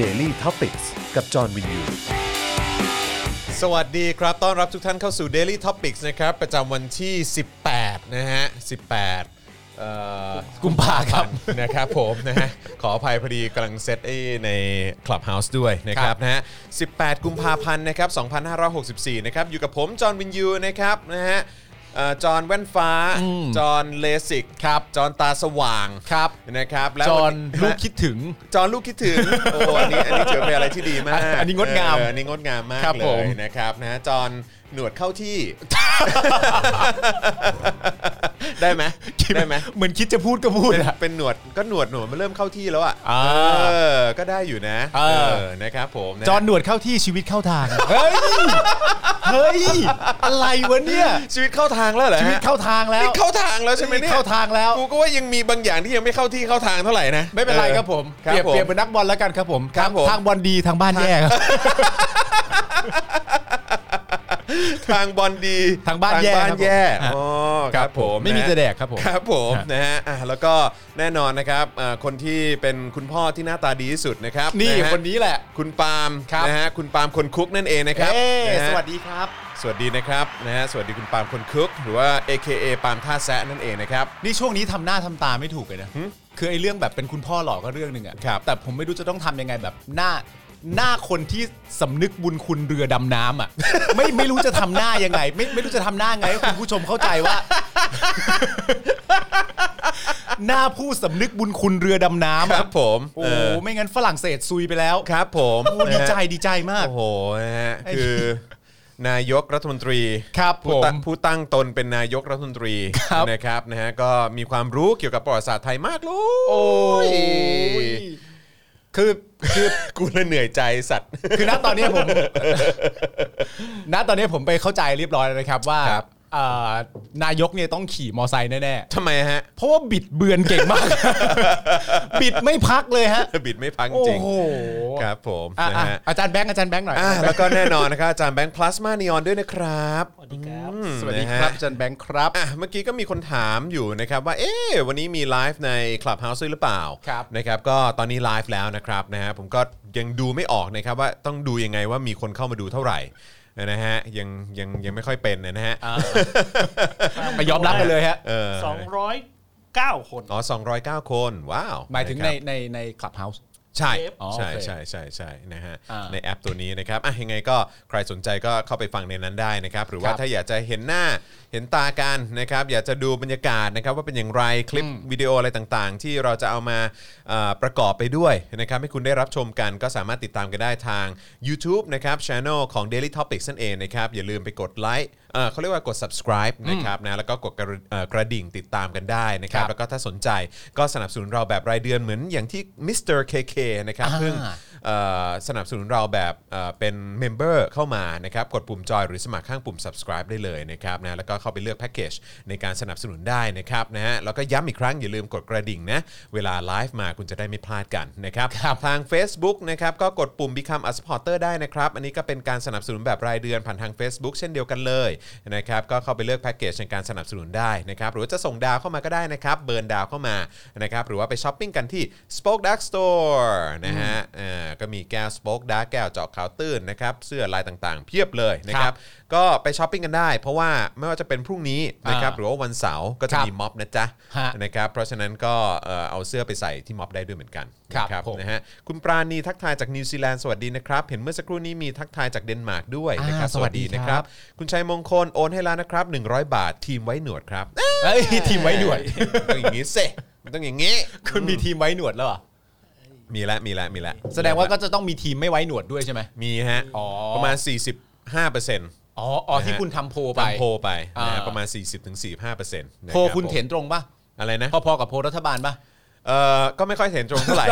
Daily t o p i c กกับจอห์นวินยู สวัสดีครับ ต้อนรับทุกท่านเข้าสู่ Daily Topics นะครับ ประจำวันที่ 18 นะฮะ 18เอ่อกุมภาพันธ์นะครับผมนะฮะ ขออภัยพอดีกำลังเซตไอ้ใน Clubhouse ด้วยนะครับนะฮะ 18 กุมภาพันธ์นะครับ 2564 นะครับ อยู่กับผม จอห์นวินยู นะครับนะฮะเอ่อจอห์นแว่นฟ้า จอห์นเลสิกครับจอห์นตาสว่างครับนะครับและ จอห์น วันนี้ ลูกคิดถึง จอห์นลูกคิดถึง โอ้อันนี้อันนี้ถือเป็นอะไรที่ดีมาก อันนี้งดงาม เอออันนี้งดงามมาก ครับ เล ผม ยนะครับนะฮะจอห์นหนวดเข้า ที่ ได้ไหมได้ไหม เหมือนคิดจะพูดก็พูด เป็น อะ เป็นหนวดก็หนวดหนวดมันเริ่มเข้าที่แล้วอ่ะ อ่า เออ ก็ได้อยู่นะ เออ นะครับผมะ จอนหนวดเข้าที่ชีวิตเข้าทาง เฮ้ย เฮ้ย อะไรวะเนี่ย ชีวิตเข้าทางแล้วเหรอ ชีวิต ฮะ เข้าทางแล้ว นี่เข้าทางแล้วใช่ไหมเนี่ย เข้าทางแล้ว กูก็ว่ายังมีบางอย่างที่ยังไม่เข้าที่เข้าทางเท่าไหร่นะ ไม่เป็นไร ออ ครับผม ครับ เปรียบ ผม เปรียบเป็นนักบอลแล้วกันครับผม ครับผม ทางบอลดีทางบ้านแย่ครับ ทางบอลดี ทางบ้านแย่ บ้านแย่ ครับผม อ๋อครับผม ไม่มี น จะแดกครับผม ครับผม ฮะ นะฮะอ่ะแล้วก็แน่นอนนะครับอ่าคนที่เป็นคุณพ่อที่หน้าตาดีที่สุดนะครับ นี่ ะฮะ คนนี้แหละ คุณปาล์ม ครับ นะฮะคุณปาล์มคนคุกนั่นเองนะครับ เอ้ย นะฮะ สวัสดีครับ สวัสดีนะครับนะฮะสวัสดีคุณปาล์มคนคุก หรือว่า AKA ปาล์มท่าแซะนั่นเองนะครับ นี่ช่วงนี้ทำหน้าทำตาไม่ถูกเลยนะ คือไอ้เรื่องแบบเป็นคุณพ่อหล่อก็เรื่องหนึ่งอะ ครับ แต่ผมไม่รู้จะต้องทำยังไงแบบหน้า หน้าคนที่สำนึกบุญคุณเรือดำน้ำ อะไม่ไม่รู้จะทำหน้ายังไง ไม่ไม่รู้จะทำหน้าไงให้คุณผู้ชมเข้าใจว่า หน้าผู้สำนึกบุญคุณเรือดำน้ำอะ ครับผม โอ้ เอ โห อ ไม่งั้นฝรั่งเศสซุยไปแล้ว ครับผม โอ้ดีนะใจฮะ ดีใจมาก โอ้โหนะฮะคือ นายกรัฐมนตรี ครับผ ผู้ ม ตั้งผู้ตั้งตนเป็นนายกรัฐมนตรี ครับ นะครับนะฮะก็มีความรู้เกี่ยวกับประวัติศาสตร์ไทยมากลูก โอ้ย คือคือกูเลยเหนื่อยใจสัตว์ คือณตอนเนี้ยผม ณตอนเนี้ยผมไปเข้าใจเรียบร้อยแล้วนะครับว่า ครับ เอ่อนายกเนี่ยต้องขี่มอไซค์แน่ๆ ทำไมฮะ เพราะว่าบิดเบือนเก่งม าก บิดไม่พักเลยฮะ บิดไม่พัง โอ้ จริง โห ครับผม อ่ะ นะ อ่ะ ฮะ อาจารย์แบงค์อาจารย์แบงค์หน่อย อ่ะแล้วก็แน่นอนนะครับอาจารย์แบงค์พลาสมานีออนด้วยนะครับ สวัสดีครับ อืม สวัสดี นะ ค ฮะ รับอาจารย์แบงค์ครับ อ่ะเมื่อกี้ก็มีคนถามอยู่นะครับว่าเอ๊ะวันนี้มีไลฟ์ใน Clubhouse ด้วยหรือเปล่า ครับ นะครับก็ตอนนี้ไลฟ์แล้วนะครับนะฮะผมก็ยังดูไม่ออกนะครับว่าต้องดูยังไงว่ามีคนเข้ามาดูเท่าไหร่นะฮะยังยังยังไม่ค่อยเป็นนะฮะ าไปยอมรับกันเลยฮะ เออ สองร้อยเก้าคน อ๋อ209 คนว้าว หมายถึง ะ ใน ครับ ในในคลับเฮาส์ ใช่ เทป อ๋อ ใช่ โอเค ใช่ใช่ใช่นะฮะ อ่า ในแอปตัวนี้นะครับอ่ะยังไงก็ใครสนใจก็เข้าไปฟังในนั้นได้นะครับหรือว่า ครับ ถ้าอยากจะเห็นหน้าเห็นตากันนะครับอยากจะดูบรรยากาศนะครับว่าเป็นอย่างไรคลิป วิดีโออะไรต่างๆ ที่เราจะเอามาเอ่อประกอบไปด้วยนะครับให้คุณได้รับชมกันก็สามารถติดตามกันได้ทาง YouTube นะครับช anel ของ Daily Topics นั่นเองนะครับ อย่าลืมไปกดไลค์เอ่อเขาเรียกว่ากด subscribe นะครับนะแล้วก็กดกระเอ่อกระดิ่งติดตามกันได้นะครับ ครับ แล้วก็ถ้าสนใจก็สนับสนุนเราแบบรายเดือนเหมือนอย่างที่มิสเตอร์เคเคนะครับ อ่า เพิ่ง เอ่อสนับสนุนเราแบบเอ่อเป็นเมมเบอร์เข้ามานะครับกดปุ่มจอยหรือสมัครข้างปุ่ม subscribe ได้เลยนะครับนะแล้วก็เข้าไปเลือกแพ็กเกจในการสนับสนุนได้นะครับนะฮะแล้วก็ย้ำอีกครั้งอย่าลืมกดกระดิ่งนะเวลาไลฟ์มาคุณจะได้ไม่พลาดกันนะครับทาง Facebook นะครับก็กดปุ่ม become a supporter ได้นะครับอันนี้ก็เป็นการสนับสนุนแบบรายเดือนผ่านทาง Facebook เช่นเดียวกันเลยนะครับก็เข้าไปเลือกแพ็กเกจในการสนับสนุนได้นะครับหรือว่าจะส่งดาวเข้ามาก็ได้นะครับเบิร์นดาวเข้ามานะครับหรือว่าไปช้อปปิ้งกันที่ Spoke Dark Store นะฮะ นะฮะเอ่อก็มีแก้วสป็อกดาร์กแก้วเจาะข่าวตื้นนะครับเสื้อลายต่างๆ เพียบเลยนะครับก็ไปช้อปปิ้งกันได้ เพราะว่าไม่ว่าจะเป็นพรุ่งนี้นะครับ อ่า หรือว่าวันเสาร์ก็จะ ครับ มีม็อบนะจ๊ะ ฮะ นะครับเพราะฉะนั้นก็เอ่อเอาเสื้อไปใส่ที่ม็อบได้ด้วยเหมือนกัน ครับ นะ ผม นะฮะคุณปราณีทักทายจากนิวซีแลนด์สวัสดีนะครับ เห็นเมื่อสักครู่นี้มีทักทายจากเดนมาร์กด้วย อ่า นะครับ สวัสดี นะค ครั รับ บ คุณชัยมงคลโอนให้แล้วนะครับ 100 บาททีมไว้หนวดครับ เอ้ยทีมไว้หนวด ต้องอย่างนี้สิมันต้องอย่างนี้ คุณมีทีมไว้หนวดแล้วเหรอ มีละมีละมีละ แสดงว่าก็จะต้องมีทีมไม่ไว้หนวดด้วยใช่ไหม มีฮะ อ๋อ ประมาณ 45เปอร์เซ็นต์ อ๋ออ๋อที่ นะฮะ คุณทำโพลไป ตามโพลไป อ่า นะฮะประมาณ 40-45เปอร์เซ็นต์ โพลคุณเห็นตรงปะ อะไรนะ พอๆกับโพลรัฐบาลปะ เออก็ไม่ค่อยเห็นตรงเท่าไหร่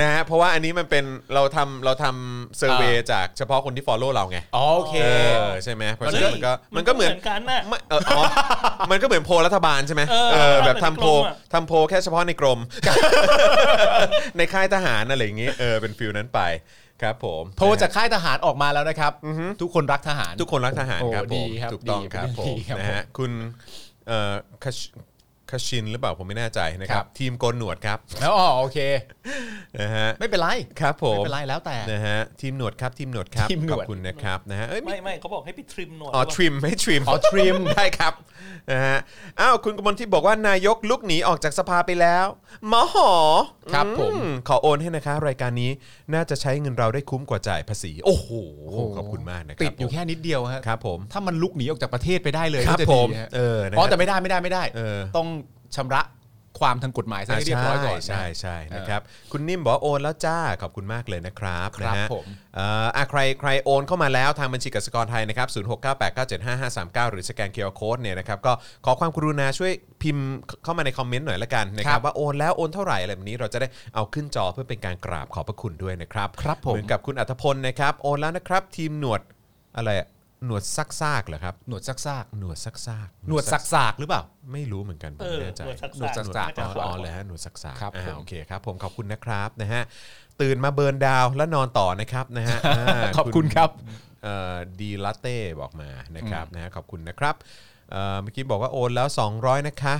นะฮะเพราะว่าอันนี้มันเป็นเราทำเราทำเซอร์เวย อ่า จากเฉพาะคนที่ follow เราไง อ๋อโอเค เออใช่ไหมเพราะฉะนั้นมันก็ มั มัน นก็ ก็เหมือน เหมือนกันน่ะ ไม่เอออ๋อ มันก็เหมือนโพลรัฐบาลใช่ไหม เออ เออแบบ รัฐบาล ทำโพล ในกรมอะ ทำโพลแค่เฉพาะในกรม ในค่ายทหารอะไรอย่างงี้เออเป็นฟิลนั้นไปครับผม โพลจากค่ายทหารออกมาแล้วนะครับ ทุกคนรักทหาร ทุกคนรักทหาร โอ้ ครับผ ดี ม ครับ ถูกต้อง ดี ครับผม ดีครับ นะฮะคุณเอ่อคัช คชินหรือเปล่าผมไม่แน่ใจนะครับ ครับ ทีมโกนหนวดครับ แล้วอ๋อโอเค นะฮะ ไม่เป็นไร ครับผม ไม่เป็นไรแล้วแต่ นะฮะทีมหนวดครับทีมหนวดครับ ทีมหนขวดอบคุณนะครับนะฮะเอ้ยมี ไม่ไม่เขาบอกให้ไปทริมหนวด อ๋อ หทรืเปล่า ริมให้ทริม อ๋อ trim ได้ครับนะฮะอ้าวคุณกมลที่บอกว่านายกลุกหนีออกจากสภาไปแล้วหมอหอ ครับผม อืขอโอนให้นะคะ รายการนี้น่าจะใช้เงินเราได้คุ้มกว่าจ่ายภาษี โอ้โห ขอบคุณมากนะครับ ติดอยู่แค่นิดเดียวฮะ ครับผม ถ้ามันลุกหนีออกจากประเทศไปได้เลย ครับ ก็จะ ผ ดี ม ฮะ เออนะฮะ อ๋อแต่ไม่ได้ไม่ได้ไม่ได้ เออ ต้องชำระความทางกฎหมายซะ อ่ะ ให้เรีย ใช่ บร้อยก่อนนะ ใช่ใช่นะครับคุณนิ่มบอกว่าโอนแล้วจ้าขอบคุณมากเลยนะครับ ค นะ รับ ฮะ ผม เอ่ออ่ะใครใครโอนเข้ามาแล้วทางบัญชีกสิกรไทยนะครับ0698975539 หรือสแกนเคอร์โคดเนี่ยนะครับก็ขอความกรุณาช่วยพิมพ์เข้ามาในคอมเมนต์หน่อยละกันนะค ค รั รั บบว่าโอนแล้วโอนเท่าไหร่อะไรแบบนี้เราจะได้เอาขึ้นจอเพื่อเป็นการกราบขอบพระคุณด้วยนะครับ ครับผม เหมือนกับคุณอัธพลนะครับโอนแล้วนะครับทีมหนวดอะไรอะหนวดซักซากเหรอครับ หนวดซักซาก หนวดซักซาก ๆหนวดซักซากๆหรือเปล่า ไม่รู้เหมือนกันผ เอ ม อ ไม่แน่ใจ หนวดสัก หนวดสัก ๆ ษา น่าอ๋อจะขวา อ๋อเลยฮะหนวดสักษา ครับ อ่า ผม โอเคครับผมขอบคุณนะครับนะฮะตื่นมาเบิร์นดาวแล้วนอนต่อนะครับนะฮะา ขอบคุณครับ เอ่อดีลาเต้บอกมานะครับนะฮะขอบคุณนะครับเอ่อเมื่อกี้บอกว่าโอนแล้ว 200 นะคะ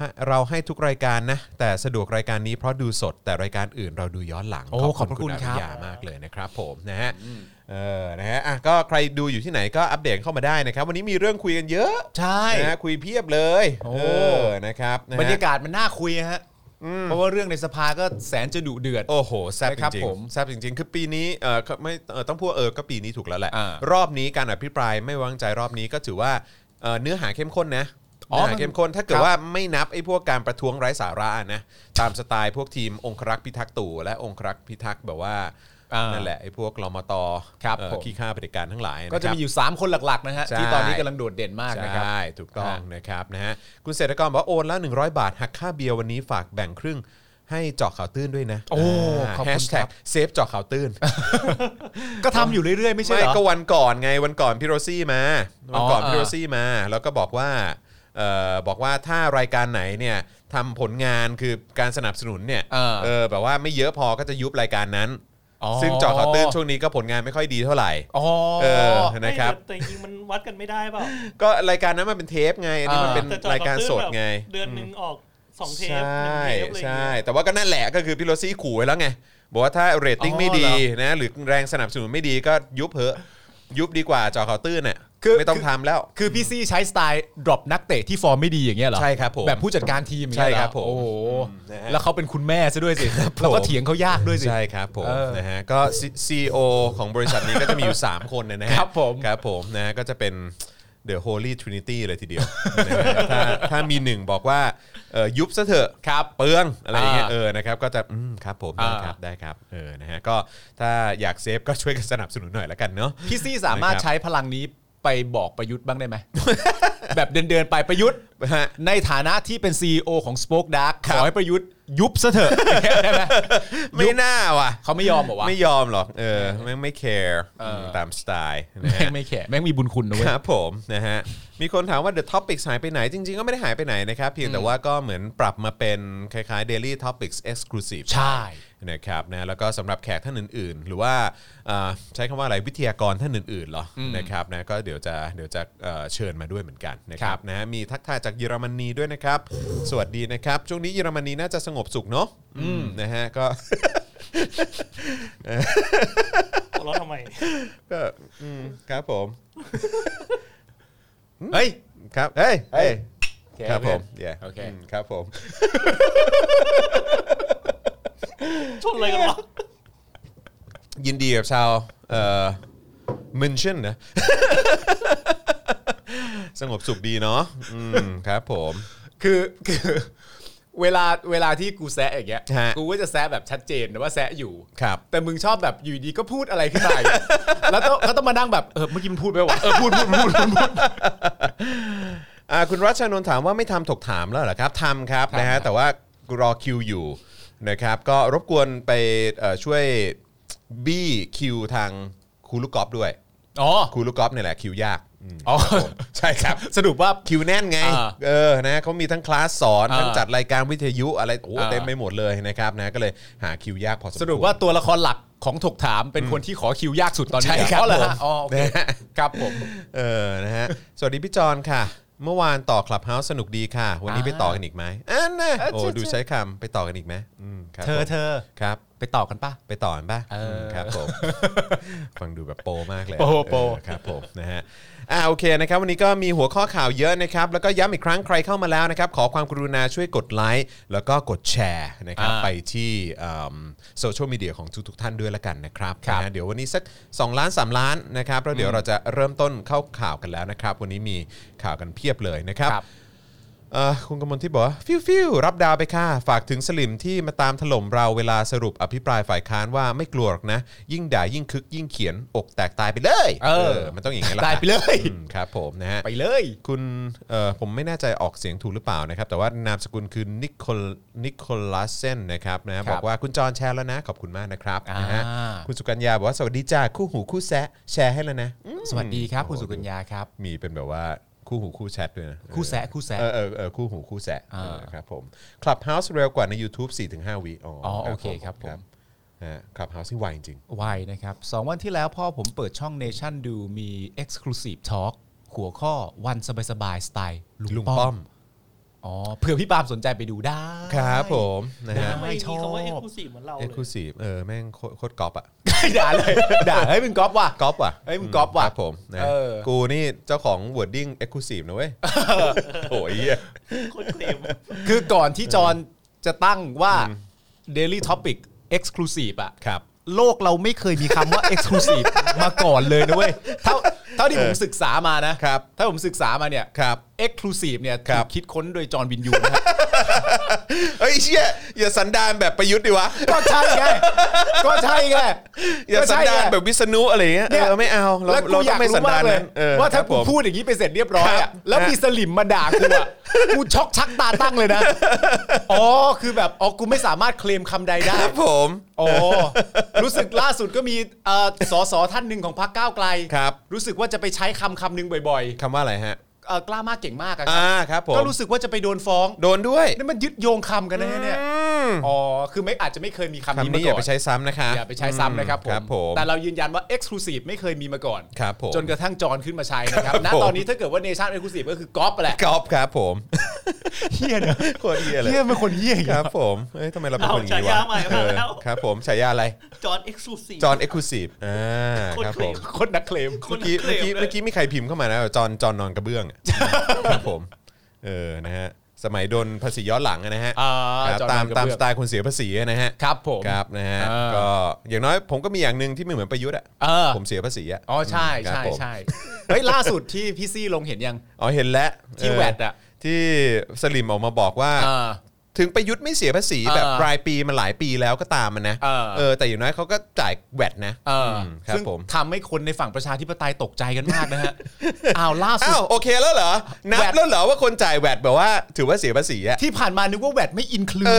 ฮะเราให้ทุกรายการนะ แต่สะดวกรายการนี้เพราะดูสดแต่รายการอื่นเราดูย้อนหลัง โอ้ขอบพระคุณ อา ครับ ยามากเลยนะครับผมนะฮะเออนะฮะอ่ะก็ใครดูอยู่ที่ไหนก็อัปเดตเข้ามาได้นะครับ วันนี้มีเรื่องคุยกันเยอะ ใช่ นะฮะคุยเพียบเลย โอ้ เออนะครับนะฮะ บรรยากาศมันน่าคุยฮะเพราะว่าเรื่องในสภาก็แสนจะดุเดือด โอ้โหแซ่บจ นะครับ ริง ผม ๆแซ่บจริง ๆ คือปีนี้เออก็ไม่เอ่อต้องพูดว่าเออก็ปีนี้ถูกแล้วแหละ อ่าร อบนี้การอภิปรายไม่ไว้วางใจรอบนี้ก็ถือว่าเอ่อเนื้อหาเข้มข้นนะ อ๋อ เนื้อหาเข้มข้นถ้าเกิด ครับ ว่าไม่นับไอ้พวกการประท้วงไร้สาระนะตามสไตล์พวกทีมองครักษ์พิทักษ์ตู่และองครักษ์พิทักษ์แบบว่า อ่านั่ นั่นแหละไอ้พวกลมต ครับ เอ่อ ผม ขี้ข้าปฏิการทั้งหลายนค ก็ รับ จะมีอยู่ 3 คนหลักๆนะฮะ ใช่ ที่ตอนนี้กำลังโดดเด่นมากนะครับ ใช่ ถูกต้อง ฮะ นะครับนะฮะคุณเศรษฐกรบอกว่าโอนแล้ว100 บาท หักค่าเบียร์วันนี้ฝากแบ่งครึ่งให้เจาะข่าวตื้นด้วยนะ โอ้ขอบคุณครับ แฮชแท็กเซฟเจาะข่าวตื้น ก็ทำอยู่เรื่อยๆ ไม่ใช่ ไม่ เหรอ ก็วันก่อนไงวันก่อนพี่โรซี่มา วันก่อน อ๋อ พี่โร อ่า ซี่มา แล้วก็บอกว่าเอ่อบอกว่าถ้ารายการไหนเนี่ยทำผลงานคือการสนับสนุนเนี่ย อ่า เออแบบว่าไม่เยอะพอก็จะยุบรายการนั้น อ๋อ ซึ่งเจาะข่าวตื้นช่วงนี้ก็ผลงานไม่ค่อยดีเท่าไหร่ อ๋อ เออ ไม่ นะครับ แต่แต่จริงๆมันวัดกันไม่ได้เปล่า ก็รายการนั้นมันเป็นเทปไงอันนี้มัน อ่า เป็น แต่จอด รายการ ตื้น สด แบบ ไง เดือนหนึ่งออกสองเทป ใช หนึ่ง่ เทปอะไรอย่าง ใช่ เงี้ย แต่ว่าก็นั่นแหละก็คือพี่โรซี่ขู่ไว้แล้วไง บอกว่าถ้าเรตติ้ง อ๋อ ไม่ดี เหร นะหรือแรงสนับสนุนไม่ดีก็ยุบเหอะ ยุบดีกว่าจอเขาวตื้นน่ะ คือ ไม่ต้องทำแล้ว คือพี่ซี่ใช้สไตล์ดรอปนักเตะที่ฟอร์มไม่ดีอย่างเงี้ยเหรอ ใช่ครับผม แบบผู้จัดการทีมอย่างเงี้ยเหอ ใช่ครับผม โอ้โห นะฮะ แล้วเขาเป็นคุณแม่ซะด้วยสิแล้วก็เถียงเขายากด้วยสิ ใช่ครับผม เออ นะฮะก็ซีโอของบริษัทนี้ก็จะมีอยู่ 3 คนนะฮะ ครับผม ครับผมนะฮะก็จะเป็น The Holy Trinity เลยทีเดียวนะฮะถ้าถ้ามีหนึ่งบอกว่าเอ่อยุบซะเถอะครับเปลืองอะไรอย่างเงี้ย อ่า เออนะครับก็จะอืมครับผมได้ อ่า ครับได้ครับเออนะฮะก็ถ้าอยากเซฟก็ช่วยกันสนับสนุนหน่อยละกันเนาะ พี่ซี่สามารถ นะครับ ใช้พลังนี้ไปบอกประยุทธ์บ้างได้ ไหม แบบเดินๆไปประยุทธ์ ฮะ ในฐานะที่เป็น CEO ของ Spoke Dark ค ข รับ อให้ประยุทธ์ยุบซะเถอะ ได้ไหม ไม่น่าว่ะ เขาไม่ยอมเหรอวะ ไม่ยอมหรอก เออแม่งไม่ care เออ ตามสไตล์นะ แม่ ฮะ งไม่แข่แม่งมีบุญคุณนะเว้ย ครับผมนะฮะ มีคนถามว่า The Topics หายไปไหน จริง ๆ ก็ไม่ได้หายไปไหนนะครับ เพียงแต่ว่าก็เหมือนปรับมาเป็นคล้ายๆ Daily Topics Exclusive ใช่ นะครับนะแล้วก็สำหรับแขกท่านอื่น ๆ หรือว่าเอ่อใช้คำว่าอะไรวิทยากรท่านอื่นๆเหรอนะครับนะก็เดี๋ยวจะเดี๋ยวจะเอ่อเชิญมาด้วยเหมือนกันนะค ครั รับบ นะฮะมีทักทายจากเยอรมนีด้วยนะครับ สวัสดีนะครับช่วงนี้เยอรมนีน่าจะสงบสุขเนาะนะฮะก็ หัวเราะทำไม ก็อืมครับ ผม เฮ้ย ครับเฮ้ยเฮ้ยครับผม โอเค มครับผม ช่วงอะไรกันวะ ยินดีกับชาวเอ่อมินชั่นนะ สงบสุขดีเนาะอืมครับผม คือคือ เวลาเวลาที่กูแซะอย่างเงี้ย ฮะ กูก็จะแซะแบบชัดเจนนะว่าแซะอยู่ ครับ แต่มึงชอบแบบอยู่ดีก็พูดอะไรขึ้นมาอย่างเงี้ย แล้วต้องแล้วต้องมานั่งแบบเออเมื่อกี้มันพูดไปวะเออพูดพูดพูดพูด อ่าคุณรัชชานนท์ถามว่าไม่ทำถกถามแล้วเหรอครับทำครับนะฮะแต่ว่ารอคิวอยู่นะครับก็รบกวนไปเอ่อช่วยบี้คิวทางครูลูกกอล์ฟด้วย อ๋อ ครูลูกกอล์ฟเนี่ยแหละคิวยากอืม อ๋อ ใช่ครับ สรุปว่า คิวแน่นไง อ่า เออ นะเขามีทั้งคลาสสอน อ่า ทั้งจัดรายการวิทยุอะไร โอ้โห อ่า เต็มไปหมดเลยนะครับ นะ ก็เลยหาคิวยากพอสมควร สรุปว่าตัวละครหลักของถกถามเป็นคนที่ขอคิวยากสุดตอนนี้ ใช่ครับ อ๋อเหรผอม ฮะอ๋อโอเค นะฮะ ครับผม เออ นะฮะ สวัสดีพี่จอนค่ะ เมื่อวานต่อคลับเฮาส์สนุกดีค่ะ วันนี้ไปต่อกันอีกไหมอันน่ะโอ้ดูใช้คำไปต่อกันอีกไหมอืมครับ เธอ ผม เธอ ครับ ไปต่อกันปะ ไปต่อกันป่ะ เอออื มครับ ผม ฟังดูแบบโปมากเลย โปโป เออครับผมนะฮะอ่าโอเคนะครับวันนี้ก็มีหัวข้อข่าวเยอะนะครับ แล้วก็ย้ำอีกครั้งใครเข้ามาแล้วนะครับ ขอความกรุณาช่วยกดไลค์แล้วก็กดแชร์นะครับ ไปที่โซเชียลมีเดียของทุกๆท่านด้วยละกันนะครับนะฮะเดี๋ยววันนี้สัก 2 ล้าน 3 ล้านนะครับแล้วเดี๋ยวเราจะเริ่มต้นเข้าข่าวกันแล้วนะครับ วันนี้มีข่าวกันเพียบเลยนะครับ เอ่อคุณกมลที่บอกว่าฟิวฟิวรับดาวไปค่ะ ฝากถึงสลิมที่มาตามถล่มเราเวลาสรุปอภิปรายฝ่ายค้านว่าไม่กลัวหรอกนะ ยิ่งด่ายิ่งคึกยิ่งเขียนอกแตกตายไปเลย เออ มันต้องอย่างงี้ละ ตายไปเลย อืมครับผมนะฮะ ไปเลย คุณเอ่อผมไม่แน่ใจออกเสียงถูกหรือเปล่านะครับ แต่ว่านามสกุลคือนิโคลนิโคลัสเซนนะครับนะฮะ ครับ บอกว่าคุณจอนแชร์แล้วนะ ขอบคุณมากนะครับ อ่าน นะฮะคุณสุกัญญาบอกว่าสวัสดีจ้าคู่หูคู่แซะแชร์ให้แล้วนะอืม สวัสดีครับ คุณสุกัญญาครับ มีเป็นแบบว่าคู่หูคู่แชทด้วยนะ คู่แซะคู่แซะ เออเออเออคู่หูคู่แสะ อ่า เออครับผม Clubhouse เร็วกว่าใน YouTube 4-5 วิอ๋อ อโอเคครับผม คลับเฮาส์ที่ไวจริง วัยนะครับสองวันที่แล้วพ่อผมเปิดช่องเนชั่นดูมี Exclusive Talk หัวข้อวันสบายๆสไตล์ลุ ลุ ง ง ป้ ป้ อ อ ม ม อ๋อเผื่อพี่ปาล์มสนใจไปดูได้ ครับผมนะฮะ ทำไม ไม่ชอบ มีคำว่าเอ็กซ์คลูซีฟเหมือนเราเล เอ็ ย กซ์คลูซีฟเออ แม่งโคโคตรกอบอ่ะ ด่าเลยด่าเฮ้ยมึงก๊อปว่ะ กอบว่ะ เอ้ยมึงก๊อปว่ะ ครับผมนะ เออ กูนี่เจ้าของวอร์ดิ้งเอ็กซ์คลูซีฟนะเว้ยโอ้ยเหี้ย โคตรเคลม คือก่อนที่จอนจะตั้งว่า Daily Topic Exclusive อ่ะ ครับ โลกเราไม่เคยมีคำว่า Exclusive มาก่อนเลยนะเว้ย เท่าเท่าที่ผมศึกษามานะ ครับ ถ้าผมศึกษามาเนี่ย ครับ Exclusive เนี่ย ครั ถู บ กคิดค้นโดยจอห์นวินยูนะครับ เอ้ยเชี่ยอย่าสันดานแบบประยุทธ์ดิวะ ก็ใช่ไง ก็ใช่ไง อย่า ก็ สัน ใช่ไง ดานแบบวิษณุอะไรเงี้ยเออไม่เอาเรา แล้ว เรา กูต้อยอาก งไม่สัน รู้มา ดาก น เลย นั้นเออ ว่าครัถ้าบ กู ผม พูดอย่างนี้ไปเสร็จเรียบร้อคยรั อะ บ แล้ว นะ มีสลิมมาด่ากูอะกูช็อกชักตาตั้งเลยนะ อ๋อคือแบบอ๋อกูไม่สามารถเคลมคำใดได้ ครับผม โอ้รู้สึกล่าสุดก็มีเอ่อสสท่านหนึ่งของพรรคก้าวไกล ครับ รู้สึกว่าจะไปใช้คำคำหนึ่งบ่อย คำว่าอะไรฮะ ๆเอ่อกล้ามากเก่งมากอะครับ อ่าครับผม ก็รู้สึกว่าจะไปโดนฟ้อง โดนด้วย นี่มันยึดโยงคำกันนะเนี่ย อืม อ๋อคือไม่อาจจะไม่เคยมีคำ คำ นี้ นี้ มา อย่า ก่อ ไป น ใช้ซ้ำนะคะ อย่าไปใช้ซ้ำนะครับ ครับผม แต่เรายืนยันว่า Exclusive ไม่เคยมีมาก่อน ครับผม จนกระทั่งจอนขึ้นมาใช้นะครับ ครับ ณ ผม ตอนนี้ถ้าเกิดว่าเนชั่น Exclusive ก็คือก๊อปแหละ กอบครับผม เฮียเนอะ โคตรเยี่ยเลย เฮียเป็นคนเฮีย ครับผมเอ้ยทำไมเราเป็น เอา คนอย่าง ฉายาวนี้ะ ใหม่ เอ มา อ แล้ว ครับผมฉายาอะไร จอห์นเอ็กซ์คลูซีฟ จอห์นเอ็กซ์คลูซีฟอ่า โคตร ครับ เคผลม ม โคตรนักเคลม ค เมื่ น อกี้ เคล เมื่อ ม กี้ เล เมื่อย กี้มีใครพิมพ์เข้ามานะจอนจอนนอนกระเบื้องอะครับผมเออนะฮะสมัยโดนภาษีย้อนหลังอะนะฮะ อ่า ครับ จอนน ตา อ ม นกระเบื้ตามสองไตล์คนเสียภาษีอะนะฮะ ครับผม ครับนะฮะ อ่า ก็อย่างน้อยผมก็มีอย่างหนึ่งที่ไม่เหมือนประยุทธ์อะ เออ ผมเสียภาษีอะ อ๋อใช่ ครับ ใช่ ผม ใช่เฮ้ยล่าสุดที่พี่ซี่ลงเห็นยัง อ๋อเห็นแล้ว ที่แวดอะ ที่สลิมออกมาบอกว่า เออ ถึงประยุทธ์ไม่เสียภาษี เออ แบบรายปีมาหลายปีแล้วก็ตามมันนะ เออ แต่อย่างน้อยเขาก็จ่ายแวดนะ เออ มครับ ซึ่ง ผม ทำให้คนในฝั่งประชาธิปไตยตกใจกันมากนะ ฮะ อ้าวล่าสุ อ้า ด วโอเคแล้วเหรอ นับ แวด แล้วเหรอว่าคนจ่ายแวดแบบว่า ถือว่าเสียภาษีอะ ที่ผ่านมานึกว่าแวดไม่อินคลู เอ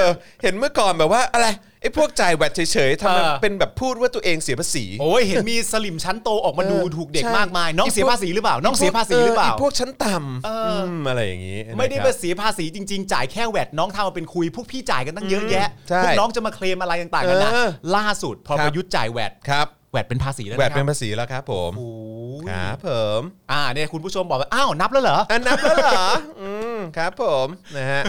อ เห็นเมื่อก่อนแบบว่าอะไรไอ้พวกจ่ายแวดเฉยๆทำไม เออ เป็นแบบพูดว่าตัวเองเสียภาษี โอ้ยเห็นมีสลิมชั้นโตออกมาดูถูกเด็กมากมาย น้องเสียภาษีหรือเปล่า น้องเสียภาษีหรือเปล่า ไพวกชั้นต่ำเอออื มอะไรอย่างนี้นะครับ ไม่ได้ไปเสียภาษีจริงๆ จ่ายแค่แวดน้องทำมาเป็นคุย พวกพี่จ่ายกันตั้งเยอะแยะ ใช่ พวกน้องจะมาเคลมอะไรต่างๆกันนะ เออ ล่าสุดพอ ครับประยุทธ์จ่ายแวด ครับ แวดเป็นภาษีแล้ว แว นะ ด ค เป็ รั น บ ภาษีแล้วครับผม โอ้ย ครับผม อ่าเนี่ยคุณผู้ชมบอกว่าอ้าวนับแล้วเหรอ อันนับแล้วเหรออืมครับผมนะฮะ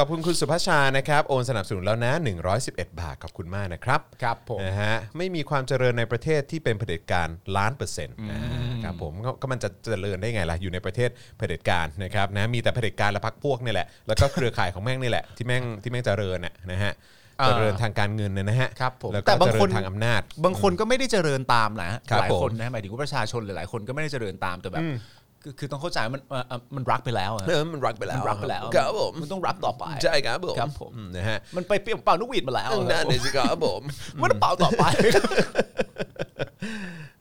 ขอบคุณคุณสุภาชานะครับโอนสนับสนุนแล้วนะ 111 บาทขอบคุณมากนะครับ ครับผม นะฮะไม่มีความเจริญในประเทศที่เป็นเผด็จการล้านเปอร์เซ็นต์อ่าครับผมก็ก็มันจะเจริญได้ไงล่ะอยู่ในประเทศเผด็จการนะครับนะมีแต่เผด็จการและพรรคพวกนี่แหละแล้วก็เครือข่ายของแม่งนี่แหละ ที่แม่งที่แม่งเจริญน่ะนะฮะ อ่า เจริญทางการเงินเนี่ยนะฮะ ครับผม แล้ว แต่ ก็ บาง เจริ คน ญทางอำนาจ บางคนก็ไม่ได้เจริญตามนะฮะ ครับ หลายคน ผม นะหมายถึงว่าประชาชนหลายๆคนก็ไม่ได้เจริญตามแต่แบบ อืม คือคือต้องเข้าใจมันเอ่อเอ่อมันรักไปแล้วอะ เออมันรักไปแล้ว มันรักไปแล้ว ครับผม มันต้องรักต่อไป ใช่ครับผม ครับผม อืนะฮะ มันไปเปลี่ยนเป่านกหวีดมาแล้วอะ นั่นเลยสิครับผม มันเป่าต่อ ไป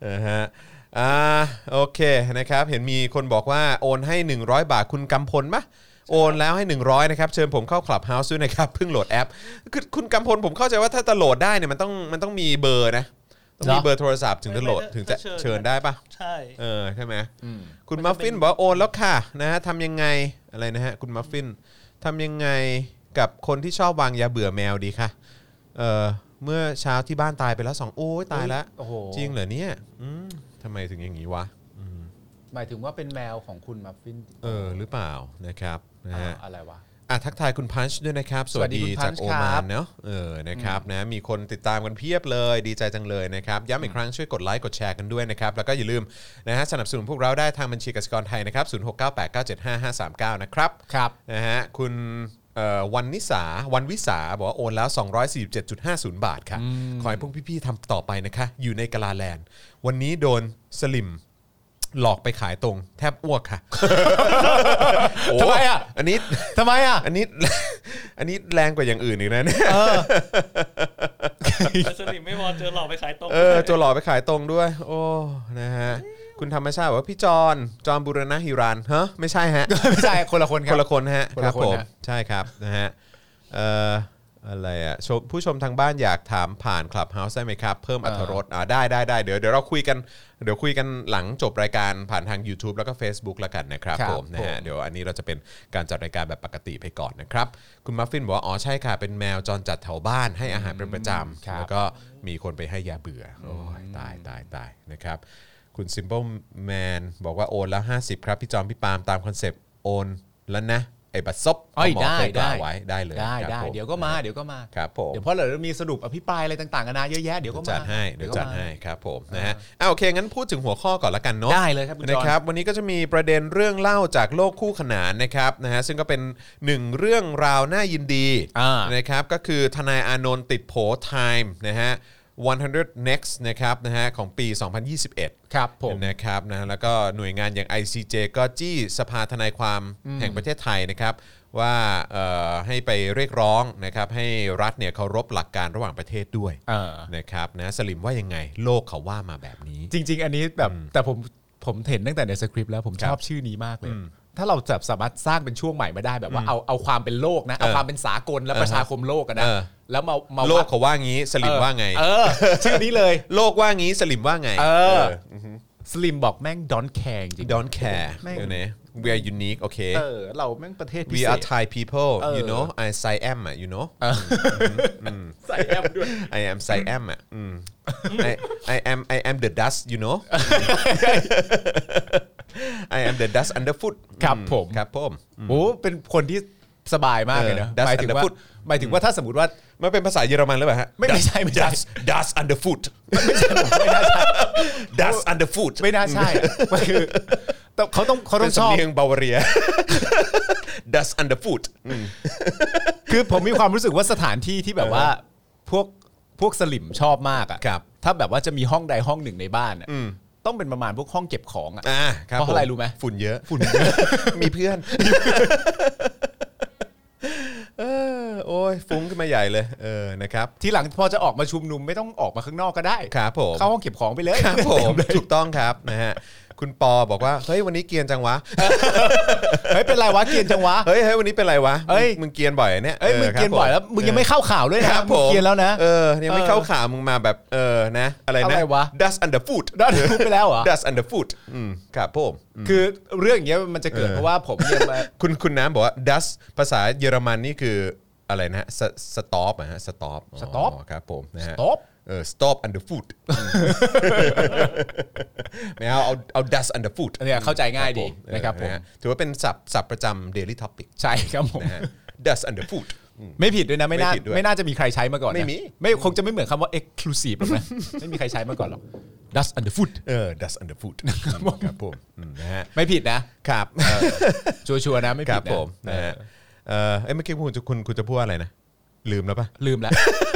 นะฮะอ่าโอเคนะครับเห็นมีคนบอกว่าโอนให้ 100 บาทคุณกำพลมะโอนแล้วให้ 100นะครับเชิญผมเข้าคลับเฮาส์ด้วยนะครับเพิ่งโหลดแอปคือคุณกำพลผมเข้าใจว่าถ้าจะโหลดได้เนี่ยมันต้องมันต้องมีเบอร์นะต้องมี เหรอ เบอร์โทรศัพท์ถึงจะโหลด ไม่ไม่ ถึงจะ ถ้าเชิญ เชิญได้ปะ ใช่ เออใช่ไหมคุณมัฟฟินบอกว่าโอนแล้วค่ะนะฮะทำยังไงอะไรนะฮะคุณมัฟฟินทำยังไงกับคนที่ชอบวางยาเบื่อแมวดีคะเออเมื่อเช้าที่บ้านตายไปแล้วสองโอ้ยตายแล้ว โอ้โห จริงเหรอเนี่ยอืมทำไมถึงอย่างนี้วะอืม หมายถึงว่าเป็นแมวของคุณมัฟฟิน เออหรือเปล่านะครับนะฮะ อะไรวะ อ่ะทักทายคุณพันช์ด้วยนะครับ สวัสดี สวัสดีคุณ จาก Punch โอมาน ครับ เนาะเออนะครับนะมีคนติดตามกันเพียบเลยดีใจจังเลยนะครับ ย้ำอีกครั้งช่วยกดไลค์กดแชร์กันด้วยนะครับ แล้วก็อย่าลืมนะฮะสนับสนุนพวกเราได้ทางบัญชีกสิกรไทยนะครับ 0698975539 นะครับ ครับ นะฮะคุณเอ่อวันนิสาวันวิสาบอกว่าโอนแล้ว 247.50 บาทค่ะ ขอให้พวกพี่ๆทำต่อไปนะคะ อยู่ในกะลาแลนด์ วันนี้โดนสลิมหลอกไปขายตรงแทบอ้วกค่ะ ทำไมอ่ะ อันนี้ ทำไมอ่ะ อันนี้ อันนี้แรงกว่าอย่างอื่นอีกนะเนี่ย แล้วสลิมไม่พอเจอหลอกไปขายตรง เออโจรหล่อไปขายตรงด้วย โอ้นะฮะ คุณธรรมชาติบอกว่าพี่จอนจอนบุรณะฮิรันฮะไม่ใช่ฮะ ไม่ใช่คนละคนค ครับ นละคนฮะ คน ครั ละ บ คน ผม ฮะ ใช่ครับนะฮะเอ่ออะไรอ่ะชมผู้ชมทางบ้านอยากถามผ่านคลับเฮาส์ได้ไหมครับ เพิ่มอรรถรสอ่าได้ได้ได้เดี๋ยวเดี๋ยวเราคุยกันเดี๋ยวคุยกันหลังจบรายการผ่านทาง YouTube แล้วก็ Facebook แล้วกันนะครับ ครับ ผมนะฮะ ผม เดี๋ยวอันนี้เราจะเป็นการจัดรายการแบบปกติไปก่อนนะครับ คุณมัฟฟินบอกว่าอ๋อใช่ค่ะ เป็นแมวจรจัดแถวบ้านให้อาหารเป็นประจำแล้วก็มีคนไปให้ยาเบื่อโอ้ยตายตายตายนะครับ คุณ Simple Man บอกว่าโอนแล้ว 50 ครับ พี่จอม พี่ปาล์มตามคอนเซปต์โอนแล้วนะ ไอ้บัตรซบ เอ้ย หมอ ได้ เคยกล่า ได้ วไว้ได้เลย ได้ ครับ ได้ ผม เดี๋ยวก็มาเดี๋ยวก็มา ครับผม เดี๋ยวเพราะเรามีสรุปอภิปรายอะไรต่างๆกันานาเยอะแยะเดี๋ยวก็มา จัดให้เดี๋ยวจัดให้ ก็ ครับผมนะฮะอ่าโอเค งั้นพูดถึงหัวข้อก่อนละกันเนาะ ได้เลยครับคุณจอห์น นะครับ วันนี้ก็จะมีประเด็นเรื่องเล่าจากโลกคู่ขนานนะครับนะฮะซึ่งก็เป็นหนึ่งเรื่องราวน่ายินดี อ่า นะครับก็คือทนายอานนท์ติดโผไทม์นะฮะ100 next นะครับนะฮะของปี 2021 ครับผม นะครับนะแล้วก็หน่วยงานอย่าง ICJ ก็จี้สภาทนายความแห่งประเทศไทยนะครับว่าเอ่อให้ไปเรียกร้องนะครับให้รัฐเนี่ยเคารพหลักการระหว่างประเทศด้วย เออ นะครับนะสลิมว่ายังไง โลกเขาว่ามาแบบนี้ จริง ๆ อันนี้แบบแต่ผมผมเห็นตั้งแต่ในสคริปต์แล้วผม ครับ ชอบชื่อนี้มากเลย ถ้าเราจะสามารถสร้างเป็นช่วงใหม่มาได้แบบว่าเอาเอาความเป็นโลกนะ เอาความเป็นสากลและประชาคมโลกกันนะ เออ แล้วมามาวัด โลกเขาว่างี้สลิมว่าไง เออ ชื่อนี้เลย โลกว่างี้สลิมว่าไง เออ สลิมบอกแม่งดอนแคร์จริง ดอนแคร์ แม่ง เดี๋ยวนะ we are unique โอเค เออ เราแม่งประเทศพิ we เศ are ษ Thai people เออ you know I I am อ่ะ you know ใส่แอปด้วย I am I am อ่ะอืม I I am I am the dust you know I am the dust underfoot ครับผม ครับผม โอ้เป็นคนที่สบายมากเลยนะ เออ Dust หมายถึงว่า and the foot หมายถึงว่าถ้าสมมติว่า มันเป็นภาษาเยอรมันหรือเปล่าฮะ ไม่ไม่ใช่ไม่ใช่ dust dust underfoot ไม่ใช่ไม่น่าใช่ dust underfoot ไม่น่าใช่อะมัน คือต้องเขาต้องเขาต้ เป็ อน งชอ สำ บ เนียงบาวาเรีย dust under foot คือผมมีความรู้สึกว่าสถานที่ที่แบบว่าพวกพวกสลิมชอบมาก ครั อะ่ะ บ ถ้าแบบว่าจะมีห้องใดห้องหนึ่งในบ้านอะต้องเป็นประมาณพวกห้องเก็บของ อ่า อะ่ะ ครับ เพราะอะไร ผ รู้ไหม ฝุ่นเยอะ ฝุ่น มีเพื่อนเออโอ้ยฟุ้งขึ้นมาใหญ่เลยเออนะครับ ทีหลังพอจะออกมาชุมนุมไม่ต้องออกมาข้างนอกก็ได้ ครับผม เข้าห้องเก็บของไปเลย ครับผ เต็ ม เลย ถูกต้องครับนะฮะคุณปอบอกว่าเฮ้ยวันนี้เกรียนจังวะ เฮ้ยเป็นไรวะเกรียนจังวะ เฮ้ยเฮ้ยวันนี้เป็นไรวะ เฮ้ย มึงมึงเกรียนบ่อยอะเนี่ย เอ้ยมึง ครั เกรียนบ่อยแล้วมึงยังไม่เข้าข่าวด้วย ค นะ รับ มึ ผ ง ม เกรียนแล้วนะ เออยังไม่ เออ เข้าข่าวมึงมาแบบเออนะ อะไรนะ อะไรวะ dust under foot ด้านรู้ไปแล้วเหรอ dust under foot อืมครับผม คือเรื่องอย่างเงี้ยมันจะเกิดเพราะว่าผมเนี่ยมา คุณคุณน้ำบอกว่า dust ภาษาเยอรมันนี่คืออะไรนะฮะ s- stop อะฮะ stop อ๋อ stop ครับผมนะฮะ Stop เออ stop under foot ไม่เอาเอาเอา dust under foot เนี่ยเข้าใจง่ายดี เออ นะครับผม ฮถือว่าเป็นศัพท์ศัพท์ประจำ daily topic ใช่ครับผม นะฮะ dust under foot อืม ไม่ผิดด้วยนะไม่น่า ไม่ผิดด้วย ไม่น่าจะมีใครใช้มาก่อนนะ ไม่มี ไม่คงจะไม่เหมือนคำว่า exclusive หรอกนะ ไม่มีใครใช้มาก่อนหรอก dust under foot เออ dust under foot ครับผมอืมนะฮะ ไม่ผิดนะครับ ชัวร์ๆนะไม่ ค ผิ รั ด บ นะ ผมนะฮะเออเอ้ยเมื่อกี้คุณจะคุณคุณจะพูดอะไรนะ ลืมแล้วปะ ลืมแล้ว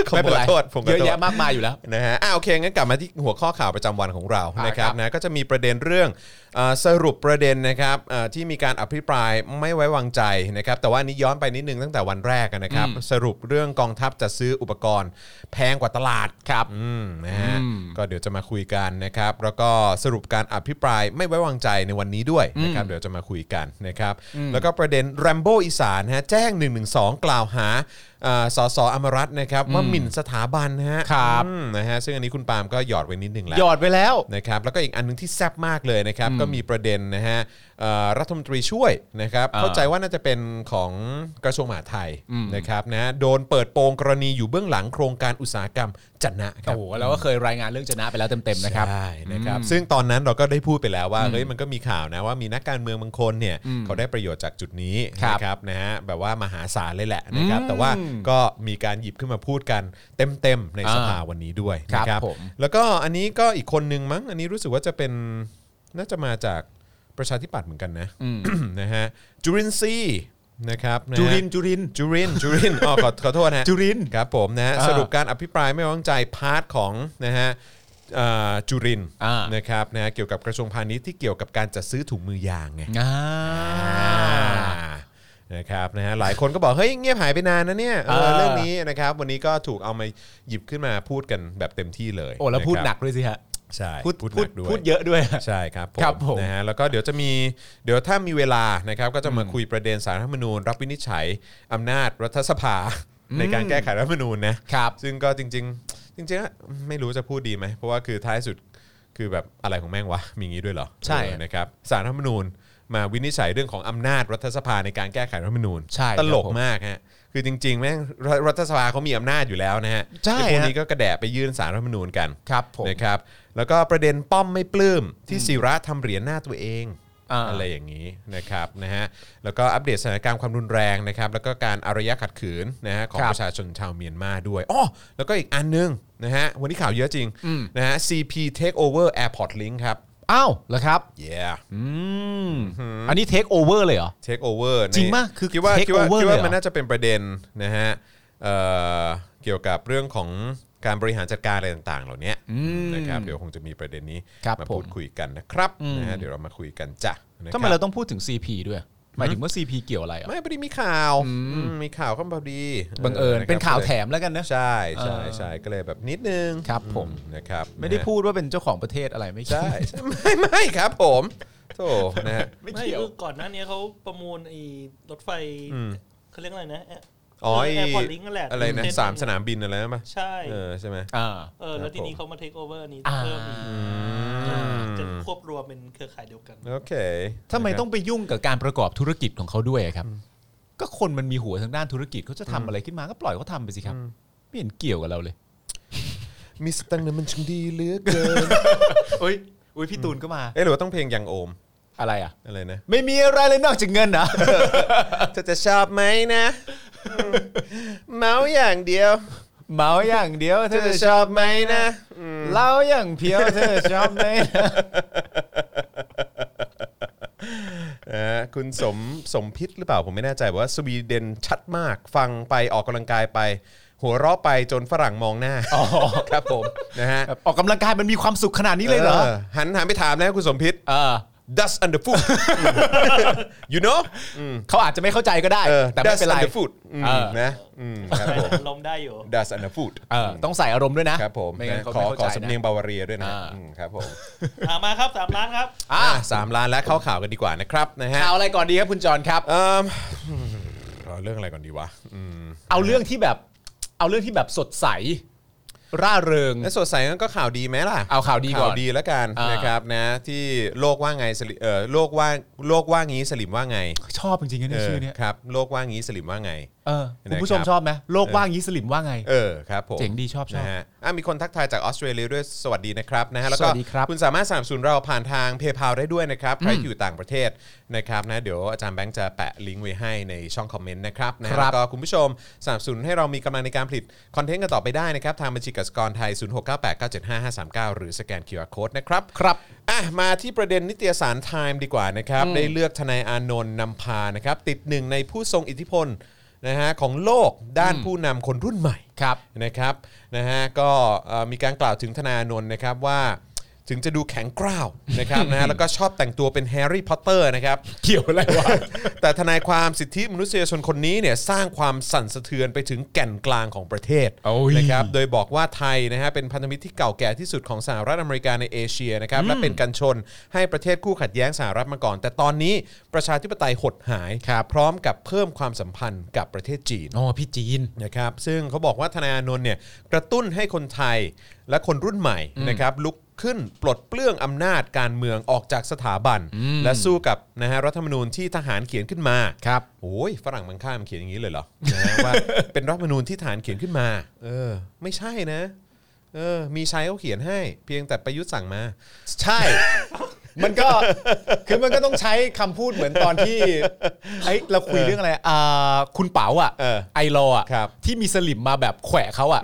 ผม ไม่เป็นไร ขอโทษผมขอโทษ เยอะแยะมากมายอยู่แล้ว นะฮะอ่าโอเคงั้นกลับมาที่หัวข้อข่าวประจำวันของเรา อ่า นะครับ ครับ นะก็จะมีประเด็นเรื่องเอ่อสรุปประเด็นนะครับเอ่อที่มีการอภิปรายไม่ไว้วางใจนะครับแต่ว่านี้ย้อนไปนิดนึงตั้งแต่วันแรกนะครับ สรุปเรื่องกองทัพจะซื้ออุปกรณ์ แพงกว่าตลาดครับอืมนะฮะก็เดี๋ยวจะมาคุยกันนะครับ แล้วก็สรุปการอภิปรายไม่ไว้วางใจในวันนี้ด้วยนะครับเดี๋ยวจะมาคุยกันนะครับแล้วก็ประเด็นแรมโบ้อีสานฮะแจ้ง1นึกล่าวหา อ่าสสอมรัตน์นะครับว่าหมิ่นสถาบันฮะ ครับ อืมนะฮะซึ่งอันนี้คุณปาล์มก็หยอดไว้นิดนึงแล้ว หยอดไปแล้ว นะครับแล้วก็อีกอันหนึงที่แซ่บมากเลยนะครับก็มีประเด็นนะฮะเอ่อรัฐมนตรีช่วยนะครับ อ่า เข้าใจว่าน่าจะเป็นของกระทรวงมหาดไทยนะครับนะโดนเปิดโปงกรณีอยู่เบื้องหลังโครงการอุตสาหกรรมจันนะครับ โอ้โหเราก็เคยรายงานเรื่องชนะไปแล้วเต็มๆนะครับ ใช่นะครับซึ่งตอนนั้นเราก็ได้พูดไปแล้วว่าเฮ้ยมันก็มีข่าวนะว่ามีนักการเมืองบางคนเนี่ยเขาได้ประโยชน์จากจุดนี้ ครับ นะครับนะฮะแบบว่ามหาศาลเลยแหละนะครับแต่ว่าก็มีการหยิบขึ้นมาพูดกันเต็มๆในสภาวันนี้ด้วย ครับ นะครับ ผม แล้วก็อันนี้ก็อีกคนนึงมั้ง อันนี้รู้สึกว่าจะเป็นน่าจะมาจากประชาธิปัตย์เหมือนกันนะ นะฮะจุรินทรีย์นะครับะฮะ จุรินทร์จุรินทร์ จุรินทร์จุ รินทร์อ๋อขอขอโทษนะฮะ จุรินทร์ ครับผมนะฮะ อ่า สรุปการอภิปรายไม่ไว้วางใจพาร์ทของนะฮะเอ่อจุรินทร์ อ่าน นะครับนะฮะเกี่ยวกับกระทรวงพาณิชย์ที่เกี่ยวกับการจัดซื้อถุงมือยางไง อ่า นะครับนะฮะหลายคนก็บอก เฮ้ยเงียบหายไปนานนะเนี่ยเออ เออ เรื่องนี้นะครับวันนี้ก็ถูกเอามาหยิบขึ้นมาพูดกันแบบเต็มที่เลย โอ้แล้วพูด ะครับ หนักด้วยสิฮะ ใช่ พูด พูดห พูด นักด้วย พูดเยอะด้วย ใช่ครับ ครับผม นะฮะแล้วก็เดี๋ยวจะมีเดี๋ยวถ้ามีเวลานะครับก็จะมาคุยประเด็นสารรัฐธรรมนูญ รับวินิจฉัยอำนาจรัฐสภาในการแก้ไขรัฐธรรมนูญนะครับ ซึ่งก็จริง ๆ จริงๆอะไม่รู้จะพูดดีไหมเพราะว่าคือท้ายสุดคือแบบอะไรของแม่งวะมีอย่างงี้ด้วยเหรอ ใช่ เออนะครับสารรัฐธรรมนูญมาวินิจฉัยเรื่องของอำนาจรัฐสภาในการแก้ไขรัฐธรรมนูญ ใช่ครับ ตลก ผม มากฮะคือจริงๆแม่งรัฐรัฐสภาเขามีอำนาจอยู่แล้วนะฮะ ใช่ ไอ้พวก ฮะ นี้ก็กระแดะไปยื่นสารรัฐธรรมนูญกัน ครับผม นะครับแล้วก็ประเด็นป้อมไม่ปลื้มที่ศิระทำเหรียญหน้าตัวเอง อ่า ไรอย่างนี้นะครับนะฮะแล้วก็อัปเดตสถานการณ์ความรุนแรงนะครับแล้วก็การอารยะขัดขืนนะฮะของประชาชนชาวเมียนมาด้วยอ๋อแล้วก็อีกอันนึงนะฮะวันนี้ข่าวเยอะจริงนะฮะ CP take over airport link ครับ อ้าวเหรอครับ yeah อืมอันนี้เทคโอเวอร์เลยเหรอ เทคโอเวอร์ จริงปะคือ คิดว่า take คิดว่า over คิด เลย ว่า เหรอ มันน่าจะเป็นประเด็นนะฮะเอ่อเกี่ยวกับเรื่องของการบริหารจัดการอะไรต่างๆ เหล่านี้นะครับเดี๋ยวคงจะมีประเด็นนี้ ครับ มา ผม พูดคุยกันนะครับนะฮะเดี๋ยวเรามาคุยกันจ้ะนะค ทำ บ ไมเราต้องพูดถึง CP ด้วย หมายถึงว่า CP เกี่ยวอะไรอ่ะ ไม่พอดีมีข่าวอืมมีข่าวเข้ามาพอดี บังเอิญ ะครับ เป็นข่าวแถมแล้วกันนะ ใช่ใช่ใช่ก็เลยแบบนิดนึง ครับผม อืนะครับ ไม่ได้ นะฮะ พูดว่าเป็นเจ้าของประเทศอะไรไม่ ใช่ใช่ ไม่ไม่ครับผมโธ่นะฮะ ไม่คือก่อนหน้านี้เขาประมูลไอ้รถไฟเขาเรียกอะไรนะแอร์ อ๋อไ แอร์พอร์ตลิงก์นั่นแหละ อะไรนะ เส้ สามสนามบินอะไรนั่นปะ ใช่ เออใช่ไหม อ่า เออแล้ ครั ว บ ทีนี้ ผม เขามาเทคโอเวอร์นี้ อ่า เพิ่มอีก อืม จะควบรวมเป็นเครือข่ายเดียวกัน โอเค ทำไมต้องไปยุ่งกับการประกอบธุรกิจของเขาด้วยอะครับ ก็คนมันมีหัวทางด้านธุรกิจเขาจะทำอะไรขึ้นมาก็ปล่อยเขาทำไปสิครับ ไม่เห็นเกี่ยวกับเราเลย มีสตังค์นั้นมันช่างดีเหลือเกิน เอ้ยอุ้ยพี่ตูนก็มา เอ๊ะหรือว่าต้องเพลงยังโอม อะไรอ่ะ อะไรนะ ไม่มีอะไรเลยนอกจากเงินนะ เธอจะชอบไหมนะอืมเมาอย่างเดียว เมาอย่างเดียวเธ เธอ อ จะ ช ช ออบบไหมนะ เล่าอย่างเพียวเธอชอบไหม เออคุณสมสมพิษหรือเปล่าผมไม่แน่ใจบอกว่าสวีเดนชัดมาก ฟังไปออกกำลังกายไป หัวเราะไปจนฝรั่งมองหน้าครับผมนะฮะ ออกกำลังกายมันมีความสุขขนาดนี้เลยเหรอ หันหันไปถามนะคุณสมพิษ เออ dust under foot you know อืม เขาอาจจะไม่เข้าใจก็ได้ เออ แต่ไม่ dust เป็นไร under foot อืม เออ นะอืมครับผม ลมได้อยู่ dust under foot เออต้องใส่อารมณ์ด้วยนะครับ ผม ไม่งั้น นะ เขา ขอ ไม่ขอเข้าใจ สำเนียง นะ บาวาเรียด้วยนะ อ่า อืมครับผม อ่ะมาครับสามล้านครับ อ่ะ อ่ะสามล้านแล้วเข้าข่าวกันดีกว่านะครับนะฮะ ข่าวอะไรก่อนดีครับคุณจรครับ เอิ่มเอาเรื่องอะไรก่อนดีวะอืม เอาเรื่องที่แบบ เอาเรื่องที่แบบสดใส ร่าเริง แล้วสดใสงั้นก็ข่าวดีไหมล่ะ เอาข่าวดีก่อน ข่าวดีแล้วกัน อ่าน นะครับนะที่โลกว่าไงสลิเออโลกว่าโลกว่างี้สลิมว่าไง ชอบจริงๆนะเนี่ยชื่อเนี่ย เออครับโลกว่างี้สลิมว่าไง เออ นะครับคุณผู้ชมชอบไหมโลกว่างงี้สลิมว่าไง เออครับผม เจ๋งดีชอบชอบ นะฮะอ่ะมีคนทักทายจากออสเตรเลียด้วยสวัสดีนะครับนะฮะแล้วก็ สวัสดีครับ คุณสามารถสนับสนุนเราผ่านทางเพย์พาได้ด้วยนะครับใครที่อยู่ต่างประเทศนะครับนะเดี๋ยวอาจารย์แบงค์จะแปะลิงก์ไว้ให้ในช่องคอมเมนต์นะครับนะฮะ ครับ แล้วก็คุณผู้ชมสนับสนุนให้เรามีกำลังในการผลิตคอนเทนต์กันต่อไปได้นะครับ ทางบัญชีกสกรไทย 0698975539 หรือสแกน QR Code นะครับ ครับ อ่ะมาที่ประเด็นนิตยสารไทม์ดีกว่านะครับ ได้เลือกทนายอานนท์นำพานะครับ ติดหนึ่งในผู้ทรงอิทธิพลนะฮะของโลกด้านผู้นำคนรุ่นใหม่ ครับ นะครับนะฮะก็เอ่อมีการกล่าวถึงทนายอานนท์นะครับว่า ถึงจะดูแข็งกร้าวนะครับนะฮะแล้วก็ชอบแต่งตัวเป็นแฮร์รี่พอตเตอร์นะครับ เกี่ยวอะไรวะ แต่ทนายความสิทธิมนุษยชนคนนี้เนี่ยสร้างความสั่นสะเทือนไปถึงแก่นกลางของประเทศ โอ้ย นะครับโดยบอกว่าไทยนะฮะเป็นพันธมิตรที่เก่าแก่ที่สุดของสหรัฐอเมริกาในเอเชียนะครับและเป็นกันชนให้ประเทศคู่ขัดแย้งสหรัฐมาก่อน แต่ตอนนี้ประชาธิปไตยหดหาย พร้อมกับเพิ่มความสัมพันธ์กับประเทศจีน อ๋อพี่จีน นะครับซึ่งเขาบอกว่าธนาอานนท์เนี่ยกระตุ้นให้คนไทยและคนรุ่นใหม่นะครับลุกขึ้นปลดเปลื้องอำนาจการเมืองออกจากสถาบัน และสู้กับนะฮะรัฐธรรมนูญที่ทหารเขียนขึ้นมา ครับ โอ้ยฝรั่งมังค่ามนเขียนอย่างนี้เลยเหรอนะฮะว่า เป็นรัฐธรรมนูญที่ทหารเขียนขึ้นมาเออไม่ใช่นะเออมีชัยเขาเขียนให้ เพียงแต่ประยุทธ์สั่งมา ใช่ มันก็ คือมันก็ต้องใช้คำพูดเหมือนตอน ที่เอ้ยเราคุยเรื่องอะไรอ่าคุณเป๋าอ่ะ เออ ไอรอว์อ่ะ ครับ ที่มีสลิมมาแบบแขวะเขาอ่ะ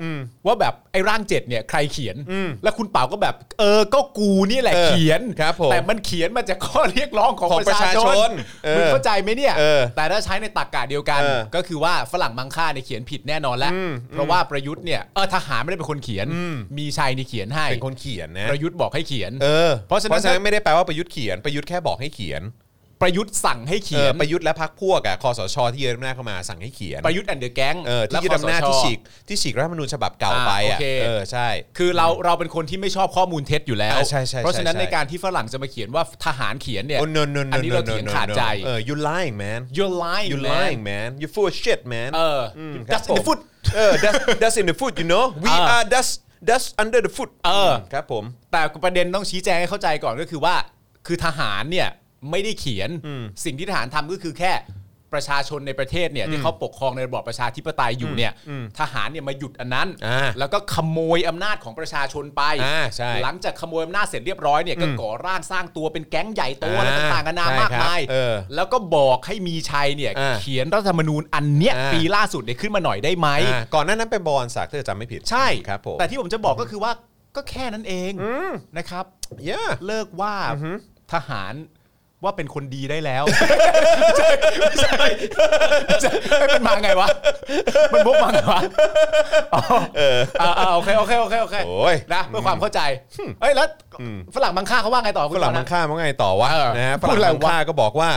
ว่าแบบไอ้ร่างเจ็ดเนี่ยใครเขียน แล้วคุณเป๋าก็แบบ เออ ก็กูนี่แหละ เออ เขียน ครับผม แต่มันเขียนมาจากข้อเรียกร้องของ ของ ประชาปชระชาช น นเออ มึงเข้าใจไหมเนี่ย เออ แต่ถ้าใช้ในตรรกะเดียวกัน เออ ก็คือว่าฝรั่งมังค่าเนี่ยเขียนผิดแน่นอนแล้ว เพราะว่าประยุทธ์เนี่ย เออทหารไม่ได้เป็นคนเขียน อืม มีชัยนี่เขียนให้ เป็นคนเขียนนะ ประยุทธ์บอกให้เขียน เออ เพราะฉะนั้น ไม่ได้แปลว่าประยุทธ์เขียนประยุทธ์แค่บอกให้เขียน ประยุทธ์สั่งให้เขีย เอน อประยุทธ์และพรรคพวกอะคอสชที่ยึดอำนาจเข้ามาสั่งให้เขียน ประยุทธ์แอนเดอร์แก๊ง เออที่ยึดอำนาจที่ฉีกที่ฉีกรัฐธรรมนูญฉบับเก่าไปอะ าโอเค เออใช่ คือเราเราเป็นคนที่ไม่ชอบข้อมูลเท็จอยู่แล้ว อ่าใช่ใช่ใช่ เพราะฉะนั้น ใช่ ในการที่ฝรั่งจะมาเขียนว่าทหารเขียนเนี่ย โอ้ no no no อันนี้เราเถียงขาดใจ เออ you lying man you're lying you man lying man you full of shit man เอออ มค dust in รับ the ผม foot เออ dust dust in the foot you know we อ่า are dust dust under the foot เออ ครับผม แต่ประเด็นต้องชี้แจงให้เข้าใจก่อนก็คือว่า คือทหารเนี่ยไม่ได้เขียนสิ่งที่ทหารทำก็คือแค่ประชาชนในประเทศเนี่ยที่เขาปกครองในระบอบประชาธิปไตยอยู่เนี่ยทหารเนี่ยมาหยุดอันนั้น อ่า แล้วก็ขโมยอำนาจของประชาชนไป อ่าใช่ หลังจากขโมยอำนาจเสร็จเรียบร้อยเนี่ยก็ก่อร่างสร้างตัวเป็นแก๊งใหญ่โตอะไร อ่า ต่างๆนานามาก ใช่ครับ มาย เออ แล้วก็บอกให้มีชัยเนี่ย อ่า เขียนรัฐธรรมนูญอันเนี้ย อ่า ปีล่าสุดเนี่ยขึ้นมาหน่อยได้ไหม อ่าก่อนหน้านั้นเป็นบอลสักถ้าจำไม่ผิด ใช่ ครับผม แต่ที่ผมจะบอกก็คือว่าก็แค่นั้นเองนะครับ yeah เลิกว่าทหารว่าเป็นคนดีได้แล้วไม่ใช่ไม่ใช่มันมาไงวะ มันบกมาไงวะอ๋ออ่าโอเคโอเคโอเคโอเค โอ้ย นะเพื่อความเข้าใจเอ้ยแล้วฝรั่งบางค่าเขาว่าไงต่อคุณ ฝรั่ง ต่อนะ มังค่าว่าไงต่อว่า เออ นะฮะฝ พู รั่งดอะไร มังค่าก็บอกว่า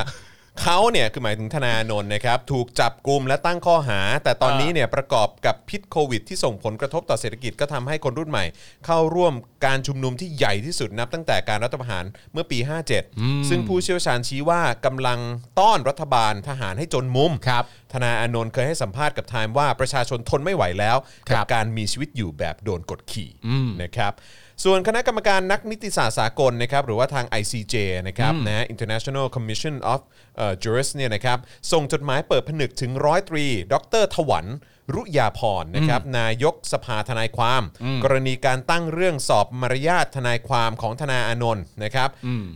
เขาเนี่ยคือหมายถึงธนาโนนท์นะครับถูกจับกลุ่มและตั้งข้อหา แต่ตอนนี้เนี่ยประกอบกับพิษโควิด ที่ส่งผลกระทบต่อเศรษฐกิจก็ทำให้คนรุ่นใหม่ เข้าร่วมการชุมนุมที่ใหญ่ที่สุดนับตั้งแต่การรัฐประหารเมื่อปี 57 ซึ่งผู้เชี่ยวชาญชี้ว่ากำลังต้อนรัฐบาลทหารให้จนมุม ครับ ธนาอานนท์เคยให้สัมภาษณ์กับไทม์ว่าประชาชนทนไม่ไหวแล้ว ครั กับ บ การมีชีวิตอยู่แบบโดนกดขี่นะครับ ส่วนคณะกรรมการนักนิติศาสตร์สากลนะครับหรือว่าทาง ICJ นะครับนะ International Commission of เอ่อ Jurists เนี่ยนะครับส่งจดหมายเปิดผนึกถึงร้อยตรี ดรถวัน รุยาพรนะครับนายกสภาทนายความ กรณีการตั้งเรื่องสอบมารยาททนายความของธนาอานนท์นะครับ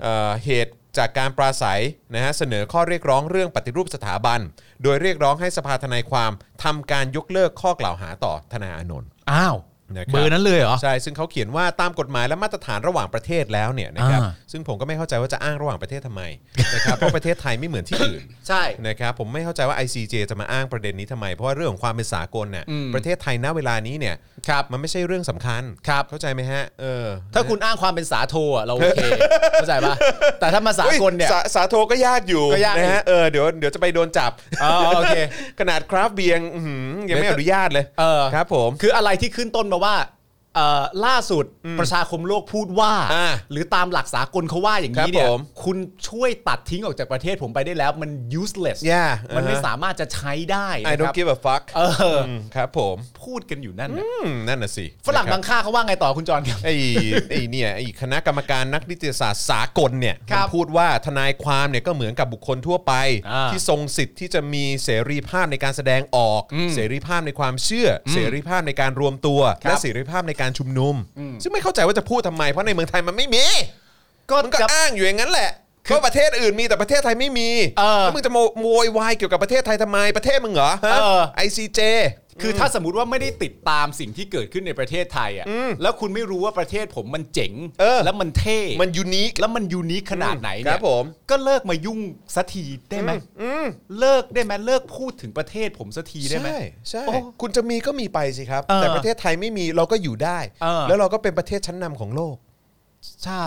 เอ่อเหตุ จากการปราศัยนะฮะเสนอข้อเรียกร้องเรื่องปฏิรูปสถาบัน โดยเรียกร้องให้สภาทนายความทำการยกเลิกข้อกล่าวหาต่อธนาอานนท์ อ้าว นะครับ เบอร์นั้นเลยเหรอ ใช่ ซึ่งเขาเขียนว่าตามกฎหมายและมาตรฐานระหว่างประเทศแล้วเนี่ยนะครับ อ่า ซึ่งผมก็ไม่เข้าใจว่าจะอ้างระหว่างประเทศทำไมนะครับ เพราะประเทศไทยไม่เหมือนที่อื่น ใช่ นะครับผมไม่เข้าใจว่า ICJ จะมาอ้างประเด็นนี้ทำไม เพราะว่าเรื่องของความเป็นสากลเนี่ยประเทศไทยณเวลานี้เนี่ย ครับ มันไม่ใช่เรื่องสำคัญ ครับ เข้าใจไหมฮะเออ ถ้าคุณอ้างความเป็นสาโทอ่ะเราโอ เคเข้าใจป่ะแต่ถ้ามาสากลเนี่ย ฮ้สาโทก็ยากอยู่ ก็ยากอีก นะฮะเออเดี๋ยวเดี๋ยวจะไปโดนจับ อ๋อโอเค ขนาดคราฟต์เบียร์ยังอื้อหือยังไม่อนุญาตเลย เออ ครับผม คืออะไรที่ขึ้นต้นมาว่าเอ่อล่าสุดประชาคมโลกพูดว่า อ่า หรือตามหลักสากลเขาว่าอย่าง ครั นี้ บ เนี่ผยม คุณช่วยตัดทิ้งออกจากประเทศผมไปได้แล้วมัน useless Yeah มันไม่ อ่าฮะ สามารถจะใช้ได้ I นะครั don't บ give a fuck เอออ มครับผม พูดกันอยู่นั่นน่ะ อืมนั่นน่ะสิ ฝรั่ง นะค บา บ งค่าเขาว่าไงต่อคุณจอนครับ ไอ้ไอ้เนี่ยไอ้คณะกรรมการนักนิติศาสตร์สากลเนี่ย ครั มั บ นพูดว่าทนายความเนี่ยก็เหมือนกับบุคคลทั่วไป อ่า ที่ทรงสิทธิ์ที่จะมีเสรีภาพในการแสดงออก เสรีภาพในความเชื่ออเสรีภาพในการรวมตัว ครับ และเสรีภาพในการชุมนุม ซึ่งไม่เข้าใจว่าจะพูดทำไมเพราะในเมืองไทยมันไม่มี ก็ มันก็ จะ อ้างอยู่อย่างนั้นแหละก็ประเทศอื่นมีแต่ประเทศไทยไม่มี เออ แล้วมึงจะโมโมยวายเกี่ยวกับประเทศไทยทำไมประเทศมึงเหรอฮะ เออ ไอซีเจ คือถ้าสมมติว่าไม่ได้ติดตามสิ่งที่เกิดขึ้นในประเทศไทยอ่ะแล้วคุณไม่รู้ว่าประเทศผมมันเจ๋ง เออ แล้วมันเท่ มันยูนิค แล้วมันยูนิคขนาดไหน ค เนี่ รั ย บผม ก็เลิกมายุ่งสักทีได้ไหมเลิกได้ไหมเลิกพูดถึงประเทศผมสักทีได้ไหม ใช่ใช่ โอ้ คุณจะมีก็มีไปสิครับ เออ แต่ประเทศไทยไม่มีเราก็อยู่ได้ เออ แล้วเราก็เป็นประเทศชั้นนำของโลก ใช่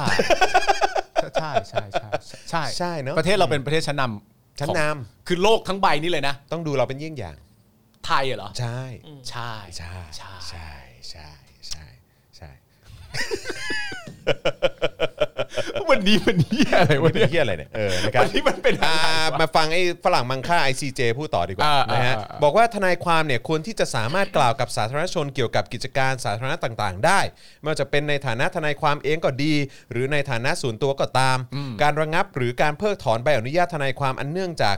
ใช่ใช่ใช่ใช่ ใช่เนอะ ประเทศเราเป็นประเทศชั้นนำ ชั้น ของ น คือโลกทั้งใบนี่เลยนะ ำต้องดูเราเป็นเยี่ยงอย่าง ไทยเหรอ ใช่ ใช่ ใช่ ใช่ ใช่ใช่ใช่ใช่ วันนี้มันเหี้ยอะไรวะ เป็น เนี่ย เฮียอะไรเนี่ยเออนะครับ วันนี้มันเป็นอะ อ่า ไรวะ มาฟังไอ้ฝรั่งมังค่า ICJ พูดต่อดีกว่า อ่า นะฮะ อ่าอ่า บอกว่าทนายความเนี่ยควรที่จะสามารถกล่าวกับสาธารณชนเกี่ยวกับกิจการสาธารณะต่างๆ ได้ไม่ว่าจะเป็นในฐานะทนายความเองก็ดี หรือในฐานะส่วนตัวก็ตาม การระงับหรือการเพิกถอนใบอนุญาตทนายความอันเนื่องจาก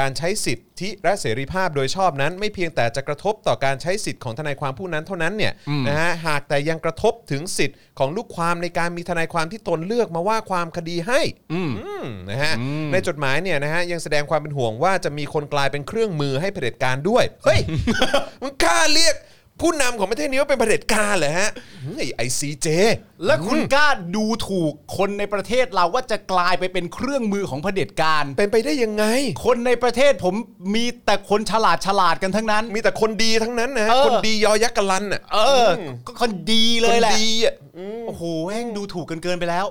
การใช้สิทธิและเสรีภาพโดยชอบนั้น ไม่เพียงแต่จะกระทบต่อการใช้สิทธิ์ของทนายความผู้นั้นเท่านั้นเนี่ยนะฮะหากแต่ยังกระทบถึงสิทธิ์ของลูกความในการมีทนายความที่ตนเลือกมาว่าความคดีให้ อืมนะฮะในจดหมายเนี่ยนะฮะยังแสดงความเป็นห่วงว่าจะมีคนกลายเป็นเครื่องมือให้เผด็จการด้วย เฮ้ย มึงกล้าเรียกผู้นำของประเทศนี้ว่าเป็นเผด็จการเหรอฮะไอไอซีเจ แล้วคุณกล้าดูถูกคนในประเทศเราว่าจะกลายไปเป็นเครื่องมือของเผด็จการ เป็นไปได้ยังไง คนในประเทศผมมีแต่คนฉลาดฉลาดกันทั้งนั้น มีแต่คนดีทั้งนั้นนะฮะ เออ คนดียอยักษ์กะลันอ่ะ เออก็คนดีเลยแห ค ละ นดีอ่ะ โอ้โหแม่งดูถูกกันเกินไปแล้ว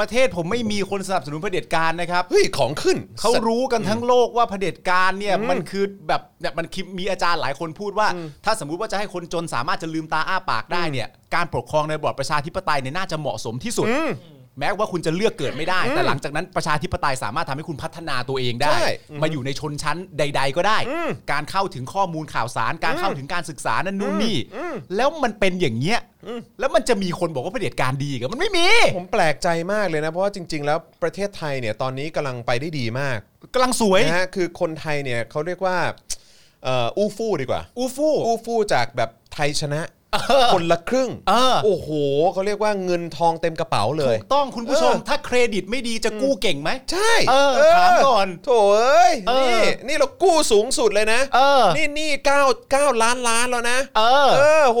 ประเทศผมไม่มีคนสนับสนุนเผด็จการนะครับ เฮ้ยของขึ้น เขา สัตว์ รู้กันทั้งโลกว่าเผด็จการเนี่ยมันคือแบบเนี่ยมันคิดมีอาจารย์หลายคนพูดว่า ถ้าสมมุติว่าจะให้คนจนสามารถจะลืมตาอ้าปากได้เนี่ยการปกครองในระบอบประชาธิปไตยเนี่ยน่าจะเหมาะสมที่สุด แม้ว่าคุณจะเลือกเกิดไม่ได้ แต่หลังจากนั้นประชาธิปไตยสามารถทำให้คุณพัฒนาตัวเองได้ ใช่ มาอยู่ในชนชั้นใด ๆ ก็ได้ การเข้าถึงข้อมูลข่าวสาร การเข้าถึงการศึกษานั่นนู่นนี่ แล้วมันเป็นอย่างเงี้ยแล้วมันจะมีคนบอกว่าเผด็จการดีกับมันไม่มี ผมแปลกใจมากเลยนะ เพราะว่าจริง ๆ แล้วประเทศไทยเนี่ยตอนนี้กำลังไปได้ดีมาก กำลังสวย นะฮะคือคนไทยเนี่ยเขาเรียกว่าเอ่ออู้ฟู่ดีกว่า อูฟู่ อู้ฟู่จากแบบไทยชนะ คนละครึ่ง เออ โอ้โหเขาเรียกว่าเงินทองเต็มกระเป๋าเลย ถูกต้องคุณผู้ชม เออ ถ้าเครดิตไม่ดีจะกู้เก่งไหม ใช่ เออถามก่อน โถเอ้ย เออ นี่นี่เรากู้สูงสุดเลยนะ เออ นี่หนี่เก้าเก้าล้านล้านแล้วนะ เออ โห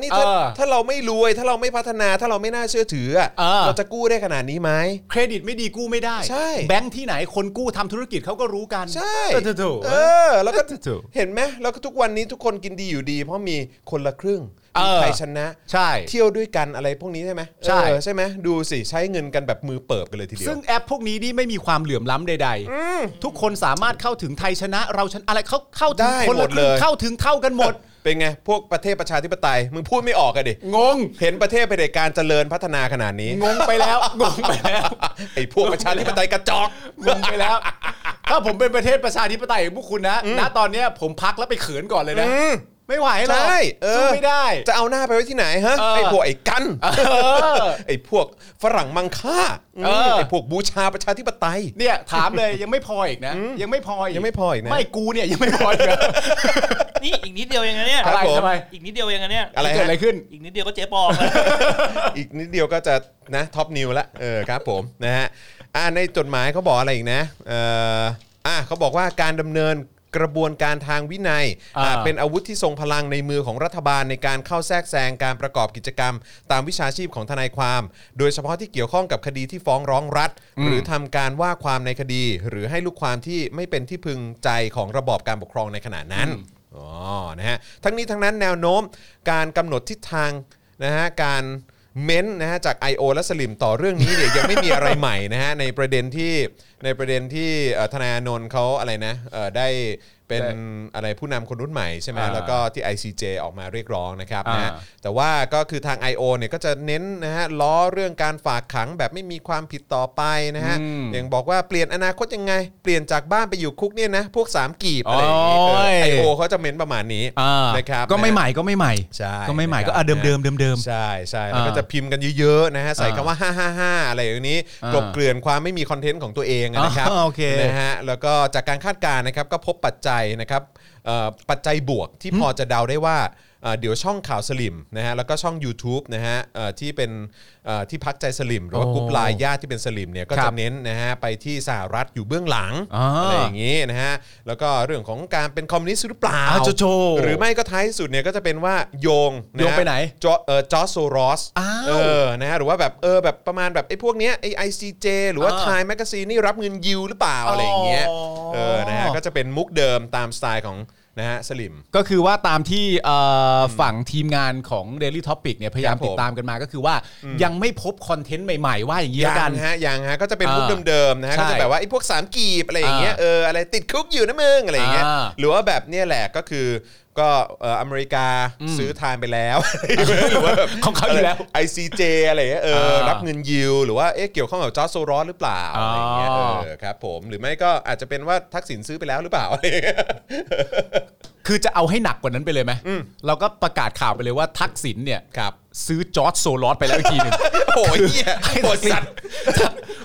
นี่ถ้า เออ ถ้าเราไม่รวยถ้าเราไม่พัฒนาถ้าเราไม่น่าเชื่อถืออะ เออ เราจะกู้ได้ขนาดนี้ไหม เครดิตไม่ดีกู้ไม่ได้ ใช่ แบงค์ที่ไหนคนกู้ทำธุรกิจเขาก็รู้กัน ใช่ เออถูกถูก เออ แล้วก็ ถูกถูก เห็นไหมแล้วก็ทุกวันนี้ทุกคนกินดีอยู่ดี เพราะมีคนละครึ่งมี เออ ไทยชนะ ใช่ เที่ยวด้วยกันอะไรพวกนี้ใช่ไหม ใช่ เออใช่ไหมดูสิใช้เงินกันแบบมือเปิบกันเลยทีเดียว ซึ่งแอปพวกนี้นี่ไม่มีความเหลื่อมล้ำใดๆ ทุกคนสามารถเข้าถึงไทยชนะเราชนะอะไรเขาเข้าถึง ได้ คน หม ละ ด ค เล รึ่ง ย เข้าถึงเท่ากันหมด เป็นไง พวกประเทศประชาธิปไตย มึงพูดไม่ออกกันดิ งง เห็นประเทศไปในการเจริญพัฒนาขนาดนี้ งงไปแล้ว งงไปแล้ว ไอ้พวกประชาธิปไตยกระจอก งงไปแล้ว ถ้าผมเป็นประเทศประชาธิปไตยอย่างพวกคุณนะณตอนเนี้ยผมพักแล้วไปเขินก่อนเลยนะ อืม ไม่ไหวหรอก ใช่เออ สู้ไม่ได้ จะเอาหน้าไปไว้ที่ไหนฮะ เออ ไอ้พวกไอ้กัน เออ ไอ้พวกฝรั่งมังค่า เออ ไอ้พวกบูชาประชาธิปไตย เนี่ยถามเลยยังไม่พออีกนะ ยังไม่พออีก ยังไม่พออีกนะ ไม่กูเนี่ยยังไม่พออีกนะ นี่อีกนิดเดียวเองนะเนี่ย อะไร ผม ทำไม อีกนิดเดียวเองนะเนี่ย อะไร เกิดอะไร ฮะ ขึ้น อีกนิดเดียวก็เจ๊ปอกแล้ว อีกนิดเดียวก็จะนะท็อปนิวละเออครับผมนะฮะอ่าในจดหมายเขาบอกอะไรอีกนะเอ่ออ่ะเขาบอกว่าการดำเนินกระบวนการทางวินัย อ่า อ่ะเป็นอาวุธที่ทรงพลังในมือของรัฐบาลในการเข้าแทรกแซงการประกอบกิจกรรม ตามวิชาชีพของทนายความ โดยเฉพาะที่เกี่ยวข้องกับคดีที่ฟ้องร้องรัฐ หรือทำการว่าความในคดี หรือให้ลูกความที่ไม่เป็นที่พึงใจของระบอบการปกครองในขณะนั้นอ๋อนะฮะทั้งนี้ทั้งนั้นแนวโน้มการกำหนดทิศทาง นะฮะการเม้นต์นะฮะจาก I.O. และสลิมต่อเรื่องนี้เนี่ยยังไม่มีอะไรใหม่นะฮะในประเด็นที่ในประเด็นที่เอ่อธนาโนนท์เขาอะไรนะเอ่อได้เป็น ได้ อะไรผู้นำคนรุ่นใหม่ใช่ไหม อ่า แล้วก็ที่ ICJ ออกมาเรียกร้องนะครับนะฮะ อ่า แต่ว่าก็คือทาง I.O. เนี่ยก็จะเน้นนะฮะล้อเรื่องการฝากขังแบบไม่มีความผิดต่อไปนะฮะอย่างบอกว่าเปลี่ยนอนาคตยังไง เปลี่ยนจากบ้านไปอยู่คุกเนี่ยนะพวกสามกีบอะไรอย่างงี้เออ I.O. เขาจะเม้นประมาณนี้นะครับ ก็ไม่ใหม่ก็ไม่ใหม่ ใช่ ก็ไม่ใหม่ นะครับ ก็อ่ะเดิม นะ เดิมเดิมเดิม ใช่ใช่แล้วก็ อ่า จะพิมพ์กันเยอะๆนะฮะใส่คำ อ่า ว่า 555 อะไรอย่างนี้ อ่าก ลบเกลื่อนความไม่มีคอนเทนต์ของตัวเองอะนะครับ อ๋อโอเค นะฮะแล้วก็จากการคาดการณ์นะครับก็พบปัจจัยนะครับเอ่อปัจจัยบวกที่พอจะเดาได้ว่าเอ่อเดี๋ยวช่องข่าวสลิมนะฮะแล้วก็ช่อง u t u b e นะฮะเอ่อที่เป็นเอ่อที่พักใจสลิมหรือว่า โอ้ กรุ๊ปไลน์ญาติที่เป็นสลิมเนี่ยก็ ครั จะ บ เน้นนะฮะไปที่สหรัฐอยู่เบื้องหลัง อ่า อะไรอย่างนี้นะฮะแล้วก็เรื่องของการเป็นคอมมิวนิสต์หรือเปล่า อ้าวโจๆ หรือไม่ก็ท้ายสุดเนี่ยก็จะเป็นว่าโยงะฮะ โยงไปไหน จอเออจอร์จโซรอส อ้าว เออนะฮะหรือว่าแบบเออแบบประมาณแบบไอ้พวกเนี้ยไอไอซีเจหรือว่า อ่า ไทม์แมกซีนี่รับเงินยิวหรือเปล่าอะไรอย่างเงี้ย อ๋อ เออนะฮะก็จะเป็นมุกเดิมตามสไตล์ของ นะฮะสลิม ก็คือว่าตามที่เอ่ออฝั่งทีมงานของ Daily Topic เนี่ยพยายาคมรับผม ติดตามกันมาก็คือว่ายังไม่พบคอนเทนต์ใหม่ๆ ว่าอย่างนี้ ยั ละกั ง น ฮะยังฮะก็จะเป็นมุก อ่า เดิมๆนะฮะ ใช่ ก็จะแบบว่าไอ้พวกสามกีบอะไรอย่างเงี้ย อ่า เอออะไรติดคุกอยู่นะมึงอะไรอย่างเงี้ย อ่า หรือว่าแบบเนี่ยแหละก็คือก็เอ่ออเมริกาซื้อทานไปแล้ว หรือว่าแบบ ของเขาอยู่แล้ว ไอซีเจอะไรอย่างเงี้ยเอออา รั รับเงินยิวหรือว่าเอ๊ะเกี่ยวข้องกับจอร์จโซรอสหรือเปล่า อ๋อ อะไร อ อย่างเงี้ยเออครับผมหรือไม่ก็อาจจะเป็นว่าทักษิณซื้อไปแล้วหรือเปล่า อะไรอย่างเงี้ย คือจะเอาให้หนักกว่านั้นไปเลยไหมเราก็ประกาศข่าวไปเลยว่าทักษิณเนี่ย ครับ ซื้อจอร์จโซลอสไปแล้วอีกทีหนึ่ง โอ้ยเหี้ย โหดสัตว์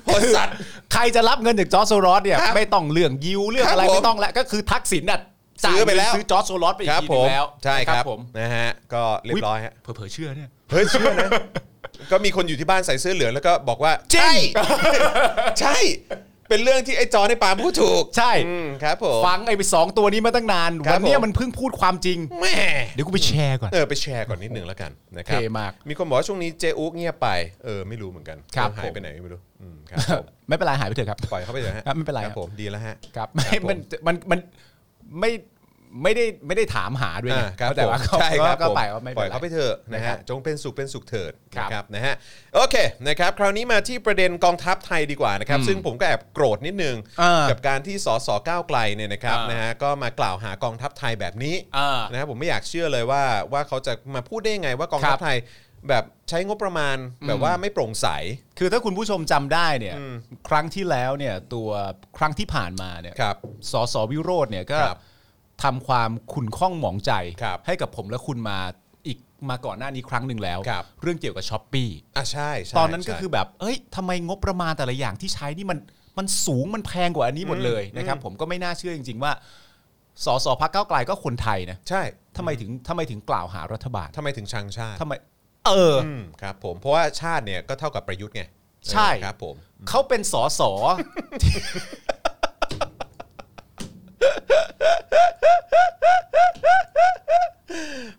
โหดสัตว์ ใครจะรับเงินจากจอร์จโซลอสเนี่ย ครับ ไม่ต้องเรื่องยิวเรื่อง ครับ อะไร ผม ไม่ต้องแล้วก็คือทักษิณน่ะจ่าย ซื้อไปแล้ว เงินซื้อจอร์จโซลอสไปอี ค ก รับ ที ผ นึ ม งแล้ว ใช่ครับ ผม นะฮะก็เรียบร้อยฮะ เผลอๆเชื่อเนี่ย เฮ้ยเชื่อนะ ก็มีคนอยู่ที่บ้านใส่เสื้อเหลืองแล้วก็บอกว่า จริง ใช่ ใช่ เป็นเรื่องที่ไอ้จอในปาล์มพูดถูก ใช่ อืมครับผม ฟังไอ้ไปสองตัวนี้มาตั้งนาน ครับ วันเนี้ย ผม มันเพิ่งพูดความจริง แม่ เดี๋ยวกูไปแชร์ก่อน เออไปแชร์ก่อนนิดหนึ่งแล้วกันนะครับ เท่มาก มีคนบอกว่าช่วงนี้เจอุ๊กเงียบไปเออไม่รู้เหมือนกัน ครับ หาย ผม ไปไหนไม่รู้อืมครับผม ไม่เป็นไรหายไปเถอะครับ ปล่อยเขาไปเถอะฮะ ครับไม่เป็นไร ครั ครับ บ ผมดีแล้วฮะ ครับไม่มันมันมันไม่ไม่ได้ไม่ได้ถามหาด้วยนะ อ่าครับ แต่ว่า ผม เขา ใช่ครับ ก็ ผม ไปว่าไม่ ปล่ เป็ อย นไร เขาไปเถอะนะ นะครั ฮะ บ จงเป็นสุขเป็นสุขเถิด ครับ นะครับนะฮะโอเคนะครับคราวนี้มาที่ประเด็นกองทัพไทยดีกว่านะครับ ซึ่งผมก็แอบโกรธนิดนึง อ่ากั กับการที่สสก้าวไกลเนี่ยนะครับ อ่าน นะฮะก็มากล่าวหากองทัพไทยแบบนี้ อ่าน นะครับผมไม่อยากเชื่อเลยว่าว่าเขาจะมาพูดได้ยังไงว่ากองทัพ ครับ ไทยแบบใช้งบประมาณแบบว่าไม่โปร่งใส คือถ้าคุณผู้ชมจำได้เนี่ยครั้งที่แล้วเนี่ยตัวครั้งที่ผ่านมาเนี่ย ครับ สสวิโรธเนี่ยก็ ครับ ทำความขุนข้องหมองใจ ครับ ให้กับผมและคุณมาอีกมาก่อนหน้านี้ครั้งหนึ่งแล้ว ครับ เรื่องเกี่ยวกับช้อปปี อ่ะใช่ใช่ ตอนนั้นก็ ใช่ คือแบบ เอ้ยทำไมงบประมาณแต่ละอย่างที่ใช้นี่มันมันสูงมันแพงกว่าอันนี้หมดเลยนะครับ ผมก็ไม่น่าเชื่อจริง ๆ ว่าสสพักเก้าวไกลก็คนไทยนะ ใช่ ทำไมถึงทำไมถึงกล่าวหารัฐบาล ทำไมถึงชังชาติ ทำไม เออ อืมครับผมเพราะว่าชาติเนี่ยก็เท่ากับประยุทธ์ไง ใช่ เออครับผม เขาเป็นส ส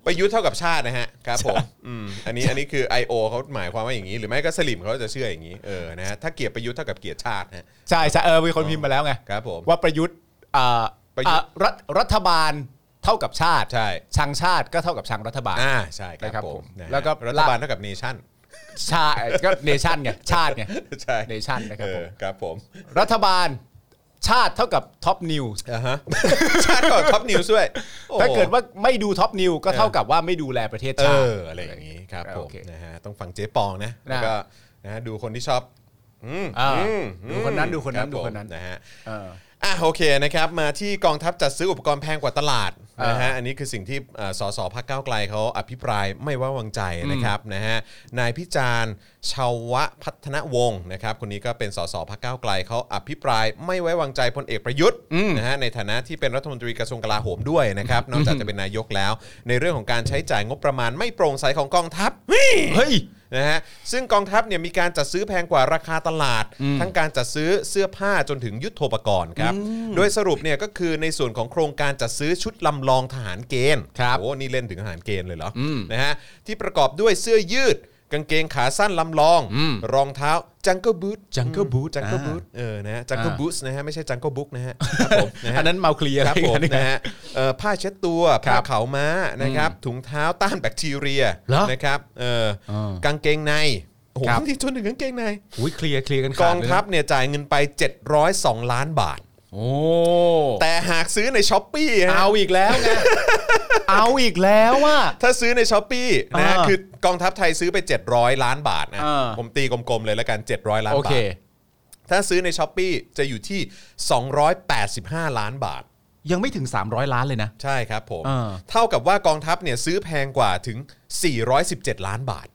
ประยุทธ์เท่ากับชาตินะฮะครับผมอืมอันนี้อันนี้คือ I.O. เขาหมายความว่าอย่างนี้ หรือไม่ก็สลิมเขาจะเชื่ออย่างนี้เออนะฮะถ้าเกลียดประยุทธ์เท่ากับเกลียดชาตินะฮะ ใช่ใช่เออมีคนพิมพ์มาแล้วไง ครับผม ว่าประยุทธ์อ่า ประยุทธ์ อ่ารัฐรัฐบาลเท่ากับชาติ ใช่ ชังชาติก็เท่ากับชังรัฐบาล อ่าใช่ค นะครัรับบ ผม ผม นะฮะ แล้วก็ รัฐบาลเท่ากับเนชั่น ชาติก็เนชั่นไงชาติไง ใช่ เนชั่นนะค เออรับผม ครับผม รัฐบาลชาติเท่ากับท็อปนิวส์ อ่าฮะ ชาติก่อนท็อปนิวส์ด้วยโอ้โห ถ้าเกิดว่าไม่ดูท็อปนิวก็เท่ากับว่าไม่ดูแลประเทศ เอ ชาติ ออะไรอย่างนี้ครับผม โอเค นะฮะต้องฟังเจ๊ปองนะ นะ แล้วก็นะฮะดูคนที่ชอบอืม อ่า อืม ดูคนนั้นดูคนนั้น รับ ดูคนนั้น ผมนะฮะ เออ อ่ะโอเคนะครับมาที่กองทัพจัดซื้ออุปกรณ์แพงกว่าตลาด อ่าน นะฮะอันนี้คือสิ่งที่เอ่อสสพักเก้าวไกลเขาอภิปรายไม่ไว่าวางใจนะครับนะฮะนายพิจารณ์ชาวพัฒนวงศ์นะครับคนนี้ก็เป็นสสพักเก้าวไกลเขาอภิปรายไม่ไว้วางใจพลเอกประยุทธ์นะฮะในฐานะที่เป็นรัฐมนตรีกระทรวงกลาโหมด้วยนะครับนอกจากจะเป็นนายกแล้ว ในเรื่องของการใช้จ่ายงบประมาณไม่โปร่งใสของกองทัพ เฮ้ย นะฮะซึ่งกองทัพเนี่ยมีการจัดซื้อแพงกว่าราคาตลาด ทั้งการจัดซื้อเสื้อผ้าจนถึงยุทโธปกรณ์ครับ โดยสรุปเนี่ยก็คือในส่วนของโครงการจัดซื้อชุดลำลองทหารเกณฑ์ ครับ โอ้นี่เล่นถึงทหารเกณฑ์เลยเหรออ ม นะฮะที่ประกอบด้วยเสื้อยืด กางเกงขาสั้นลำลอง อืม รองเท้าจังเกิลบูท Jungle Boot จังเกิล อ่า บูทเออนะฮะจังเกิลบูทนะฮะไม่ใช่จังเกิลบุ๊กนะฮะครับผมนะฮะ อันนั้นเมาเคลียร์ ครับผม อะไรอย่างเงี้ย นะฮะเอ่อผ้าเช็ดตัว ครั ผ้า บ ขาวม้านะครับถุงเท้าต้านแบคทีเรีย เหรอ นะครับเอ่อ อ่าก างเกงในโอ้โห ครับ ที่จนถึงกางเกงใน อุ้ยเคลียร์เคลียร์กัน ก ขาด อง เลยนะ ทัพเนี่ยจ่ายเงินไป 702 ล้านบาท โอ้ แต่หากซื้อในช้อปปี้ฮะ เอาอีกแล้ว ไงเอาอีกแล้วว่า ถ้าซื้อในช้อปปี้นะฮะ อ่า คือกองทัพไทยซื้อไป 700 ล้านบาทนะ อ่า ผมตีกลมๆเลยแล้วกัน 700 ล้าโอบนา เค ท ถ้าซื้อในช้อปปีจะอยู่ที่ 285 ล้านบาท ยังไม่ถึง 300 ล้านเลยนะ ใช่ครับผม อ่า เท่ากับว่ากองทัพเนี่ยซื้อแพงกว่าถึง 417 ล้านบาท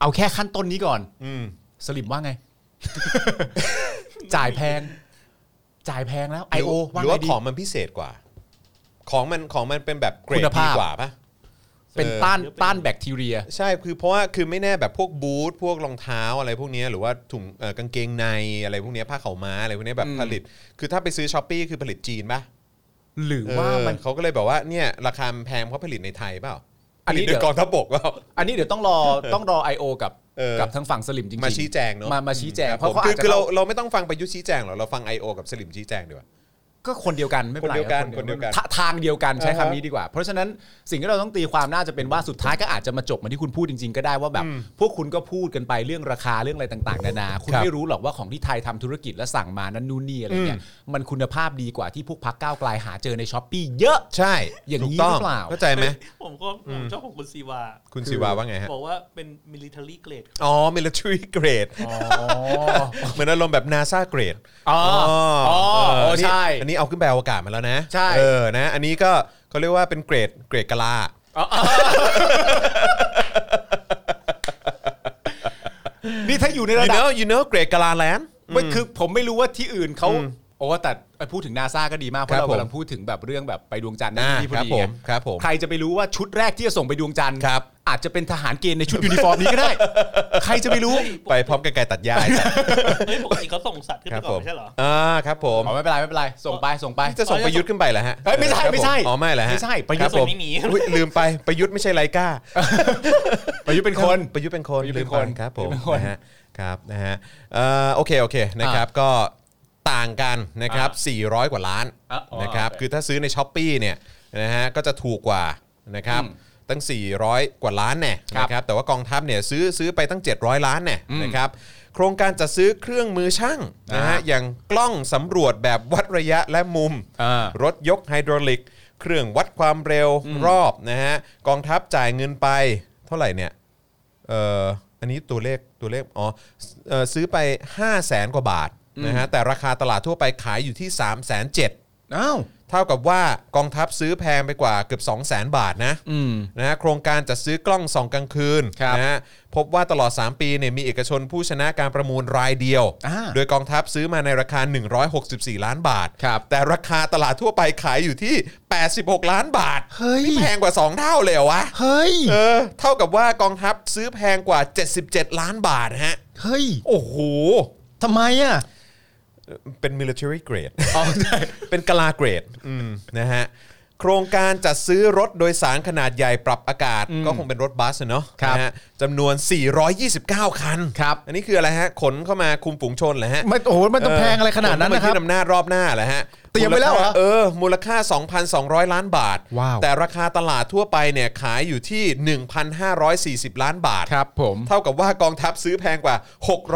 เอาแค่ขั้นต้นนี้ก่อน อืม สลิม ว่าไง จ่ายแพง จ่ายแพงแล้ว หรื I.O. ว่า หรือ ไง ว่า ดี ของมันพิเศษกว่า ของมันของมันเป็นแบบเกรด คุณดีภาพ กว่าปะ เป็น เออ ต้านต้านแบคทีเรีย ใช่คือเพราะว่าคือไม่แน่แบบพวกบูทพวกรองเท้าอะไรพวกเนี้ยหรือว่าถุงเอ่อกางเกงในอะไรพวกเนี้ยผ้าขาวม้าอะไรพวกเนี้ยแบบ อืม ผลิต คือถ้าไปซื้อช้อปปี้คือผลิตจีนปะ หรือ เออ ว่ามัน เขาก็เลยแบบว่าเนี่ยราคามันแพงเพราะผลิตในไทยเปล่า อันผลิตนี้โด เดี๋ ย ยว กองทัพบกเปล่า อันนี้เดี๋ยวต้องรอต้องรอ I.O. กับ เออ กับทางฝั่งสลิมจริงๆ มาชี้แจงเนาะ มามาชี้แจง ครับ เพผราะม เขา คื อา อ จจะ คือเราเราไม่ต้องฟังประยุทธ์ชี้แจงหรอกเราฟัง I.O. กับสลิมชี้แจงดีกว่า ก็คนเดียวกันไม่เป็นคไรนเดียวกัน รับ คนเดียวกัน ทะทางเดียวกันใช้ อ่า คำ ฮะ นี้ดีกว่า เพราะฉะนั้นสิ่งที่เราต้องตีความน่าจะเป็นว่าสุดท้ายก็อาจจะมาจบเหมาที่คุณพูดจริง ๆ ก็ได้ว่าแบบ พวกคุณก็พูดกันไปเรื่องราคาเรื่องอะไรต่างๆนานาคุณ ครับ ไม่รู้หรอกว่าของที่ไทยทำธุรกิจและสั่งมานั้นนู่นนี่อะไรเนี่ยมันคุณภาพดีกว่าที่พวกพักก้าวไกลหาเจอในช้อปปี้เยอะ ใช่ อย่างถูนี้กต้ หรือเปล่า เข้าใจไหม ผมก็ผมชอบของคุณซีวา คุณศิวาว่าไงฮะ บอกว่าเป็น military grade อ๋อ military grade เหมือนอารมณ์แบบ NASA grade อ๋ออ๋อ เ ใช่ นี่อันนี้เอาขึ้นไปอวกาศมาแล้วนะ ใช่ เออนะ อันนี้ก็เขาเรียกว่าเป็นเกรดเกรดกะลา นี่ถ้าอยู่ในระ you ดับ know you know เกรดกะลาแลนด์ ไม่คือผมไม่รู้ว่าที่อื่นเขาโอ้แต่ไอ้พูดถึงนาซาก็ดีมาก เพ ครั ราะ บผเราม กำลังพูดถึงแบบเรื่องแบบไปดวงจันทร์นั่ อ่าน ที่พ ค อ รับผดีไง มครับผม ใครจะไปรู้ว่าชุดแรกที่จะส่งไปดวงจันทร์ ครับ อาจจะเป็นทหารเกณฑ์ในชุดยูนิฟอร์มนี้ก็ได้ ใครจะไปรู้ ไปพร้อมกันไกลตัดยาย เฮ้ยปกติเขาส่งสัตว์ขึ้น ค ไป รับ ก่อ ผมนไม่ใช่เหรอ อ่าครับผม อ๋อไม่เป็นไรไม่เป็นไรส่งไปส่งไป จะส่งประยุทธ์ขึ้นไปเหรอฮะ เอ้ยไม่ใช่ ครับผ ไม่ใช่ อ๋อไม่เหรอฮะ ไม่ใช่ประยุทธ์ คบผ ไม่มี อุ๊ยลืมไปประยุทธ์ไม่ใช่ไรกา ประยุทธ์เป็นคน ประยุทธ์เป็นคน ประยุทธ์ลืเป็นมไ คน ครับผม ประยุทธ์เป็นคน นะฮะครับนะฮะเอ่อโอเคโอเคนะครับก็ต่างกันนะครับ 400 กว่าล้าน อ่ะอ๋อ นะครับ โอเค คือถ้าซื้อในช้อปปีเนี่ยนะฮะก็จะถูกกว่านะครับ อืม ตั้ง 400 กว่าล้านแน่ ครับ นะครับแต่ว่ากองทัพเนี่ยซื้อซื้อไปตั้ง 700 ล้านแน่ อืม นะครับโครงการจัดซื้อเครื่องมือช่างนะฮะ อ่า อย่างกล้องสำรวจแบบวัดระยะและมุม อ่าร ถยกไฮดรอลิก เครื่องวัดความเร็วรอบนะฮะกองทัพจ่ายเงินไปเท่าไหร่เนี่ย เอ่ออันนี้ตัวเลขตัวเลขอ๋อเอ่อซื้อไป 5 0 0แสนกว่าบาทนะฮะแต่ราคาตลาดทั่วไปขายอยู่ที่ 3 7 0 0 0 อ้าว เท่ากับว่ากองทัพซื้อแพงไปกว่าเกือบ 2 0 0แสนบาทนะ อืม นะฮะโครงการจัดซื้อกล้องส่องกลางคืน ครับ นะฮะพบว่าตลอด 3 ปีเนี่ยมีเอกชนผู้ชนะการประมูลรายเดียว อ่า โดยกองทัพซื้อมาในราคา 164 ล้านบาท ครับ แต่ราคาตลาดทั่วไปขายอยู่ที่ 86 ล้านบาท เฮ้ย แพงกว่า 2 เท่าเลยเหรอวะ เฮ้ย เออเท่ากับว่ากองทัพซื้อแพงกว่า 77 ล้านบาทฮะ เฮ้ย โอ้โห ทำไมอ่ะ เป็น military grade เป็นกลาเกรดอืมนะฮะ โครงการจัดซื้อรถโดยสารขนาดใหญ่ปรับอากาศ ก็คงเป็นรถบัสอะเนาะ ครับ นะฮะจำนวน 429 คัน ครับ อันนี้คืออะไรฮะ ขนเข้ามาคุมฝูงชนเหรอฮะ มันโอ้โหมันต้องแพงอะไรขนาดนั้นนะผมก็ครับมายื่อำนาจรอบหน้าแหละฮะ เตรียมไว้แล้วเหรอ ลค่าเออ มูลค่า 2,200 ล้านบาท ว้าว แต่ราคาตลาดทั่วไปเนี่ยขายอยู่ที่ 1,540 ล้านบาท ครับผม เท่ากับว่ากองทัพซื้อแพงกว่า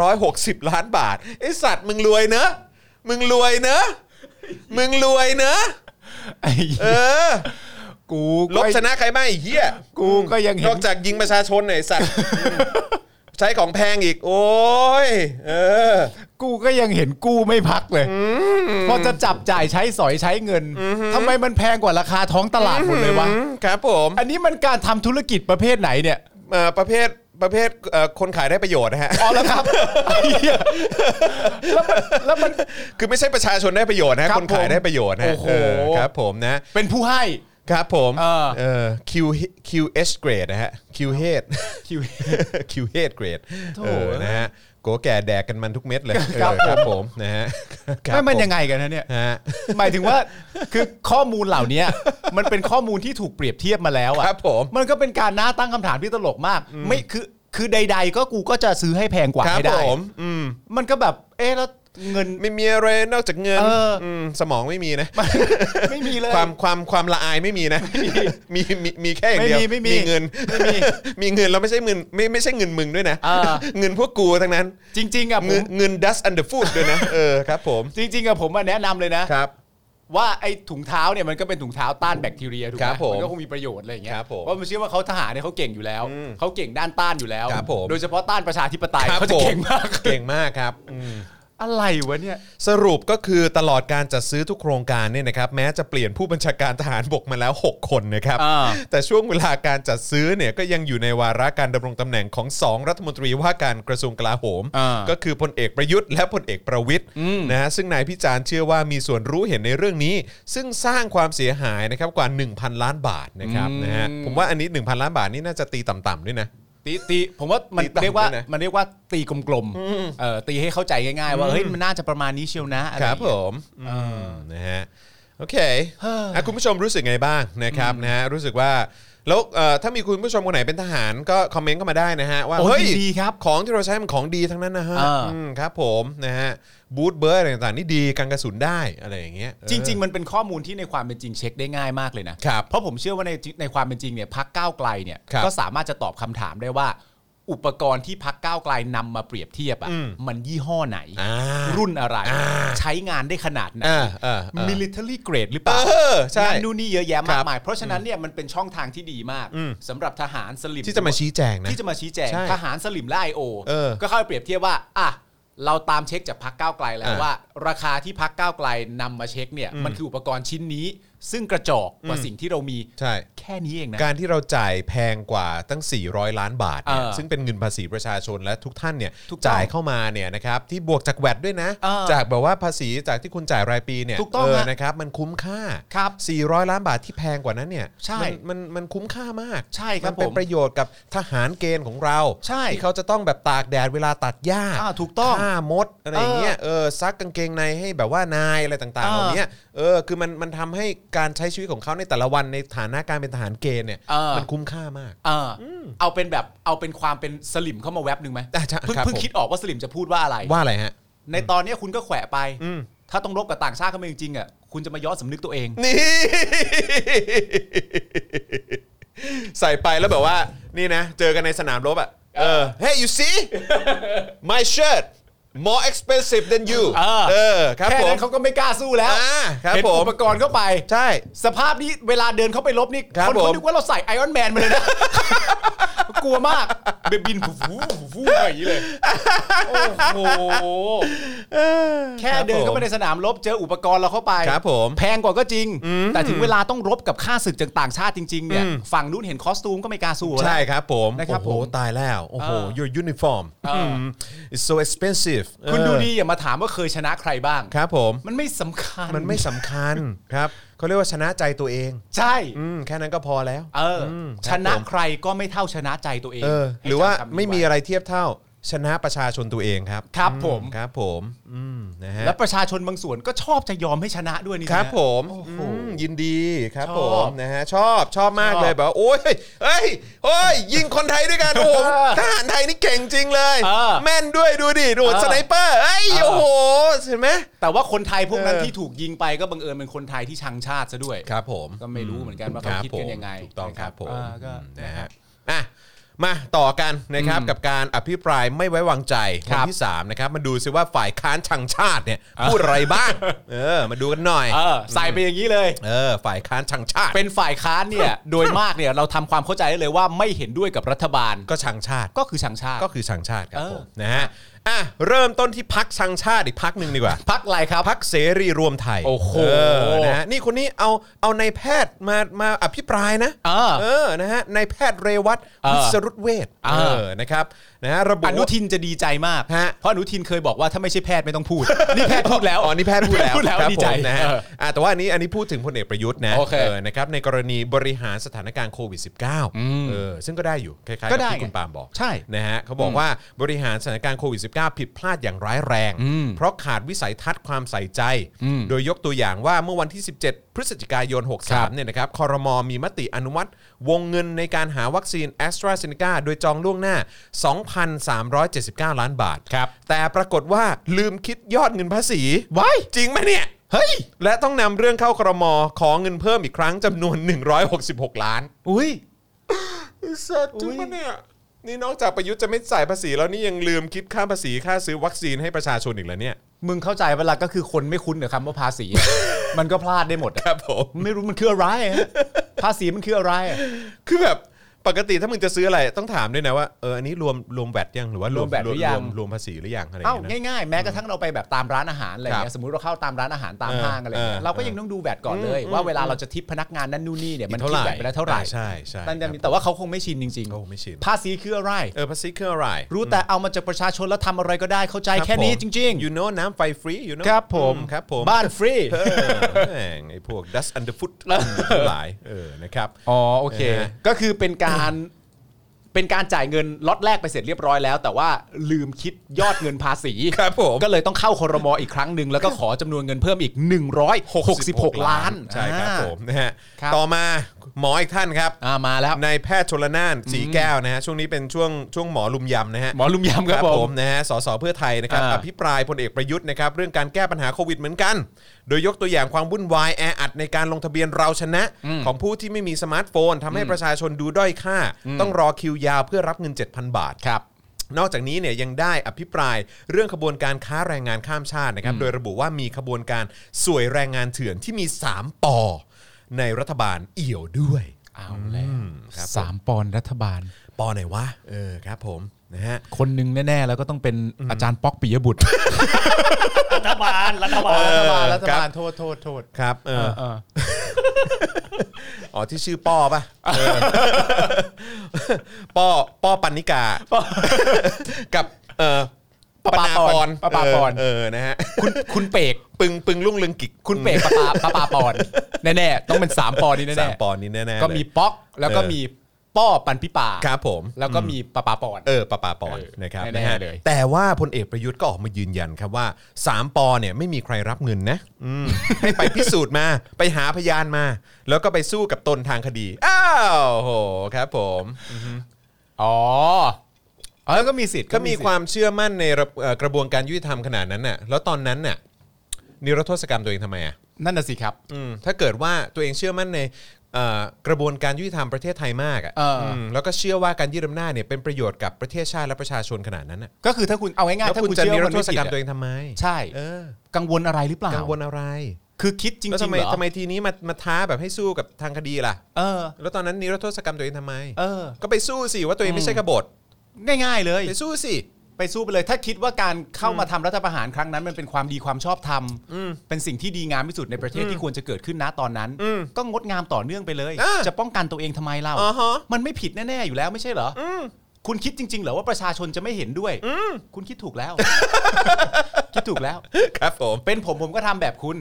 660 ล้านบาทไอสัตว์มึงรวยเนอะ มึงรวยเนอะ มึงรวยเนอะ ไอ้ เออ กู ล ก็ บชนะใครบ้างไอ้เหี้ย กูก็ยัง น เห็ อน กจากยิงประชาชนเนี่ยไอ้สัต ว์ ใช้ของแพงอีก โอ้ย เออ กูก็ยังเห็นกู้ไม่พักเลยพอจะจับจ่ายใช้สอยใช้เงินทำไมมันแพงกว่าราคาท้องตลาดหมดเลยวะ อืมครับผม อันนี้มันการทำธุรกิจประเภทไหนเนี่ย เอ่อประเภทประเภทเอ่อคนขายได้ประโยชน์นะฮะ อ๋อแล้วครับไอ้เหี้ยแล้วมันแล้วมัน คือไม่ใช่ประชาชนได้ประโยชน์นะฮะ ครับ คนขายได้ประโยชน์นะฮะ ผมโอ้โห เออครับผมนะ เป็นผู้ให้ ครับผม เออ เออ Q QH grade นะฮะ Q head Q head grade โถ่ เออนะฮะโกแก่แดกกันมันทุกเม็ดเลยเออ ครับ ครับผมนะฮะครับ ไม่มัน ผ ยังไงกันนะเนี่ย ฮะ หมายถึงว่าคือข้อมูลเหล่านี้มันเป็นข้อมูลที่ถูกเปรียบเทียบมาแล้วอะ ครับผม มันก็เป็นการน่าตั้งคำถามที่ตลกมาก ไม่คือคือใด ๆ ก็กูก็จะซื้อให้แพงกว่า ครับ ให้ได้ ผมอืม มันก็แบบเอ๊ะแล้วเงิน ไม่มีอะไรนอกจากเงิน เอออื มสมองไม่มีนะ ไม่มีเลย ความความความละอายไม่มีนะ มีมีมีแค่อย่างเดียว ไม่มีไม่มี เงิน ไม่มี มีเงินแล้วไม่ใช่เงินไม่ไม่ใช่เงินมึงด้วยนะ อ่า เงินพวกกูทั้งนั้น จริง ๆอะผ เงิ ม นเงิน dust under foot ด้วยนะ เออครับผม จริงๆอะผมอะแนะนำเลยนะ ครับ ว่าไอ้ถุงเท้าเนี่ยมันก็เป็นถุงเท้าต้านแบคทีเรียถูก ค ไห รั ม บผม มันก็คงมีประโยชน์อะไรอย่างเงี้ย ครับผม เพราะผมเชื่อว่าเขาทหารเนี่ยเขาเก่งอยู่แล้วเขาเก่งด้านต้านอยู่แล้ว ครับผม โดยเฉพาะต้านประชาธิปไตย ครับ เขาจะเก่งมาก เก่งมากครับอืม อะไรวะเนี่ย สรุปก็คือตลอดการจัดซื้อทุกโครงการเนี่ยนะครับแม้จะเปลี่ยนผู้บัญชาการทหารบกมาแล้ว 6 คนนะครับ อ่า แต่ช่วงเวลาการจัดซื้อเนี่ยก็ยังอยู่ในวาระการดำรงตำแหน่งของ 2 รัฐมนตรีว่าการกระทรวงกลาโหม อ่า ก็คือพลเอกประยุทธ์และพลเอกประวิทย์นะฮะซึ่งนายพิจารณ์เชื่อว่ามีส่วนรู้เห็นในเรื่องนี้ ซึ่งสร้างความเสียหายนะครับกว่า 1,000 ล้านบาทนะครับ อืม นะฮะผมว่าอันนี้ 1,000 ล้านบาทนี่น่าจะตีต่ำๆด้วยนะ ตีตีผมว่ามัน ตีต่ำ เรียกว่า ด้วยนะ มันเรียกว่าตีกลมๆเอ่อตีให้เข้าใจง่ายๆ ว่าเฮ้ยมันน่าจะประมาณนี้เชียวนะอะไร ค อ รับ ย่าง ผ เงี้มยอืมนะฮะโอเคอ่ะคุณผู้ชมรู้สึกไงบ้างนะครับนะฮะรู้สึกว่า แล้วเอ่อถ้ามีคุณผู้ชมคนไหนเป็นทหารก็คอมเมนต์เข้ามาได้นะฮะว่า โอ้ เฮ้ย ยินดีครับ ของที่เราใช้มันของดีทั้งนั้นนะฮะ เอออื มครับผมนะฮะบูทเบิร์ดอะไรต่างๆนี่ดีกันกระสุนได้อะไรอย่างเงี้ย จริง ๆ มันเป็นข้อมูลที่ในความเป็นจริงเช็คได้ง่ายมากเลยนะ ๆครับ เพราะผมเชื่อว่าในในความเป็นจริงเนี่ยพักก้าวไกลเนี่ย ครับ ก็สามารถจะตอบคำถามได้ว่า อุปกรณ์ที่พักก้าวไกลนำมาเปรียบเทียบอ่ะ อืม มันยี่ห้อไหน อ่า รุ่นอะไร อ่า ใช้งานได้ขนาดไหน อ่าอ่าอ่า military grade หรือเปล่า เออใช่ นั่นนู่นนี่เยอะแยะ ค มา รั ก บ มาย เพราะฉะนั้นเนี่ยมันเป็นช่องทางที่ดีมาก อืม สำหรับทหารสลิม ที่จะมาชี้แจงนะ ที่จะมาชี้แจง ใช่ ทหารสลิมและไอโอ เออ ก็เข้าไปเปรียบเทียบว่าอ่ะเราตามเช็คจากพักก้าวไกลแล้ว อ่ะ ว่า ราคาที่พักก้าวไกลนำมาเช็คเนี่ย อืม มันคืออุปกรณ์ชิ้นนี้ ซึ่งกระจอกกว่าสิ่งที่เรามี ใช่ แค่นี้เองนะ การที่เราจ่ายแพงกว่าตั้ง 400 ล้านบาทเนี่ย เออ ซึ่งเป็นเงินภาษีประชาชนและทุกท่านเนี่ย ถูกต้อง จ่ายเข้ามาเนี่ยนะครับที่บวกจากแวดด้วยนะ เออ จากแบบว่าภาษีจากที่คุณจ่ายรายปีเนี่ย ถูกต้อง เออ ฮะ นะครับมันคุ้มค่า ครับ 400 ล้านบาทที่แพงกว่านั้นเนี่ย ใช่ มันมันมันคุ้มค่ามาก ใช่ครับ มันเป็น ผม ประโยชน์กับทหารเกณฑ์ของเรา ใช่ ที่เขาจะต้องแบบตากแดดเวลาตัดหญ้า อ่าถูกต้อง ฆ่ามดอะไรอย่างเงี้ยเออซักกางเกงในให้แบบว่านายอะไรต่างๆ เออ เหล่าเนี้ยเออคือมันมันทำให้การใช้ชีวิตของเขาในแต่ละวันในฐานะการเป็นทหารเกณฑ์เนี่ย เออ มันคุ้มค่ามาก เอออเอาเป็นแบบเอาเป็นความเป็นสลิมเข้ามาแวบหนึ่งไหม อ่ะใช่ เพิ่ง ครับ เพิ่ง ผม คิดออกว่าสลิมจะพูดว่าอะไร ว่าอะไรฮะ ในตอนเนี้ยคุณก็แขวะไป อืม ถ้าต้องรบกับต่างชาติเข้ามาจริงๆอ่ะคุณจะมาย้อนสำนึกตัวเอง นี่ ใส่ไปแล้วแบบว่า นี่นะ เจอกันในสนามรบอ่ะเออ hey you see my shirt more expensive than you เออ เออครับ แค่ ผม นั้นเขาก็ไม่กล้าสู้แล้ว อ่าครับ เห็น ผม อุปกรณ์เข้าไป ใช่ สภาพนี้เวลาเดินเข้าไปลบนี่ ครับ คน ผม เขานึกว่าเราใส่ไอออนแมนมาเลยนะ กลัวมากเบบบินฟูฟูฟูฟูไปอย่างนี้เลย โอ้โห แค่เดินเข้าไปในสนามรบเจออุปกรณ์เราเข้าไป ครับผม แพงกว่าก็จริง แต่ถึงเวลาต้องรบกับข้าศึกจากต่างชาติจริงๆเนี่ยฝั่งนู้นเห็นคอสตูมก็ไม่กล้าสู้แล้ว ใช่ครับผม นะครับ โอ้โห ผม ตายแล้ว โอ้โห เออ your uniform ม it's so expensive คุณดู เออ ดีอย่ามาถามว่าเคยชนะใครบ้าง ครับผม มันไม่สำคัญ มันไม่สำคัญ ครับเขาเรียกว่าชนะใจตัวเอง ใช่ อืมแค่นั้นก็พอแล้ว เอออ ม ชนะครับ ผม ใครก็ไม่เท่าชนะใจตัวเอง เออ ใ หรือว่า จำคำนี้ ไม่มี ว้ อะไรเทียบเท่า ชนะประชาชนตัวเองครับ ครับ อื ผม ครับผมอืมนะฮะ และประชาชนบางส่วนก็ชอบจะยอมให้ชนะด้วยนี่ ครับ นะ ผม โอ้โห อืมยินดีครับ ชอบ ผมนะฮะชอบชอบมาก ชอบ เลยแบบว่าโอ้ยเฮ้ยโอ้ยยิงคนไทยด้วยกันโอ้ โห เออ ทหารไทยนี่เก่งจริงเลย เออ แม่นด้วยดูดิดู เออ สไนเปอร์เอ้ย เออ โอ้โหเห็นไหม แต่ว่าคนไทยพวกนั้น เออ ที่ถูกยิงไปก็บังเอิญเป็นคนไทยที่ชังชาติซะด้วย ครับผม ก็ไม่รู้เหมือนกันว่าเขา รับ คิดกันยังไง ผมถูกต้อง นะ ค ครั รั บบ ผม อ่าก็ นะฮะอ่ะมาต่อกันนะครับกับการอภิปรายไม่ไว้วางใจ ค วั รั น บ ที่3นะครับมาดูซิว่าฝ่ายค้านชังชาติเนี่ยพูดอะไร บ้าง เออ มาดูกันหน่อย เออใส่ไปอย่างนี้เลย เออ ฝ่ายค้านชังชาติ เป็นฝ่ายค้านเนี่ย โดยมากเนี่ยเราทำความเข้าใจได้เลยว่าไม่เห็นด้วยกับรัฐบาล ก็ชังชาติ ก็คือชังชาติ ก็คือชังชาติครับ เออ ผมนะฮะอ่ะเริ่มต้นที่พักชังชาติอีกพักหนึ่งดีกว่า พักอะไรครับ พักเสรีรวมไทย โอ้โห เอนะฮะนี่คนนี้เอาเอานายแพทย์มามาอภิปรายนะ เออ นะฮะนายแพทย์เรวัต เออ วิสรุตเวช เออ นะครับนะฮะระบุ อนุ ว่า ทินจะดีใจมาก ฮะ เพราะอนุทินเคยบอกว่าถ้าไม่ใช่แพทย์ไม่ต้องพูด นี่แพทย์พูดแล้ว อ๋อ นี่แพทย์พูดแล้ว พูดแล้ว ครับ ดีใจ ผมนะฮะ เออ อ่ะแต่ว่าอันนี้อันนี้พูดถึงพลเอกประยุทธ์นะ โอเค นะครับในกรณีบริหารสถานการณ์โควิด -19 เออซึ่งก็ได้อยู่คล้ายๆกัก็บ ได้ ที่คุณ ไง ปาล์มบอก ใช่ นะฮะเขาบอกว่าบริหารสถานการณ์โควิด -19 ผิดพลาดอย่างร้ายแรง เพราะขาดวิสัยทัศน์ความใส่ใจ โดยยกตัวอย่างว่าเมื่อวันที่ 17 พฤศจิกายน ครับ 63เนี่ยนะครับคอรมอมีมติอนุมัติ วงเงินในการหาวัคซีนแอสตราเซเนกาโดยจองล่วงหน้า 2,379 ล้านบาท ครับ แต่ปรากฏว่าลืมคิดยอดเงินภาษี ว้าย จริงไหมเนี่ย เฮ้ย และต้องนำเรื่องเข้าครมขอเงินเพิ่มอีกครั้งจำนวน 166 ล้าน อุ้ย เสิร์จริงปะเนี่ย นี่นอกจากประยุทธ์จะไม่จ่ายภาษีแล้วนี่ยังลืมคิดค่าภาษีค่าซื้อวัคซีนให้ประชาชนอีกแล้วเนี่ย มึงเข้าใจเวลาก็คือคนไม่คุ้นกับคำว่าภาษี มันก็พลาดได้หมดอะ ครับผม ไม่รู้มันคืออะไรอะภาษีมันคืออะไรอะ คือแบบปกติถ้ามึงจะซื้ออะไรต้องถามด้วยนะว่าเอออันนี้รวมรวมแวดยังหรือว่ารวมรวม VAT หรือยัง รวมรวมภาษีหรือยังอะไรอย่า เอ้าง เงี้ยนะ ง่ายๆ แม้กระทั่งเราไปแบบตามร้านอาหารอะไร ครั เงี้ บ ยสมมติเราเข้าตามร้านอาหารตาม เออ ห้างอะไรเงี้ เอย อ เราก็ยังต้องดูแบตก่อนเลย ว่าเวลาเราจะทิปพนักงานนั่นนู่นนี่เนี่ยมัน เท่า ทิป ไหร่ แบตไปแล้วเท่าไหร่ ใช่ใช่ แต่ ครับ แต่ว่าเขาคงไม่ชินจริง เขาคงไม่ชิน ภาษีคืออะไร เออภาษีคืออะไร รู้แต่เอามาจากประชาชนแล้วทำอะไรก็ได้เข้าใจแค่นี้จริง you know น้ำไฟฟรี you know ครับผม อืครับผม ๆ บ้านฟรี เออแม่งไอ้พวก dust underfoot ทั้งหลายเออนะครับ อ๋อโอเค เออ ก็คือเป็นการ เป็นการจ่ายเงินล็อตแรกไปเสร็จเรียบร้อยแล้ว แต่ว่าลืมคิดยอดเงินภาษี ครับผม ก็เลยต้องเข้าคอรมออีกครั้งหนึ่งแล้วก็ขอจำนวนเงินเพิ่มอีก 166 ล้าน ใช่ครับ อ่า ผมนะฮะ ครับ ต่อมาหมออีกท่านครับ อ่ามาแล้ว นายแพทย์ชลนานสีแก้วนะฮะช่วงนี้เป็นช่วงช่วงหมอลุมยำนะฮะ หมอลุมยำครับผม นะฮะ สส เพื่อไทยนะครับ อ่า อภิปรายพลเอกประยุทธ์นะครับ เรื่องการแก้ปัญหาโควิดเหมือนกัน โดยยกตัวอย่างความวุ่นวายแออัดในการลงทะเบียนเราชนะ ของผู้ที่ไม่มีสมาร์ทโฟนทำให้ประชาชนดูด้อยค่า ต้องรอคิวยาวเพื่อรับเงิน 7,000 บาท ครับ นอกจากนี้เนี่ยยังได้อภิปรายเรื่องขบวนการค้าแรงงานข้ามชาตินะครับ โดยระบุว่ามีขบวนการสวยแรงงานเถื่อนที่มี 3ปอในรัฐบาลเอี่ยวด้วย เอาแล้ว อืมครับผม สามปอนด์รัฐบาล ปอไหนวะเออครับผมนะฮะ คนหนึ่งแน่ ๆ แล้วก็ต้องเป็นอาจารย์ป๊อกปิย บุตร รัฐบาลรัฐบาล เออ รัฐบาลโทษโทษโทษ ครับเออ เออ อ๋อที่ชื่อป้อป่ะเออป้อป้อปันนิกากับเออ ปะปา นา ปอน ปะปา ปะปา ป ป อ อน น เออนะฮะ คุณคุณเปก ปึงปึงลุ่งเรืองกิจ คุณเปกปะปาปะปาปอนแน่ๆต้องเป็นสามปอนนี่ สา แน่ มปอนนี้แน่ๆเลย ๆก็มีป๊อกแล้วก็มีป้อปันพิปา ครับผม แล้วก็มีปะปาปอน เออปะปาปอน เออ นะครับ แน่ๆ นะฮะ เลย แต่ว่าพลเอกประยุทธ์ก็ออกมายืนยันครับว่า 3 ปอเนี่ยไม่มีใครรับเงินนะอืม ให้ไปพิสูจน์มา ไปหาพยานมา แล้วก็ไปสู้กับตนทางคดี อ้าวโหครับผม อ๋อเออก็มีสิทธิ์ ก็มี สิทธิ์ ความเชื่อมั่นในระเอ่อกระบวนการยุติธรรมขนาดนั้นน่ะ แล้วตอนนั้นน่ะนิรโทษกรรมตัวเองทำไมอ่ะ นั่นน่ะสิครับ อืมถ้าเกิดว่าตัวเองเชื่อมั่นในเอ่อกระบวนการยุติธรรมประเทศไทยมากอ่ะ เอออื มแล้วก็เชื่อว่าการยืดอำนาจเนี่ยเป็นประโยชน์กับประเทศชาติและประชาชนขนาดนั้นน่ะ ก็คือถ้าคุณเอาง่าย แล้ว ๆถ้า คุณ คุณ จะ เชื่อ นิร ว่ามัน โท ไม่ ษ ผิด กรรม อะ ตัวเองทำไม ใช่ เออ กังวลอะไรหรือเปล่า กังวลอะไร คือคิดจริง แล้วทำ ๆ ไม เหรอ ทำไมทีนี้มามาท้าแบบให้สู้กับทางคดีล่ะ เออ แล้วตอนนั้นนิรโทษกรรมตัวเองทำไม เออ ก็ไปสู้สิว่าตัวเองไม่ใช่กบฏ ง่ายๆเลย ไปสู้สิ ไปสู้ไปเลย ถ้าคิดว่าการเข้ามาทำรัฐประหารครั้งนั้น มันเป็นความดีความชอบธรรมเป็นสิ่งที่ดีงามที่สุดในประเทศที่ควรจะเกิดขึ้นนะตอนนั้น ก็งดงามต่อเนื่องไปเลย อ่า จะป้องกันตัวเองทำไมเล่า อ่าฮะ มันไม่ผิดแน่ๆอยู่แล้วไม่ใช่เหรออคุณคิดจริงๆเหรอว่าประชาชนจะไม่เห็นด้วยคุณคิดถูกแล้ว คิดถูกแล้ว ครับผม เป็นผมผมก็ทำแบบคุณ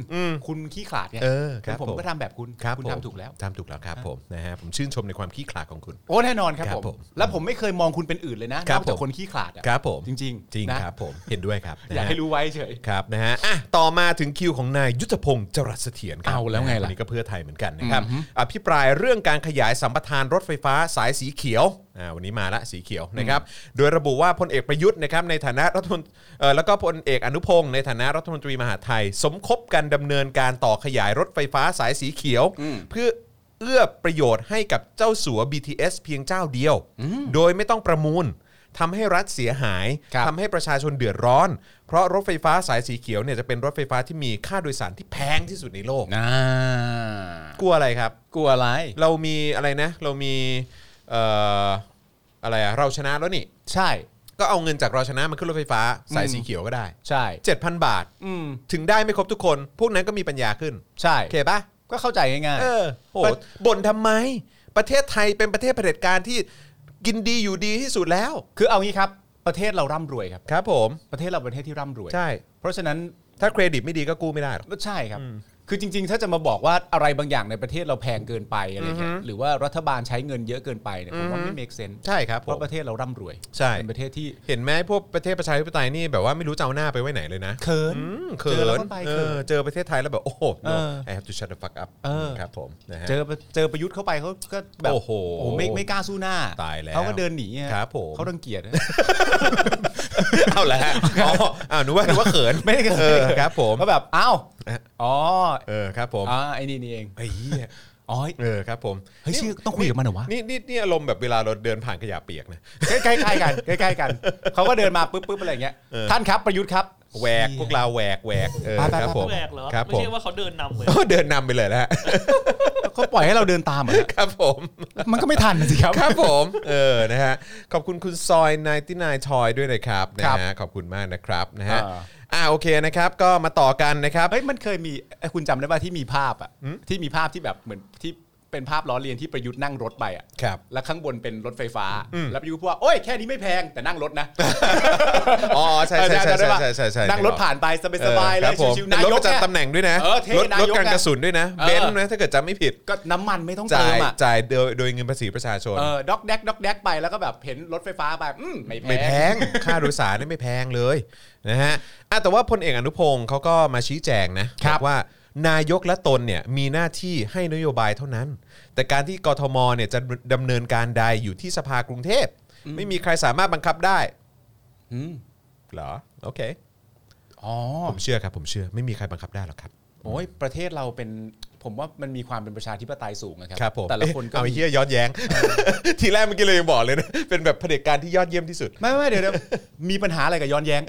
คุณขี้ขลาดไง เออครับ เป็นผม ผม ก็ทำแบบคุณ ครับ คุณ ผม ทำถูกแล้ว ทำถูกแล้วครับผมนะฮะผมชื่นชมในความขี้ขลาดของคุณ โอ้แน่นอนครับ ครับ ผ ผม ม แล้วผมไม่เคยมองคุณเป็นอื่นเลยนะ ครั น บอก จาก ผม คนขี้ขลาดอะ ครับผม จริง จริง นะครับ ผมเห็นด้วยครับ อยากให้รู้ไว้เฉย ครับนะฮะอ่ะต่อมาถึงคิวของนายยุทธพงศ์จรัสเสถียรครั เอาแล้วไงล่ะ นนี้ก็เพื่อไทยเหมือนกันนะครับอภิปรายเรื่องการขยายสัมปทานรถไฟฟ้าสายสีเขียวอ่าวันนี้มาละสีเขียวนะครับโดยระบุว่าพลเอกประยุทธ์นะครับในฐานะรัฐมนตรีเอ่อแล้วก็พลเอกอนุพงศ์ในฐานะรัฐมนตรีมหาดไทย สมคบกันดำเนินการต่อขยายรถไฟฟ้าสายสีเขียว อืม เพื่อเอื้อประโยชน์ให้กับเจ้าสัว BTS เพียงเจ้าเดียว โดยไม่ต้องประมูลทำให้รัฐเสียหาย ครับ ทำให้ประชาชนเดือดร้อน เพราะรถไฟฟ้าสายสีเขียวเนี่ยจะเป็นรถไฟฟ้าที่มีค่าโดยสารที่แพงที่สุดในโลก อ่ กลัวอะไรครับ กลัวอะไร เรามีอะไรนะ เรามีเอ่ออะไรอะเราชนะแล้วนี่ ใช่ ก็เอาเงินจากเราชนะมาขึ้นรถไฟฟ้าสายสีเขียวก็ได้ ใช่ 7,000 บาท อืม ถึงได้ไม่ครบทุกคน พวกนั้นก็มีปัญญาขึ้น ใช่ โอเคปะ ก็เข้าใจง่าย เออโห ปะ บ่นทำไม ประเทศไทยเป็นประเทศเผด็จการที่กินดีอยู่ดีที่สุดแล้ว ๆคือเอางี้ครับ ประเทศเราร่ำรวยครับ ครับผม ประเทศเราเป็นประเทศที่ร่ำรวย ใช่ เพราะฉะนั้น ถ้าเครดิตไม่ดีก็กู้ไม่ได้หรอก ใช่ครับ คือจริง ๆ ถ้าจะมาบอกว่าอะไรบางอย่างในประเทศเราแพงเกินไปอะไรเงี้ยหรือว่ารัฐบาลใช้เงินเยอะเกินไปเนี่ยผมว่าไม่ make sense ใช่ครับ เพ ผม ราะประเทศเราร่ำรวย ใช่ เป็นประเทศที่ เห็นไหมพวกประเทศประชาธิปไตยนี่แบบว่าไม่รู้จะเอาหน้าไปไว้ไหนเลยนะ เขิน อืมเขิ เจอแล้ว น ก็ไป เอ เขิน อเจอประเทศไทยแล้วแบบ โอ้โห เอ no อ I have to shut the fuck up เออ ครับผมนะฮะ เจอเจอประยุทธ์เข้าไปเขาก็แบบ โอ้โห ไม่ไม่กล้าสู้หน้า ตายแล้ว เขาก็เดินหนีอะ ครับผม เขารังเกียจอะ เอาละฮะอ๋ออ้าวหนูว่าหนูว่าเขิน ไม่ได้เขิน ออครับผม ก็แบบอ้าวอ๋อ เออครับผม อ่าไอ้นี่นี่เอง ไอ้เหี้ย อ๋อ เออครับผม เฮ้ยชื่อต้องคุยกับมันเหรอวะ นี่นี่นี่อารมณ์แบบเวลาเราเดินผ่านขยะเปียกนะ ใกล้ๆกันใกล้ๆกัน เขาก็เดินมาปุ๊บปุ๊บอะไรอย่างเงี้ยท่านครับประยุทธ์ครับ แหวกพวกเราแหวกแหวกเออ ไปไป ครับผม แหวกเหรอ ครับ ไม่ ผม ใช่ว่าเขาเดินนำเลย โอ้เดินนำไปเลยนะฮะ เขาปล่อยให้เราเดินตามเหรอ ครับผม มันก็ไม่ทันน่ะสิครับ ครับผม เออนะฮะขอบคุณคุณซอย99ทอยด้วยนะครับนะครับ ฮะขอบคุณมากนะครับนะฮะ อ่า อ่าโอเคนะครับ ก็มาต่อกันนะครับ เฮ้ยมันเคยมีเอ้ยคุณจำได้ป่ะที่มีภาพอ่ะที่มีภาพที่แบบเหมือนที่ เป็นภาพล้อเลียนที่ประยุทธ์นั่งรถไปอ่ะ ครับ แล้วข้างบนเป็นรถไฟฟ้า แล้วประยุทธ์พูดว่าโอ้ยแค่นี้ไม่แพงแต่นั่งรถนะ อ๋อใช่ใช่ใช่ใช่ใช่ใช่ใช่ นั่งรถผ่านไปสบายคๆเล รับ ย ผม ชิวๆ เป็น นาร ถ ย ป ก ระจำตำ เนี่ย แหน่งด้วยนะ เออเท่ รถ นายรกถกัน ไง กระสุนด้วยนะ เออ เบนซ์นะถ้าเกิดจำไม่ผิด ก็น้ำมันไม่ต้องเติ จ่าย มอ่ะ จ่ายโดยโดยเงินภาษีประชาชน เออด็อกแดกด็อกแดกไปแล้วก็แบบเห็นรถไฟฟ้าไปอืมไม่ ไม่ แพ แพ ง ง ค่าโดยสารนี่ไม่แพงเลยนะฮะอ่ะแต่ว่าพลเอกอนุพงศ์เขาก็มาชี้แจงนะ ค บ รั อบ กว่านายกและตนเนี่ยมีหน้าที่ให้นโยบายเท่านั้น แต่การที่กทมเนี่ยจะดำเนินการใดอยู่ที่สภากรุงเทพ ไม่มีใครสามารถบังคับได้ อืม เหรอโอเค อ๋อ ผมเชื่อครับผมเชื่อไม่มีใครบังคับได้หรอกครับ โอ้ยประเทศเราเป็นผมว่ามันมีความเป็นประชาธิปไตยสูงนะครั ครับผม แต่ละคนก็ เอ๊เอาไอ้ มี เฮียย้อนแย้ง ทีแรกเมื่อกี้เลยยังบอกเลยนะ เป็นแบบเผด็จการที่ยอดเยี่ยมที่สุด ไม่ไม่เดี๋ยวเดี๋ยวมีปัญหาอะไรกับย้อนแย้ง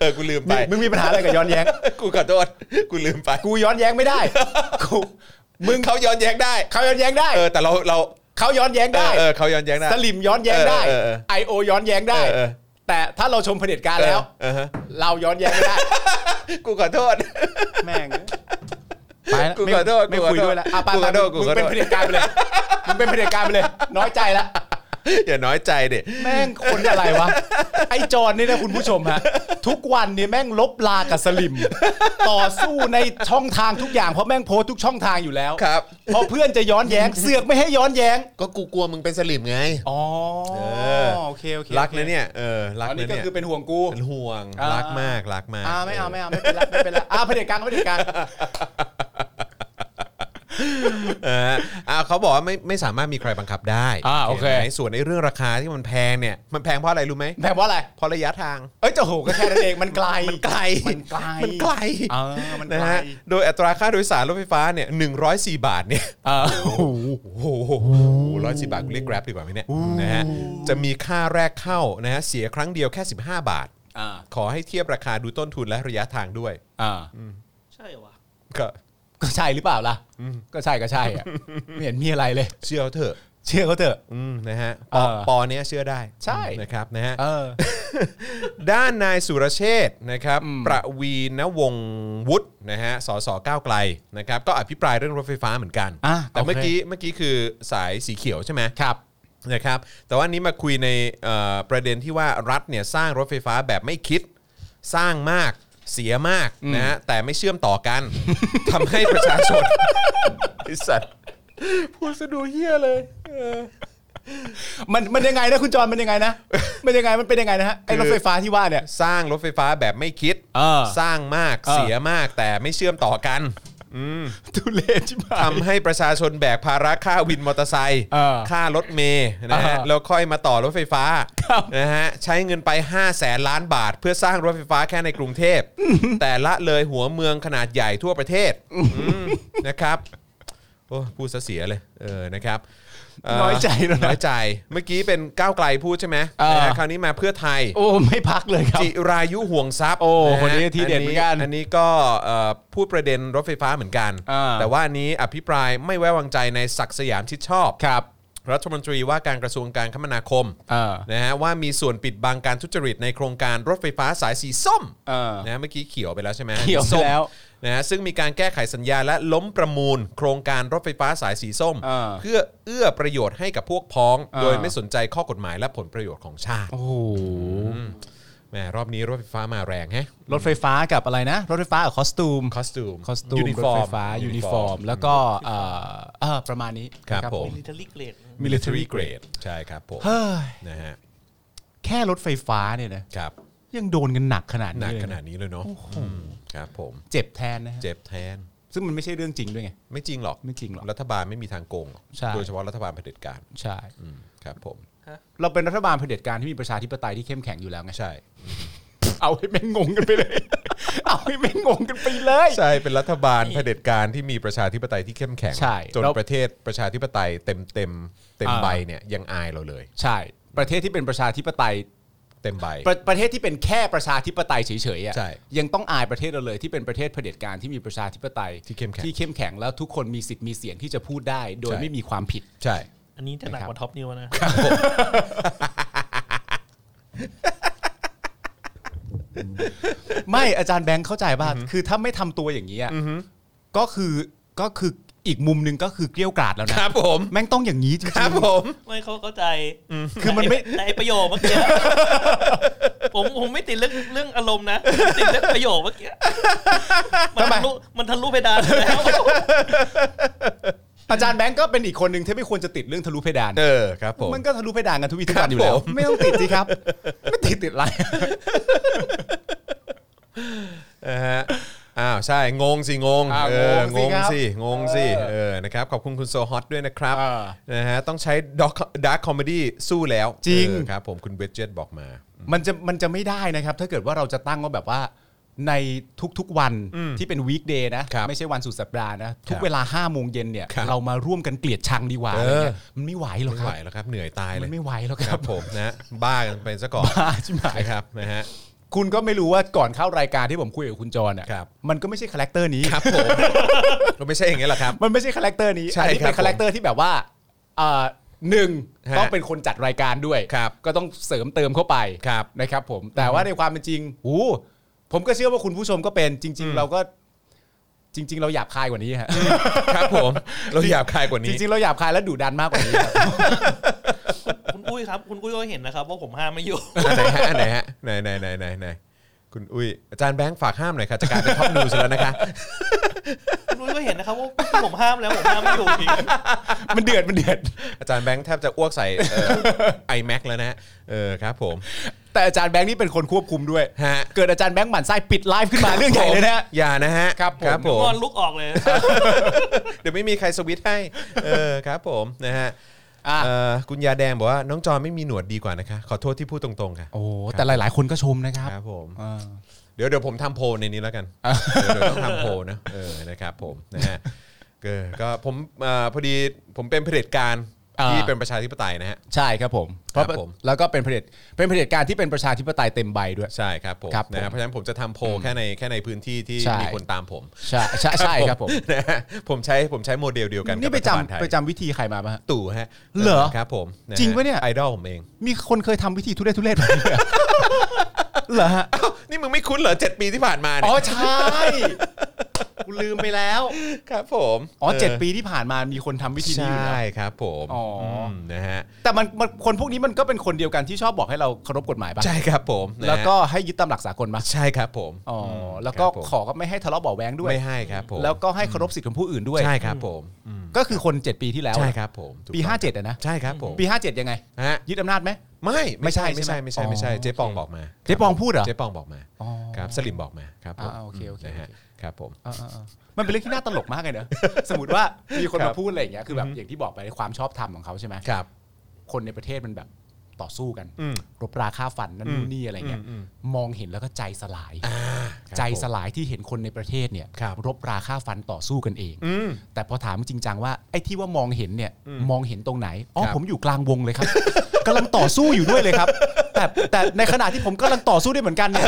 เออ กูลืมไป มึงมึงมีปัญหาอะไรกับย้อนแย้ง กูขอโทษ กูลืมไป กูย้อนแย้งไม่ได้กู มึงเขาย้อนแย้งได้ เขาย้อนแย้งได้ เออ แต่เราเรา เขาย้อนแย้ง เอ ได้ อเออเขาย้อนแย้งได้ สลิมย้อนแย้งได้ เออเออ ไอโอย้อนแย้งได้ เออเออ แต่ถ้าเราชมเผด็จการแล้ว เออเออฮะ เราย้อนแย้งไม่ได้ กูขอโทษ แม่งไปละ กูขอโทษ ไม่ กูขอโทษ คุยด้วยแล้วอ่ะไป กูขอโทษ ไป กู มึขอโทษงเป็นเผด็จการไปเลยมึงเป็นเผด็จการไปเลย น้อยใจละ อย่าน้อยใจเด็ แม่งคนอะไรวะไอจอนนี่นะคุณผู้ชมฮะทุกวันนี่แม่งลบลากับสลิม ต่อสู้ในช่องทางทุกอย่างเพราะแม่งโพสต์ทุกช่องทางอยู่แล้ว ครับ พอเพื่อนจะย้อนแย้ง เสือกไม่ให้ย้อนแย้ง ก็กูกลัวมึงเป็นสลิมไง อ๋อ อ โอเคโอเค รักนะเนี่ย เออ รัก อัน นะ นี้ก็ เนี่ย คือเป็นห่วงกู เป็นห่วง อ่า รักมาก รักมาก อ่าไม่เอาไม่เอาไม่เป็นไรไม่เป็นไรอ่าเผด็จการก็เผด็จการ เอออ่าเขาบอกว่าไม่ไม่สามารถมีใครบังคับได้ อ่าโอเค ไหนส่วนในเรื่องราคาที่มันแพงเนี่ย มันแพงเพราะอะไรรู้ไหม แปลว่าอะไร เพราะระยะทาง เอ้ยเจ้าโหก็แค่นั้นเองมันไกล มันไกล มันไกล มันไกล เออมัน นะ ไกล ฮะ โดยอัตราค่าโดยสารรถไฟฟ้าเนี่ย104 บาทเนี่ย เออ โอ้โหร้อยสิบาทกูเรียก Grab ดีกว่าไหมเนี่ยนะฮะ จะมีค่าแรกเข้านะฮะ เสียครั้งเดียวแค่ 15 บาท อ่า ขอให้เทียบราคาดูต้นทุนและระยะทางด้วย อ่า ใช่เหรอวะ ก็ ก็ใช่หรือเปล่าล่ะก็ใช่ก็ใช่อ่ะไม่เห็นมีอะไรเลย เชื่อเถอะ เชื่อเขาเถอะ อืมนะฮะ ป เอ อ อ ปอเนี้ยเชื่อได้ ใช่ นะครับนะฮะ เออ ด้านนายสุรเชษฐ์นะครับ อืม ประวีณวงศ์วุฒินะฮะสสก้าวไกลนะครับ ก็อภิปรายเรื่องรถไฟฟ้าเหมือนกัน อ่ะ แต่เมื่อ โอเค กี้เมื่อกี้คือสายสีเขียวใช่ไหม ครับ นะครับแต่ว่านี้มาคุยในเอ่อประเด็นที่ว่ารัฐเนี่ยสร้างรถไฟฟ้าแบบไม่คิด สร้างมากเสียมากนะฮะแต่ไม่เชื่อมต่อกัน ทำให้ประชาชนไอ้สัตว์พูดสะดูเฮี้ยเลยเออ มันมันยังไงนะคุณจอนมันยังไงนะมันยังไงมันเป็นยังไงนะฮะไอ้รถไฟฟ้าที่ว่าเนี่ย สร้างรถไฟฟ้าแบบไม่คิด เออ สร้างมาก เออ เสียมากแต่ไม่เชื่อมต่อกัน ทุเรศชิบหาย ทำให้ประชาชนแบกภาระค่าวินมอเตอร์ไซค์ เออ ค่ารถเมย์นะฮะ เออ แล้วค่อยมาต่อรถไฟฟ้า ครับ นะฮะใช้เงินไป 5 0 0แสนล้านบาท เพื่อสร้างรถไฟฟ้าแค่ในกรุงเท พ แต่ละเลยหัวเมืองขนาดใหญ่ทั่วประเทศอืมนะครับโอ้พูดซะเสียเลยเออนะครับเ น้อยใจแล้ว น้ นะ อยใจ เมื่อกี้เป็นก้าวไกลพูดใช่ไหม เออ นะฮะคราวนี้มาเพื่อไทย โอ้ไม่พักเลยครับ จิรายุห่วงทรัพย์ โอ้ ะฮะ คนนี้ที่เด็ดเหมือนกัน อันนี้ก็เอ่อพูดประเด็นรถไฟฟ้าเหมือนกัน อ่า แต่ว่าอันนี้อภิปรายไม่ไว้วางใจในศักดิ์สยามชิดชอบ ครับ รัฐมนตรีว่าการกระทรวงการคมนาคม อ่า นะฮะว่ามีส่วนปิดบังการทุจริตในโครงการรถไฟฟ้าสายสีส้ม อ่าน นะฮะเมื่อกี้เขียวไปแล้วใช่ไหม เขียวไปแล้ว นะฮะซึ่งมีการแก้ไขสัญญาและล้มประมูล โครงการรถไฟฟ้าสายสีส้ม อ่า เพื่อเอื้อประโยชน์ให้กับพวกพ้อง อ่า โดยไม่สนใจข้อกฎหมายและผลประโยชน์ของชาติ โอ้โห แหมรอบนี้รถไฟฟ้ามาแรงแฮะ รถไฟฟ้ากับอะไรนะ รถไฟฟ้ากับคอสตูม คอสตูม คอสตูม ยูนิฟอร์ ถ ม ไฟฟ้ายูนิฟอร์ม แล้วก็เอ่อเอ่อประมาณนี้ ครับผม มิลิเทอรี่เกรด military grade ใช่ครับผม เฮ้ย นะฮะ แค่รถไฟฟ้าเนี่ยนะครับ ยังโดนกันหนักขนาด หนั นี้ ก เลย ขนาดนี้เลยเนาะอืมครับผม เจ็บแทนนะฮะ เจ็บแทน ซึ่งมันไม่ใช่เรื่องจริงด้วยไง ไม่จริงหรอก ไม่จริงหรอก รัฐบาลไม่มีทางโกงหรอก ใช่ โดยเฉพาะรัฐบาลเผด็จการ ใช่ อืมครับผม เราเป็นรัฐบาลเผด็จการที่มีประชาธิปไตยที่เข้มแข็งอยู่แล้วไง ใช่ เอาให้แม่งงงกันไปเลย เอาให้แม่งงงกันไปเลย ใช่เป็นรัฐบาลเผด็จการที่มีประชาธิปไตยที่เข้มแข็ง ใช่ จน แล้ว ประเทศประชาธิปไตยเต็มเต็มเต็ม อ่า ใบเนี่ยยังอายเราเลย ใช่ ประเทศที่เป็นประชาธิปไตย เต็มใบ ประประเทศที่เป็นแค่ประชาธิปไตยเฉยๆอ่ะ ใช่ ยังต้องอายประเทศเราเลยที่เป็นประเทศเผด็จการที่มีประชาธิปไตย ที่เข้มแข็ง ที่เข้มแข็งแล้วทุกคนมีสิทธิ์มีเสียงที่จะพูดได้ โดยไม่มีความ ผิด ใช่ อันนี้จะหนักกว่าท็อปนิวนะ ไม่อาจารย์แบงค์เข้าใจป่ะคือถ้าไม่ทำตัวอย่างนี้อะก็คือก็คือ อีกมุมหนึ่งก็คือเกลี้ยวกล่อดแล้ว ค นะ รับผม แม่งต้องอย่างนี้จริง ครับผม ไม่เขาเข้าใจ คือมันไม่ แต่อ้แต่อ้ประโยคเมื่อ กี้ผมผมไม่ติดเรื่องเรื่องอารมณ์นะติดเรื่องประโยคเมื่อกี้มันทะลุมันทะลุเพดานไป แล้ว ๆอาจารย์แบงก์ก็เป็นอีกคนหนึ่งที่ไม่ควรจะติดเรื่องทะลุเพดาน เออครับผม มันก็ทะลุเพดานกันทุกวีทุก ครั วั บ นอยู่แล้ว ผม ไม่ต้องติดสิครับ ไม่ติดติดอะไร นะฮะอ้าวใช่งงสิงง อ่า เอองง งสิ ง ครับ สิงงสิ เออ เออนะครับขอบคุณคุณโซฮอตด้วยนะครับ เออ นะฮะต้องใช้ด็อกดาร์คคอมเมดี้สู้แล้ว จริง เออครับผมคุณเวจเจตบอกมา มันจะมันจะไม่ได้นะครับ ถ้าเกิดว่าเราจะตั้งว่าแบบว่าในทุกๆวันที่เป็นวีคเดย์นะ ครับ ไม่ใช่วันสุดสัปดาห์นะ ครับ ทุกเวลา5้าโมงเย็นเนี่ย ครับ เรามาร่วมกันเกลียดชังดีกว่า เอออ อะไรเงี้ยมันไม่ไหวหรอก ไม่ ค ไห รั ว บ แล้วครับเหนื่อยตายเล มั ย นไม่ไหวหรอกค ค รั รั บบ ผมนะบ้ากันไปซะก่อน บ้า ใช่ไหม นะครับนะฮะ คุณก็ไม่รู้ว่าก่อนเข้ารายการที่ผมคุยกับคุณจรอ่ะ ครับ มันก็ไม่ใช่คาแรคเตอร์นี้ ครับผมก็ไม่ใช่อย่างนี้ยหรอกครับ มันไม่ใช่คาแรคเตอร์นี้ ใช่ อันนี้ ครับเป็นคาแรคเตอร์ที่แบบว่าเอ่อหนึ่ง ฮะ ต้องเป็นคนจัดรายการด้วย ครับ ก็ต้องเสริมเติมเข้าไป ครับ นะครับผม แต่ว่าในความเป็นจริงหูผมก็เชื่อว่าคุณผู้ชมก็เป็นจริง ๆ เราก็จริง ๆ เราหยาบคายกว่านี้ฮะ ครับผมเราหยาบคายกว่า จ นี้ ริง ๆ เราหยาบคายและดุดันมากกว่านี้ครับ คุณอุ้ยครับ คุณอุ้ยก็เห็นนะครับว่าผมห้ามไม่อยู่ อันไหนฮะอันไหนฮะไหนไหนไหนไหนไหนคุณอุ้ยอาจารย์แบงค์ฝากห้ามหน่อยค่ะจะกลายเป็นท็อปนิวส์แล้วนะคะ คุณอุ้ยก็เห็นนะครับว่าผมห้ามแล้วผมห้ามไม่อยู่ มันเดือดมันเดือด อาจารย์แบงค์แทบจะอ้วกใส่ไอแม็กแล้วนะฮะเออครับผม แต่อาจารย์แบงค์นี่เป็นคนควบคุมด้วย ฮะ เกิดอาจารย์แบงค์หมั่นไส้ปิดไลฟ์ขึ้นมาเรื่องใหญ่เลยนะฮะ อย่านะฮะ ครับผม ผ งมอนลุกออกเลย เดี๋ยวไม่มีใครสวิตช์ให้เออครับผมนะฮะ อ่ะ เอ่อคุณยาแดงบอกว่าน้องจอนไม่มีหนวดดีกว่านะคะ ขอโทษที่พูดตรงๆค่ะ โอ้แต่หลาย ๆ คนก็ชมนะครับ ครับผม อ่า เดี๋ยวเดี๋ยวผมทำโพลในนี้แล้วกันเดี๋ยวเดี๋ยวต้องทำโพลนะเออนะครับผมนะฮะเออก็ผมเอ่อพอดีผมเป็นเผด็จการ อ่า ที่เป็นประชาธิปไตยนะฮะ ใช่ครับผมเพราะ ครับผม แล้วก็เป็นเผด็จเป็นเผด็จการที่เป็นประชาธิปไตยเต็มใบด้วย ใช่ครับผม ครับผม นะฮะเพราะฉะนั้นผมจะทำโพลแค่ในแค่ในพื้นที่ที่ ใช่ มีคนตามผม ใช่ใช่ใช่ครับผม นะฮะผมใช้ผมใช้โมเดลเดียวกัน นี่ กับ ไป รัฐบาล จำ ทย ไปจำวิธีใครมาป่ะฮะ ตู่ฮะ เหรอ ครับผมฮ จริงปะเนี่ย ไอดอลผมเอง มีคนเคยทำวิธีทุเรศทุเรศ แบบนี้เหรอเหรอฮะ นี่มึงไม่คุ้นเหรอเจ็ดปีที่ผ่านมา อ๋ เนี่ อย ใช่กูลืมไปแล้ว ครับผม อ๋อเจ็ดปีที่ผ่านมามีคนทำวิธีนี้อยู่นะ ใช่ครับผม อ๋ออื มนะฮะ แต่มันมันคนพวกนี้มันก็เป็นคนเดียวกันที่ชอบบอกให้เราเคารพกฎหมายป่ะ ใช่ครับผมนะฮะ แล้วก็ให้ยึดตามหลักสากลป่ะ ใช่ครับผม อ๋ออ ม แล้วก็ ครับผม ขอก็ไม่ให้ทะเลาะเบาะแวงด้วย ไม่ให้ครับผม แล้วก็ให้เคารพสิทธิของผู้อื่นด้วย ใช่ครับผมอืม ก็คือคนเจ็ดปีที่แล้ว ใช่ครับผมถูก ปี ต้อง ห้าเจ็ดอะนะ ใช่ครับผม ปี57ยังไง ฮะ ยึดอำนาจไหม ไม่ ไม่ใช่ ไม่ใช่ไม่ใช่ ใช่ไหม ไม่ใช่ อ๋อ เจ๊ปองบอกมา เจ๊ปองพูดเหรอ เจ๊ปองบอกมา อ๋อ ครับสลิมบอกมาครับผม อ่าโอเคโอเค นะฮะครับผม อ่าๆๆมันเป็นเรื่องที่น่าตลกมากเลยเน อะสมมติว่ามีคน ครั มา บ พูดอะไรอย่างเงี้ยคือแบบอย่างที่บอกไปความชอบธรรมของเขาใช่ไหม ครับ คนในประเทศมันแบบต่อสู้กัน อืม รบราค่าฟันนั่น อืม นู่นนี่อะไรเงี้ย อืม มองเห็นแล้วก็ใจสลาย ครับ ใจส ผม ลายที่เห็นคนในประเทศเนี่ย ครับ รบราค่าฟันต่อสู้กันเอง อืม แต่พอถามจริงจังว่าไอ้ที่ว่ามองเห็นเนี่ย อืม มองเห็นตรงไหนอ๋อ ครับ ผมอยู่กลางวงเลยครับ กำลังต่อสู้อยู่ด้วยเลยครับ แต่แต่ในขณะที่ผมกำลังต่อสู้ด้วยเหมือนกันเนี่ย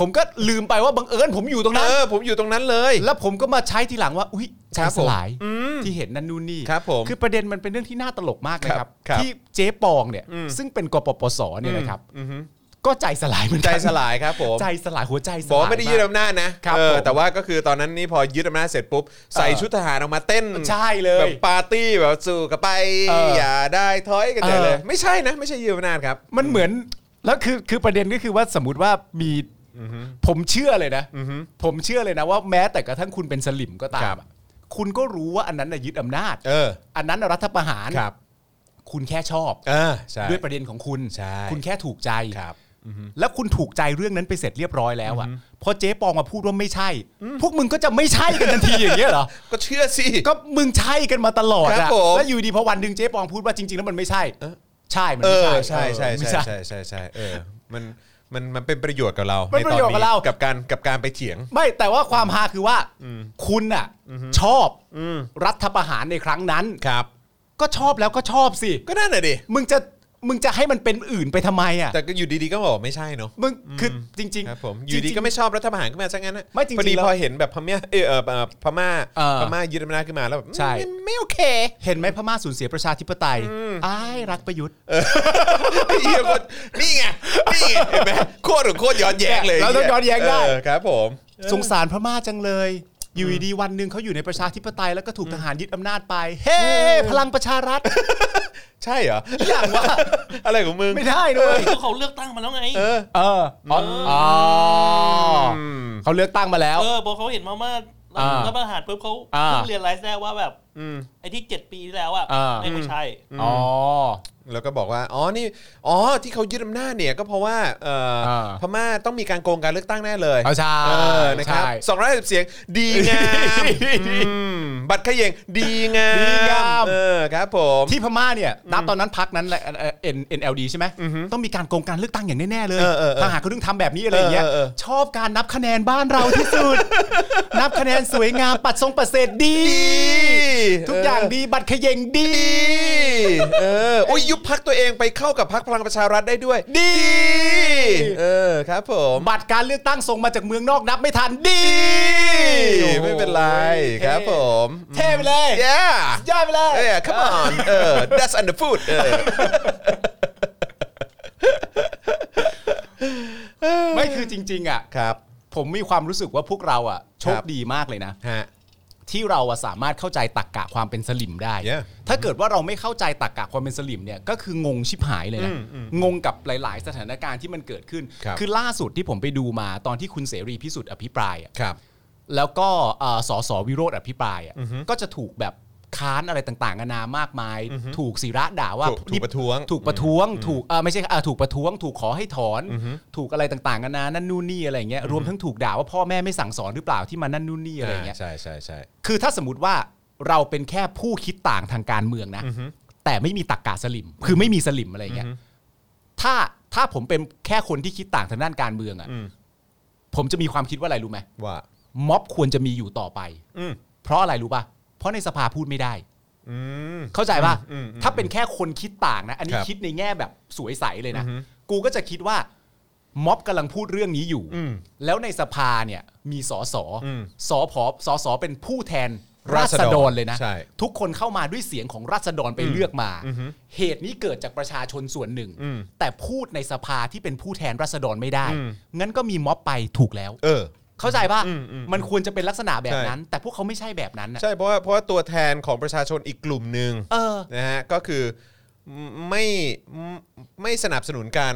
ผมก็ลืมไปว่าบังเอิญผมอยู่ตรงนั้น เออผมอยู่ตรงนั้นเลย แล้วผมก็มาใช้ทีหลังว่า อุ้ยใจ ครับ สลาย ผมอืม ที่เห็นนั่นนู่นนี่ ครับผม คือประเด็นมันเป็นเรื่องที่น่าตลกมากนะครับ ครับครับ ที่เจ๊ปองเนี่ย อืม ซึ่งเป็นกปปสเนี่ยนะครับ อือฮึ ก็ใจสลายเหมือน ใจ กัน สลายครับผม ใจสลายหัวใจสลาย บอกว่าไม่ได้ยึดอำนาจนะครับ เออ ผม แต่ว่าก็คือตอนนั้นนี่พอยึดอำนาจเสร็จปุ๊บ ใส่ เออ ชุดทหารออกมาเต้น ใช่เล แบ ย บปาร์ตี้แบบสู่กันไป เออ อ อย่ าได้ถอยกันใหญ่เลย เออ ไม่ใช่นะ ไม่ใช่ยึดอำนาจครับ มันเหมือนแล้วคือคือประเด็นก็คือว่าสมมติว่ามีผมเชื่อเลยนะผมเชื่อเลยนะว่าแม้แต่กระทั่งคุณเป็นสลิมก็ตา ครั ม บ อะคุณก็รู้ว่าอันนั้นน่ะยึดอำนาจ เออ อันนั้นน่ะรัฐประหาร ครับ คุณแค่ชอบ เออใช่ ด้วยประเด็นของคุณ ใช่ คุณแค่ถูกใจ ครับ แล้วคุณถูกใจเรื่องนั้นไปเสร็จเรียบร้อยแล้วอ่ะพอเจ๊ปองมาพูดว่าไม่ใช่ พวกมึงก็จะไม่ใช่กันทันทีอย่างเงี้ยเหรอ ก็เชื่อสิ ก็มึงใช่กันมาตลอด ครั อะ บผม แล้วอยู่ดีพอวันหนึ่งเจ๊ปองพูดว่าจริง ๆ แล้วมันไม่ใช่ ใช่ มัน เอ ไม่ อ ใช่ ใช่ใช่ ไม่ ใช่ใช่ใช่ใช่เออมันมันมันเป็นประโยชน์กับเรา มันประโยชน์กับเรา กับการกับการไปเถียง ไม่แต่ว่าความฮาคือว่าคุณอ่ะชอบรัฐประหารในครั้งนั้น ครับ ก็ชอบแล้วก็ชอบสิ ก็นั่นแหละดิ มึงจะมึงจะให้มันเป็นอื่นไปทำไมอ่ะ แต่ก็อยู่ดีๆก็บอกไม่ใช่เนอะ มึงคือจริง ครับ ๆ ผมอยู่ดี จริงๆ ก็ไม่ชอบรัฐประหารขึ้นมาซะงั้นนะ ไม่จริงๆ พอดี แล้ว พอเห็นแบบพม่าเออเออเอ่อพม่า เออ พม่ายึดอำนาจขึ้นมาแล้วแบบ ใช่ ไม่ไม่โอเค เห็นไหมพม่าสูญเสียประชาธิปไตยอ้ายรักประยุทธ์ ไอ้เหี้ยคนนี่ไงนี่ไงเห็นไหมโคตรของโคตรย้อนแย้งเลย เราต้องย้อนแย้งได้ เครับผม สงสารพม่าจังเลย อยู่ดีๆวันหนึ่งเขาอยู่ในประชาธิปไตยแล้วก็ถูกทหารยึดอำนาจไป เฮ้พลังประชารัฐ ใช่เหรอ อย่างว่า อะไรของมึง ไม่ได้ด้วย ก็เขาเลือกตั้งมาแล้วไง เออ เอออ๋ออ๋ออ ม เขาเลือกตั้งมาแล้ว เออพอเขาเห็นมาม่า อ่า แล้วประหารปุ๊บเขา อ่า เพิ่งเรียนไรแรกว่าแบบ อืม ไอ้ที่เจ็ดปีที่แล้วอ่ะ อ่า ไม่ใช่ อ๋อ แล้วก็บอกว่า อ๋อ นี่ อ๋อ ที่เขายึดอำนาจเนี่ย ก็เพราะว่าเอ่ออา พม่าต้องมีการโกงการเลือกตั้งแน่เลย เอาใช่ เออนะครับ ใช่ สองร้อยสิบเสียง ดีงาม อืม บัตรเขย่งดีงาม ดีงาม เออ ครับผม ที่พม่าเนี่ยนับตอนนั้นพักนั้นแหละเอ่อ็นเอ็นเอลดีใช่ไหมต้องมีการโกงการเลือกตั้งอย่างแน่ๆเลย เออเออเออ ทหารเขาถึงทำแบบนี้อะไรอย่างเงี้ย เออเออเออ ชอบการนับคะแนนบ้านเราที่สุด นับคะแนนสวยงามปัดทรงปัดเศษดี ทุกอย่างดีบัตรเขย่งดี เออโอ้ยยุบพักตัวเองไปเข้ากับพักพลังประชารัฐได้ด้วย ดี เออ ครับผม บัตรการเลือกตั้งส่งมาจากเมืองนอกนับไม่ทันดี ไม่เป็นไร ครับผม เท่ไปเลย yeah ยอดไปเลย เออ come on เออ that's under food เออ ไม่คือจริง ๆ อ่ะ ครับ ผมมีความรู้สึกว่าพวกเราอ่ะโช ค ครับ ดีมากเลยนะ ฮะ ที่เราอะสามารถเข้าใจตักกะความเป็นสลิมได้ Yeah ถ้าเกิดว่าเราไม่เข้าใจตักกะความเป็นสลิมเนี่ยก็คืองงชิบหายเลยนะ งงกับหลาย ๆ สถานการณ์ที่มันเกิดขึ้น ครับ อล่าสุดที่ผมไปดูมาตอนที่คุณเสรีพิสุทธิ์อภิปรายอะ ครับ แล้วก็เอ่อสสวิโรธอภิปรายอะก็จะถูกแบบค้านอะไรต่างๆนานามากมาย ถูกศิระด่าว่า ถูกถูกประท้วง ถูกประท้วง ถูกเอ่อไม่ใช่เอ่อถูกประท้วง ถูกขอให้ถอน ถูกอะไรต่างๆนานานั่นนู่นนี่อะไรอย่างเงี้ยรวมทั้งถูกด่าว่าพ่อแม่ไม่สั่งสอนหรือเปล่าที่มานั่นนู่นนี่อะไรอย่างเงี้ย ใช่ใช่ใช่ คือถ้าสมมติว่าเราเป็นแค่ผู้คิดต่างทางการเมืองนะ แต่ไม่มีตรกกาสลิม คือไม่มีสลิมอะไรเงี้ยถ้าถ้าผมเป็นแค่คนที่คิดต่างทางด้านการเมืองอะ่ะผมจะมีความคิดว่าอะไรรู้ไหม ว่า ม็อบควรจะมีอยู่ต่อไป อืม เพราะอะไรรู้ป่ะเพราะในสภาพูดไม่ได้ อืม เข้าใจป่ะ อืมอืม ถ้าเป็นแค่คนคิดต่างนะ อันนี้ ครับ คิดในแง่แบบสวยใสเลยนะ อือฮึ กูก็จะคิดว่าม็อบกำลังพูดเรื่องนี้อยู่ อืม แล้วในสภาเนี่ยมีสอสออ ม สอพอสอสอเป็นผู้แทน รา รา ษฎร ษฎรเลยนะ ใช่ ทุกคนเข้ามาด้วยเสียงของราษฎรไปเลือกมา เหตุนี้เกิดจากประชาชนส่วนหนึ่ง อืม แต่พูดในสภาที่เป็นผู้แทนราษฎรไม่ได้ อืม งั้นก็มีม็อบไปถูกแล้ว เออ เข้าใจป่ะ อืมอืม มันควรจะเป็นลักษณะแบบ ใช่ นั้น แต่พวกเขาไม่ใช่แบบนั้นนะ ใช่เพราะว่าเพราะว่าตัวแทนของประชาชนอีกกลุ่มหนึ่ง เออ นะฮะก็คือไม่ไม่สนับสนุนการ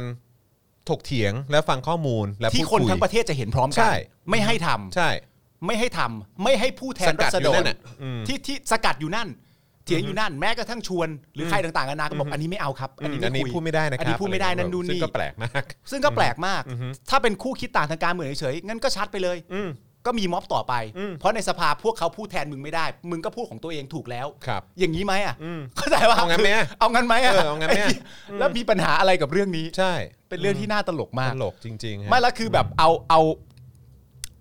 ถกเถียงและฟังข้อมูลและ ที่ พูด คน ย ทั้งประเทศจะเห็นพร้อมกั ใช่ ไม่ให้ทำ ใช่ ไม่ให้ทำไม่ให้ผู้แท ส น กั รั ด ษ อยู่ ฎ นั่ ร นน่ะอืม ที่ที่สกัดอยู่นั่น เถียงอยู่นั่น แม้กระทั่งชวน หรือใครต่างๆนานาก็บอกอันนี้ไม่เอาครับ อัน ไม่ นี้ คุย พูดไม่ได้นะค อั รับ นนี้พูดไม่ได้นั่นดูน ซึ่ง นี่ ก็แปลกมาก ซึ่งก็แปลกมาก ถ้าเป็นคู่คิดต่างทางการเมืองเฉยๆงั้นก็ชัดไปเลย อืม ก็มีม็อบต่อไป อืม เพราะในสภาพวกเขาพูดแทนมึงไม่ได้ มึงก็พูดของตัวเองถูกแล้ว ครับ อย่างนี้ไหมอ่ะ อืม เข้าใจว่า เอางั้นไหมอะ เอางั้นไหมอ่ะ เออเอางั้นไหมอะ แล้วมีปัญหาอะไรกับเรื่องนี้ ใช่ เป็นเรื่องที่น่าตลกมา ต ก ลกจริงๆฮะ ไม่และคือแบบเอาเอา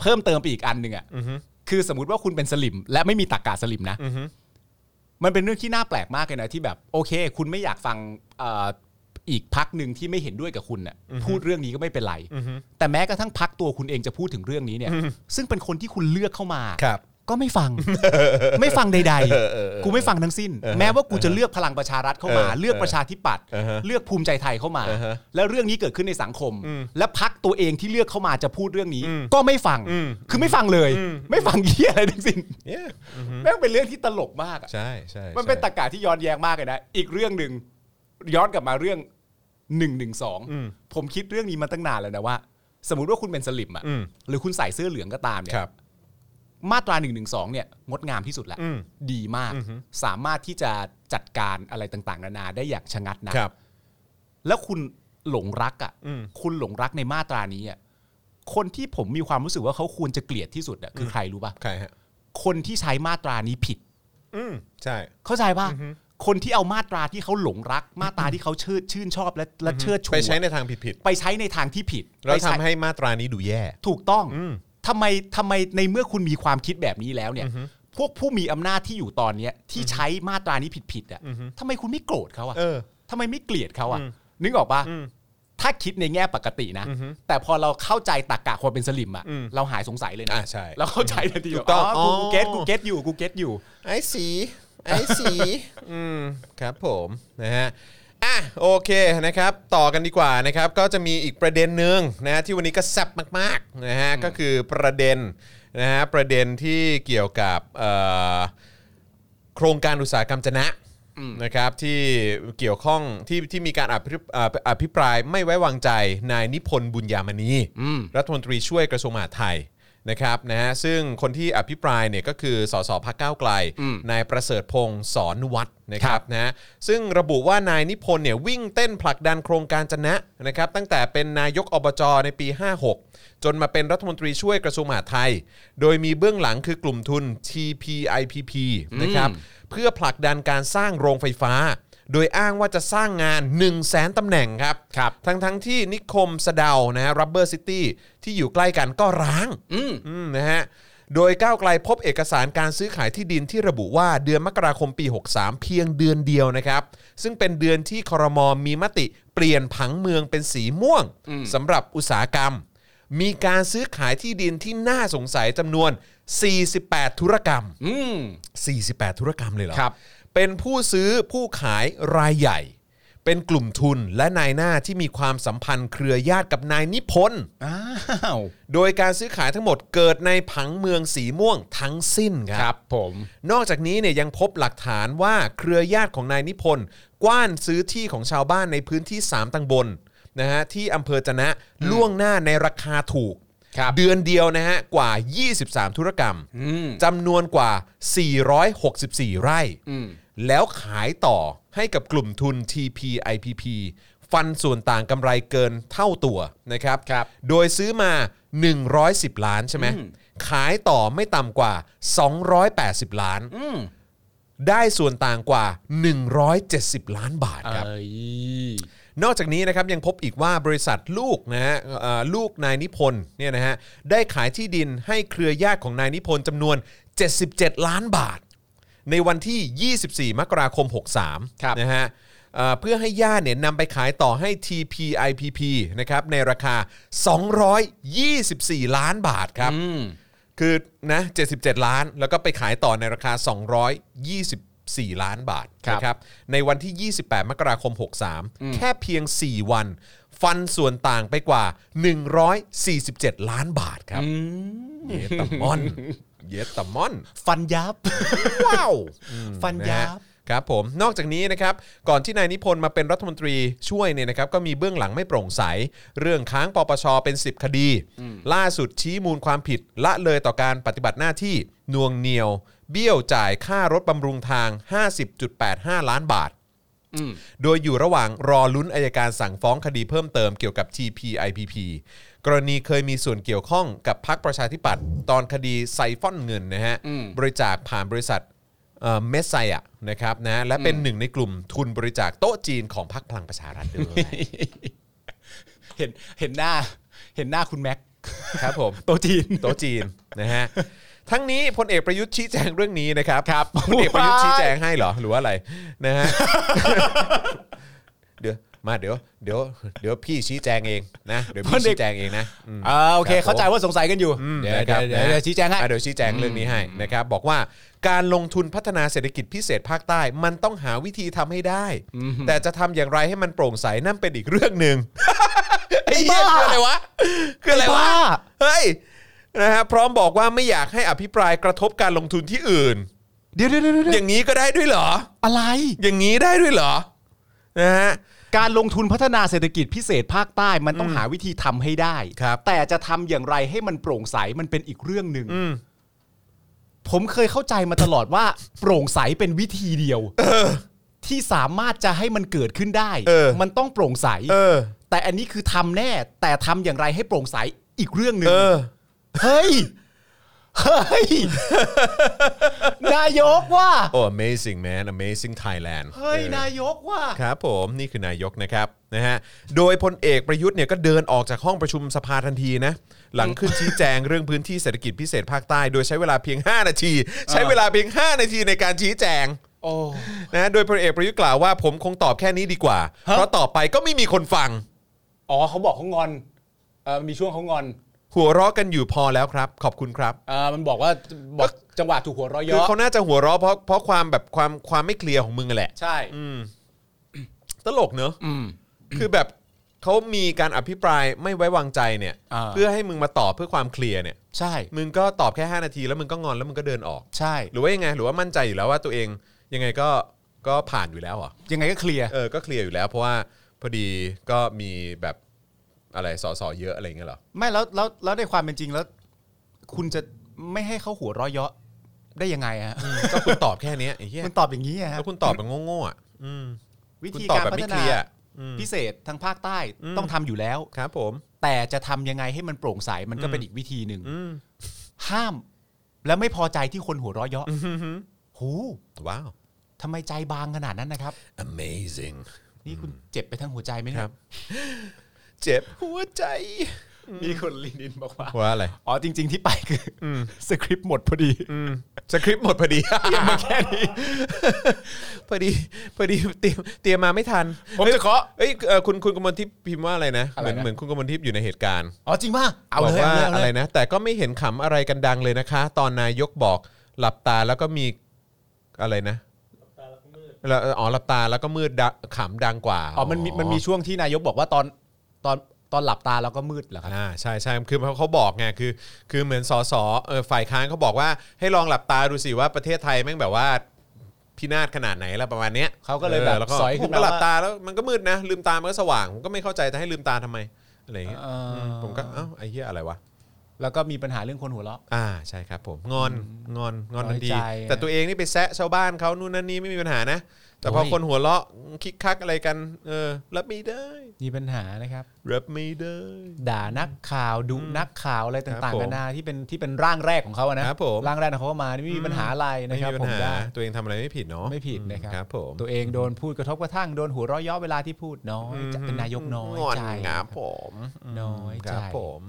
เพิ่มเติมไปอีกอันหนึ่งอ่ะ อือฮึ คือสมมติว่าคุณเป็นสลิม และไม่มีตรกกาสลิมนะ อือฮึ มันเป็นเรื่องที่น่าแปลกมากเลยนะที่แบบโอเค คุณไม่อยากฟังเอ่ออีกพักหนึ่งที่ไม่เห็นด้วยกับคุณน่ะพูดเรื่องนี้ก็ไม่เป็นไร อือฮึ แต่แม้กระทั่งพักตัวคุณเองจะพูดถึงเรื่องนี้เนี่ย ซึ่งเป็นคนที่คุณเลือกเข้ามา ครับ ก็ไม่ ฟัง ไม่ฟังใด เออเออเออ ๆ กูไม่ฟังทั้งสิ้น แม้ว่ากูจะเลือกพลังประชารัฐเข้ามา เออ เลือกประชาธิปัตย์ เออฮะ เลือกภูมิใจไทยเข้ามา เออฮะ แล้วเรื่องนี้เกิดขึ้นในสังคม อืม และพักตัวเองที่เลือกเข้ามาจะพูดเรื่องนี้ อืม ก็ไม่ฟัง อืม คือไม่ฟังเลย อืม ไม่ฟังเหี้ยอะไรทั้งสิ้น เนี่ยอือฮึ แม่งเป็นเรื่องที่ตลกมากอะ ใช่ใช่ใช่ มันเป็นตรรกะที่ย้อนแย้งมากเลยนะอีกเรื่องหนึ่งย้อนกลับมาเรื่องหนึ่งหนึ่งสอง อืม ผมคิดเรื่องนี้มาตั้งนานแล้วนะว่า สมมติว่าคุณเป็นสลิมอะ อืม หรือคุณใส่เสื้อเหลืองก็ตามเนี่ ค ย รับ มาตรา1นึเนี่ยงดงามที่สุดแหละ อืม ดีมาก อือฮึ สามารถที่จะจัดการอะไรต่างๆ นานาได้อย่างชะงัดนะครับ แล้วคุณหลงรักอ่ะ อืม คุณหลงรักในมาตรานี้อ่ะคนที่ผมมีความรู้สึกว่าเขาควรจะเกลียดที่สุดอ่ะคือใครรู้ป่ะ ใครฮะ คนที่ใช้มาตรานี้ผิด อืมใช่ เข้าใจป่ะคนที่เอามาตราที่เขาหลงรัก มาตราที่เขาเชื่อชื่นชอบและและเชิดชู ไปใช้ในทางผิด ไปใช้ในทางที่ผิด ๆแล้ว ไป ทำ ใช้ ให้มาตรานี้ดูแย่ ถูกต้อง อืม ทำไมทำไมในเมื่อคุณมีความคิดแบบนี้แล้วเนี่ย พวกผู้มีอำนาจที่อยู่ตอนเนี้ยที่ใช้มาตรานี้ผิดๆอ่ะทำไมคุณไม่โกรธเขาอ่ะ เออ ทำไมไม่เกลียดเขาอ่ะ นึกออกปะถ้าคิดในแง่ปกตินะ แต่พอเราเข้าใจตรกกะความเป็นสลิมอ่ะ เราหายสงสัยเลยนะ อ่ะใช่ เราเข้าใจทันที ถูกต้อง กู อ๋อ เก็ตกูเก็ตอยู่กูเก็ตอยู่ ไอ้สี ไอ้สี อืม ครับผมนะฮะ อ่ะ โอเคนะครับ ต่อกันดีกว่านะครับ ก็จะมีอีกประเด็นหนึ่งนะที่วันนี้ก็แซ่บมากๆนะฮะ ก็คือประเด็น นะฮะประเด็นที่เกี่ยวกับเอ่อโครงการอุตสาหกรรมจนะนะครับที่เกี่ยวข้องที่ที่มีการอภิปอ่าอภิปรายไม่ไว้วางใจนายนิพนธ์บุญยามณีรัฐมนตรีช่วยกระทรวงมหาดไทยนะครับนะฮะซึ่งคนที่อภิปรายเนี่ยก็คือสสพักก้าวไกลนายประเสริฐพงศ์สอนวัฒน์นะครับนะฮะซึ่งระบุว่านายนิพนธ์เนี่ยวิ่งเต้นผลักดันโครงการจนะนะครับตั้งแต่เป็นนายกอบจในปี 56 จนมาเป็นรัฐมนตรีช่วยกระทรวงมหาดไทย โดยมีเบื้องหลังคือกลุ่มทุน TPIPP นะครับเพื่อผลักดันการสร้างโรงไฟฟ้า โดยอ้างว่าจะสร้างงาน 1 0 0 0 0แสนตำแหน่งครับ ทั้งทั้งๆที่นิคมสะเดานะฮะรับเบอร์ซิตี้ที่อยู่ใกล้กันก็ร้าง อืมนะฮะ โดยก้าวไกลพบเอกสารการซื้อขายที่ดินที่ระบุว่าเดือนมกราคมปี 63 เพียงเดือนเดียวนะครับ ซึ่งเป็นเดือนที่ครมมีมติเปลี่ยนผังเมืองเป็นสีม่วงสำหรับอุตสาหกรรม มีการซื้อขายที่ดินที่น่าสงสัยจำนวน 48 ธุรกรรม อืม 48 ธุรกรรมเลยเหรอ ครับ เป็นผู้ซื้อผู้ขายรายใหญ่ เป็นกลุ่มทุนและนายหน้าที่มีความสัมพันธ์เครือญาติกับนายนิพนธ์ อ้าว โดยการซื้อขายทั้งหมดเกิดในผังเมืองสีม่วงทั้งสิ้นค ค รั รับ บผม นอกจากนี้เนี่ยยังพบหลักฐานว่าเครือญาติของนายนิพนธ์กว้านซื้อที่ของชาวบ้านในพื้นที่ 3 ตังบลนะฮะที่อำเภอจะนะล่วงหน้าในราคาถูก ครับ เดือนเดียวนะฮะกว่า 23 ธุรกรรม อืม จำนวนกว่า 464 ไร่ อืม แล้วขายต่อให้กับกลุ่มทุน TPIPP ฟันส่วนต่างกำไรเกินเท่าตัวนะครับ ครับ โดยซื้อมา 110 ล้านใช่ไหม ขายต่อไม่ต่ำกว่า 280 ล้าน อืม ได้ส่วนต่างกว่า 170 ล้านบาทครับ เอ้ย นอกจากนี้นะครับยังพบอีกว่าบริษัทลูกนะฮะเอ่อลูกนายนิพนธ์เนี่ยนะฮะได้ขายที่ดินให้เครือญาติของนายนิพนธ์จำนวน 77 ล้านบาท ในวันที่ 24 มกราคม 63นะฮะเอ่อเพื่อให้ญาติเนี่ยนำไปขายต่อให้ TPIPP นะครับในราคา 224 ล้านบาทครับ อืม คือนะ77 ล้าน แล้วก็ไปขายต่อในราคา 224 ล้านบาทนะครับในวันที่ 28 มกราคม 63 แค่เพียง 4 วัน ฟันส่วนต่างไปกว่า 147 ล้านบาทครับ เยตามอน เยตามอน ฟันยับ ว้าว ฟันยับ ครับผม นอกจากนี้นะครับ ก่อนที่นายนิพนธ์มาเป็นรัฐมนตรีช่วยเนี่ยนะครับ ก็มีเบื้องหลังไม่โปร่งใส เรื่องค้างปปชเป็น 10 คดี ล่าสุดชี้มูลความผิด ละเลยต่อการปฏิบัติหน้าที่นวงเหนียว เบี้ยวจ่ายค่ารถบำรุงทาง 50.85 ล้านบาท อืม โดยอยู่ระหว่างรอลุ้นอายการสั่งฟ้องคดีเพิ่มเติมเกี่ยวกับ TPIPP กรณีเคยมีส่วนเกี่ยวข้องกับพรรคประชาธิปัตย์ตอนคดีไซฟอนเงินนะฮะ อืม บริจาคผ่านบริษัทเมสไซอะนะครับนะและเป็นหนึ่งในกลุ่มทุนบริจาคโต๊ะจีนของพรรคพลังประชารัฐด้วย เห็นเห็นหน้า เห็นหน้าคุณแม็ก ครับผม โตะจีน โต๊ะจีนนะฮะ ทั้งนี้พลเอกประยุทธ์ชี้แจงเรื่องนี้นะครับครับพลเอกประยุทธ์ชี้แจงให้เหรอหรือว่าอะไรนะ ฮะ เดี๋ยวมาเดี๋ยวเดี๋ยวเดี๋ยวพี่ชี้แจงเองนะเดี๋ยว พ พี่ ลเอก ชี้แจงเองนะอืม อ่าโอเค ครับผม เข้าใจว่าสงสัยกันอยู่ เดี๋ยว นะค เดี๋ รับยวเดี๋ยว นะฮะ เดี๋ยวชี้แจงให้ อ่ะเดี๋ยวชี้แจงเรื่องนี้ให้นะครับบอกว่าการลงทุนพัฒนาเศรษฐกิจพิเศษภาคใต้ มันต้องหาวิธีทำให้ได้ แต่จะทำอย่างไรให้มันโปร่งใสนั่นเป็นอีกเรื่อง หนึ่ง ไอ้เหี้ยคืออะไรวะคืออะไรวะ ไอ้บ้า เฮ้ยนะฮะพร้อมบอกว่าไม่อยากให้อภิปรายกระทบการลงทุนที่อื่น เดี๋ยวเดี๋ยวเดี๋ยว อ เดี๋ยว ย่างนี้ก็ได้ด้วยเหรอ อะไร อย่างนี้ได้ด้วยเหรอนะฮะ การลงทุนพัฒนาเศรษฐกิจพิเศษภาคใต้มันต้องหาวิธีทำให้ได้ ครับ แต่จะทำอย่างไรให้มันโปร่งใสมันเป็นอีกเรื่องหนึ่ง อืม ผมเคยเข้าใจมาตลอดว่า โปร่งใสเป็นวิธีเดียวที่สามารถจะให้มันเกิดขึ้นได้ มันต้องโปร่งใส เออ แต่อันนี้คือทำแน่ แต่ทำอย่างไรให้โปร่งใสอีกเรื่องหนึ่ง เออ เฮ้ย เฮ้ย นายกว่า โอ้ amazing man amazing Thailand เฮ้ย ออ นายกว่า ครับผมนี่คือนายกนะครับนะฮะโดยพลเอกประยุทธ์เนี่ยก็เดินออกจากห้องประชุมสภาทันทีนะหลังขึ้นชี้แจงเรื่องพื้นที่เศรษฐกิจพิเศษภาคใต้ โดยใช้เวลาเพียง 5 นาที ใช้เวลาเพียง 5 นาทีในการชี้แจง โอ้ นะโดยพลเอกประยุทธ์กล่าวว่าผมคงตอบแค่นี้ดีกว่า เพราะต่อไปก็ไม่มีคนฟัง อ๋อเขาบอกเขางอนเออมีช่วงเขางอน หัวเราะกันอยู่พอแล้วครับ ขอบคุณครับ เออมันบอกว่าบอกจังหวะถูกหัวเร้อยเย คือ อะ เขาน่าจะหัวเราะเพราะเพราะความแบบความความไม่เคลียร์ของมึงอะแหละ ใช่ ตลกเนอะคือแบบ เขามีการอภิปรายไม่ไว้วางใจเนี่ย อ่า เพื่อให้มึงมาตอบเพื่อความเคลียร์เนี่ย ใช่ มึงก็ตอบแค่ 5 นาทีแล้วมึงก็งอนแล้วมึงก็เดินออก ใช่ หรือว่ายังไงหรือว่ามั่นใจอยู่แล้วว่าตัวเองยังไงก็ก็ผ่านอยู่แล้วเหรอ ยังไงก็เคลียร์ เออก็เคลียร์อยู่แล้ว เพราะว่าพอดีก็มีแบบอะไรสอสอเยอะอะไรอย่างเงี้ยเหรอ ไม่แล้วแล้วแล้วในความเป็นจริงแล้ว คุณจะไม่ให้เขาหัวเร้อยเยาะได้ยังไงฮะ ก็คุณตอบแค่เนี้ยไอ้เหี้ย มันตอบอย่างนี้อะฮะ แล้วคุณตอบแบบโง่ๆอ่ะอืม วิ คุณ ธี ตอบ การ แบบ พั ไม่ ฒ เค นา ลียร์อืม พิเศษทางภาคใต้ อืม ต้องทำอยู่แล้ว ครับผม แต่จะทำยังไงให้มันโปร่งใสมันก็เป็นอีกวิธีหนึ่ง อืม ห้าม แล้วไม่พอใจที่คนหัวเร้อยเยาะหู ว้าว ทำไมใจบางขนาดนั้นนะครับ amazing นี่คุณเจ็บไปทั้งหัวใจไหม ค เนี่ รั ย บ เจ็บ หัวใจ มีคนลินินบอกว่า ว่าอะไร อ๋อจริง ๆ ที่ไปคืออสคริปต์หมดพอดี สคริปต์หมดพอดี มาแค่นี้ พอดีพอดีเตรียมเตรียมมาไม่ทัน ผมจะขอ เอ้ยเอ่อคุณคุณกมลทิพย์พิมพ์ว่าอะไรนะ อะไร เหมือน นะ เหมือนคุณกมลทิพย์อยู่ในเหตุการณ์ อ๋อจริงป่ะเอา บอ เล ก ย ว่าอะเอาเลยเอะไร ไรนะ แต่ก็ไม่เห็นขำอะไรกันดังเลยนะคะ ตอนนายกบอกหลับตาแล้วก็มีอะไรนะแล้วอ๋อหลับตาแล้วก็มืดดะขำดังกว่า อ๋อมันมีมันมีช่วงที่นายกบอกว่าตอนตอนตอนหลับตาแล้วก็มืดเหรอครับ อ่าใช่ใช่คือเขาเขาบอกไงคือ คือเหมือนสสเออฝ่ายค้านเขาบอกว่าให้ลองหลับตาดูสิว่าประเทศไทยแม่งแบบว่าพินาศขนาดไหนแล้วประมาณเนี้ย เขาก็เลยแบบ ออแล้วก็ สอยผขึ้มนมา ก็หลับ ว่า ตาแล้วมันก็มืดนะ ลืมตามันก็สว่างผมก็ไม่เข้าใจจะให้ลืมตาทำไมอะไรอย่างเงี้ย เอ่อ อืมผมก็เอ้าไอ้เหี้ยอะไรวะ แล้วก็มีปัญหาเรื่องคนหัวเราะ อ่าใช่ครับผมงอนงอนงอน น้อทัยนที ใจ แต่ตัวเองนี่ไปแซะชาวบ้านเขานู่นนั่นนี่ไม่มีปัญหานะ แต่พอ โอ้ย คนหัวเราะคิกคักอะไรกัน เออรับไม่ได้ มีปัญหานะครับ รับไม่ได้ ด่านักข่าวดุนักข่าวอะไรต่าง ครับผ ๆ ม นานาที่เป็นที่เป็นร่างแรกของเขาอะนะครับ ผม ร่างแรกของเขาก็มานี่ไม่มีปัญหาอะไร ไม่ นะครับ มี ผ ปัญ ม หา ได้ ตัวเองทำอะไรไม่ผิดเนาะ ไม่ผิดนะครับ ครับผม ตัวเองโดนพูดกระทบกระทั่งโดนหัวเร้อยเยาะเวลาที่พูดน้อยจะเป็นนายกน้อย งอน ใจ ครับผม น้อยใจ ครับผม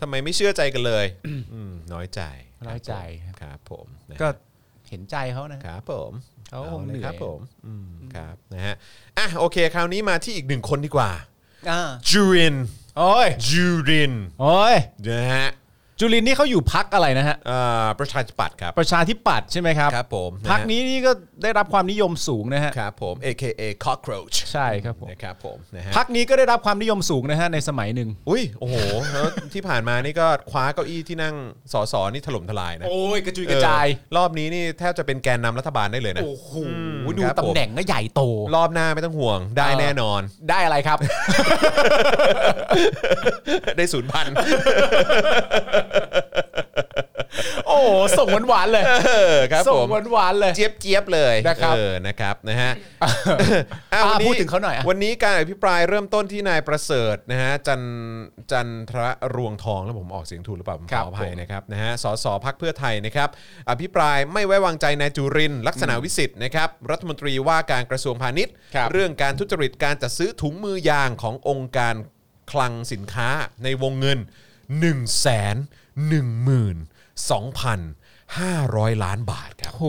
ทำไมไม่เชื่อใจกันเลยอืมน้อยใจ น้อยใจครับ ครับผมนะ ก็เห็นใจเขานะ ครับผม เขาคง ละ เหนื่อย ครับผมอืมครับนะฮะอ่ะโอเค คราวนี้มาที่อีกหนึ่งคนดีกว่า อ่า จูริน โอ้ย จูริน โอ้ย นะฮะ จุลินนี่เขาอยู่พักอะไรนะฮะ เอ่อประชาธิปัตย์ครับ ประชาธิปัตย์ใช่ไหมครับ ครับผมะฮะ พักนี้นี่ก็ได้รับความนิยมสูงนะฮะ ครับผม AKA cockroach ใช่ครับผม นะครับผมนะฮะ พักนี้ก็ได้รับความนิยมสูงนะฮะในสมัยหนึ่ง อุ้ย โอ้โหแล้วที่ผ่านมานี่ก็คว้าเก้าอี้ที่นั่งสสนี่ถล่มทลายนะ โอ้ยกระจุยกระจาย เออรอบนี้นี่แทบจะเป็นแกนนำรัฐบาลได้เลยนะ โอ้โห อืม ดู ครับผม ตำแหน่งก็ใหญ่โต รอบหน้าไม่ต้องห่วงได้ เออ แน่นอน ได้อะไรครับ ได้ศูนย์พัน โอ้โหส่งหวานๆเลย เออครับ ส่ ผ ง ม หวานๆเลย เจี๊ยบเจี๊ยบเลย นะครับ เออนะครับนะฮะ อ่ะ วันนี้ พูดถึงเขาหน่อยอ่ะ วันนี้การอภิปรายเริ่มต้นที่นายประเสริฐนะฮะจันจันทระรวงทองแล้วผมออกเสียงถูกหรือเปล่าผมขออภัยนะครับนะฮะสสพักเพื่อไทยนะครับอภิปรายไม่ไว้วางใจนายจุรินทร์ลักษณะวิสิทธิ์นะครับรัฐมนตรีว่าการกระทรวงพาณิชย์ ครับ เรื่องการทุจริตการจัดซื้อถุงมือยางขององค์การคลังสินค้าในวงเงิน 1 1 2 500 ล้านบาทครับ โอ้โห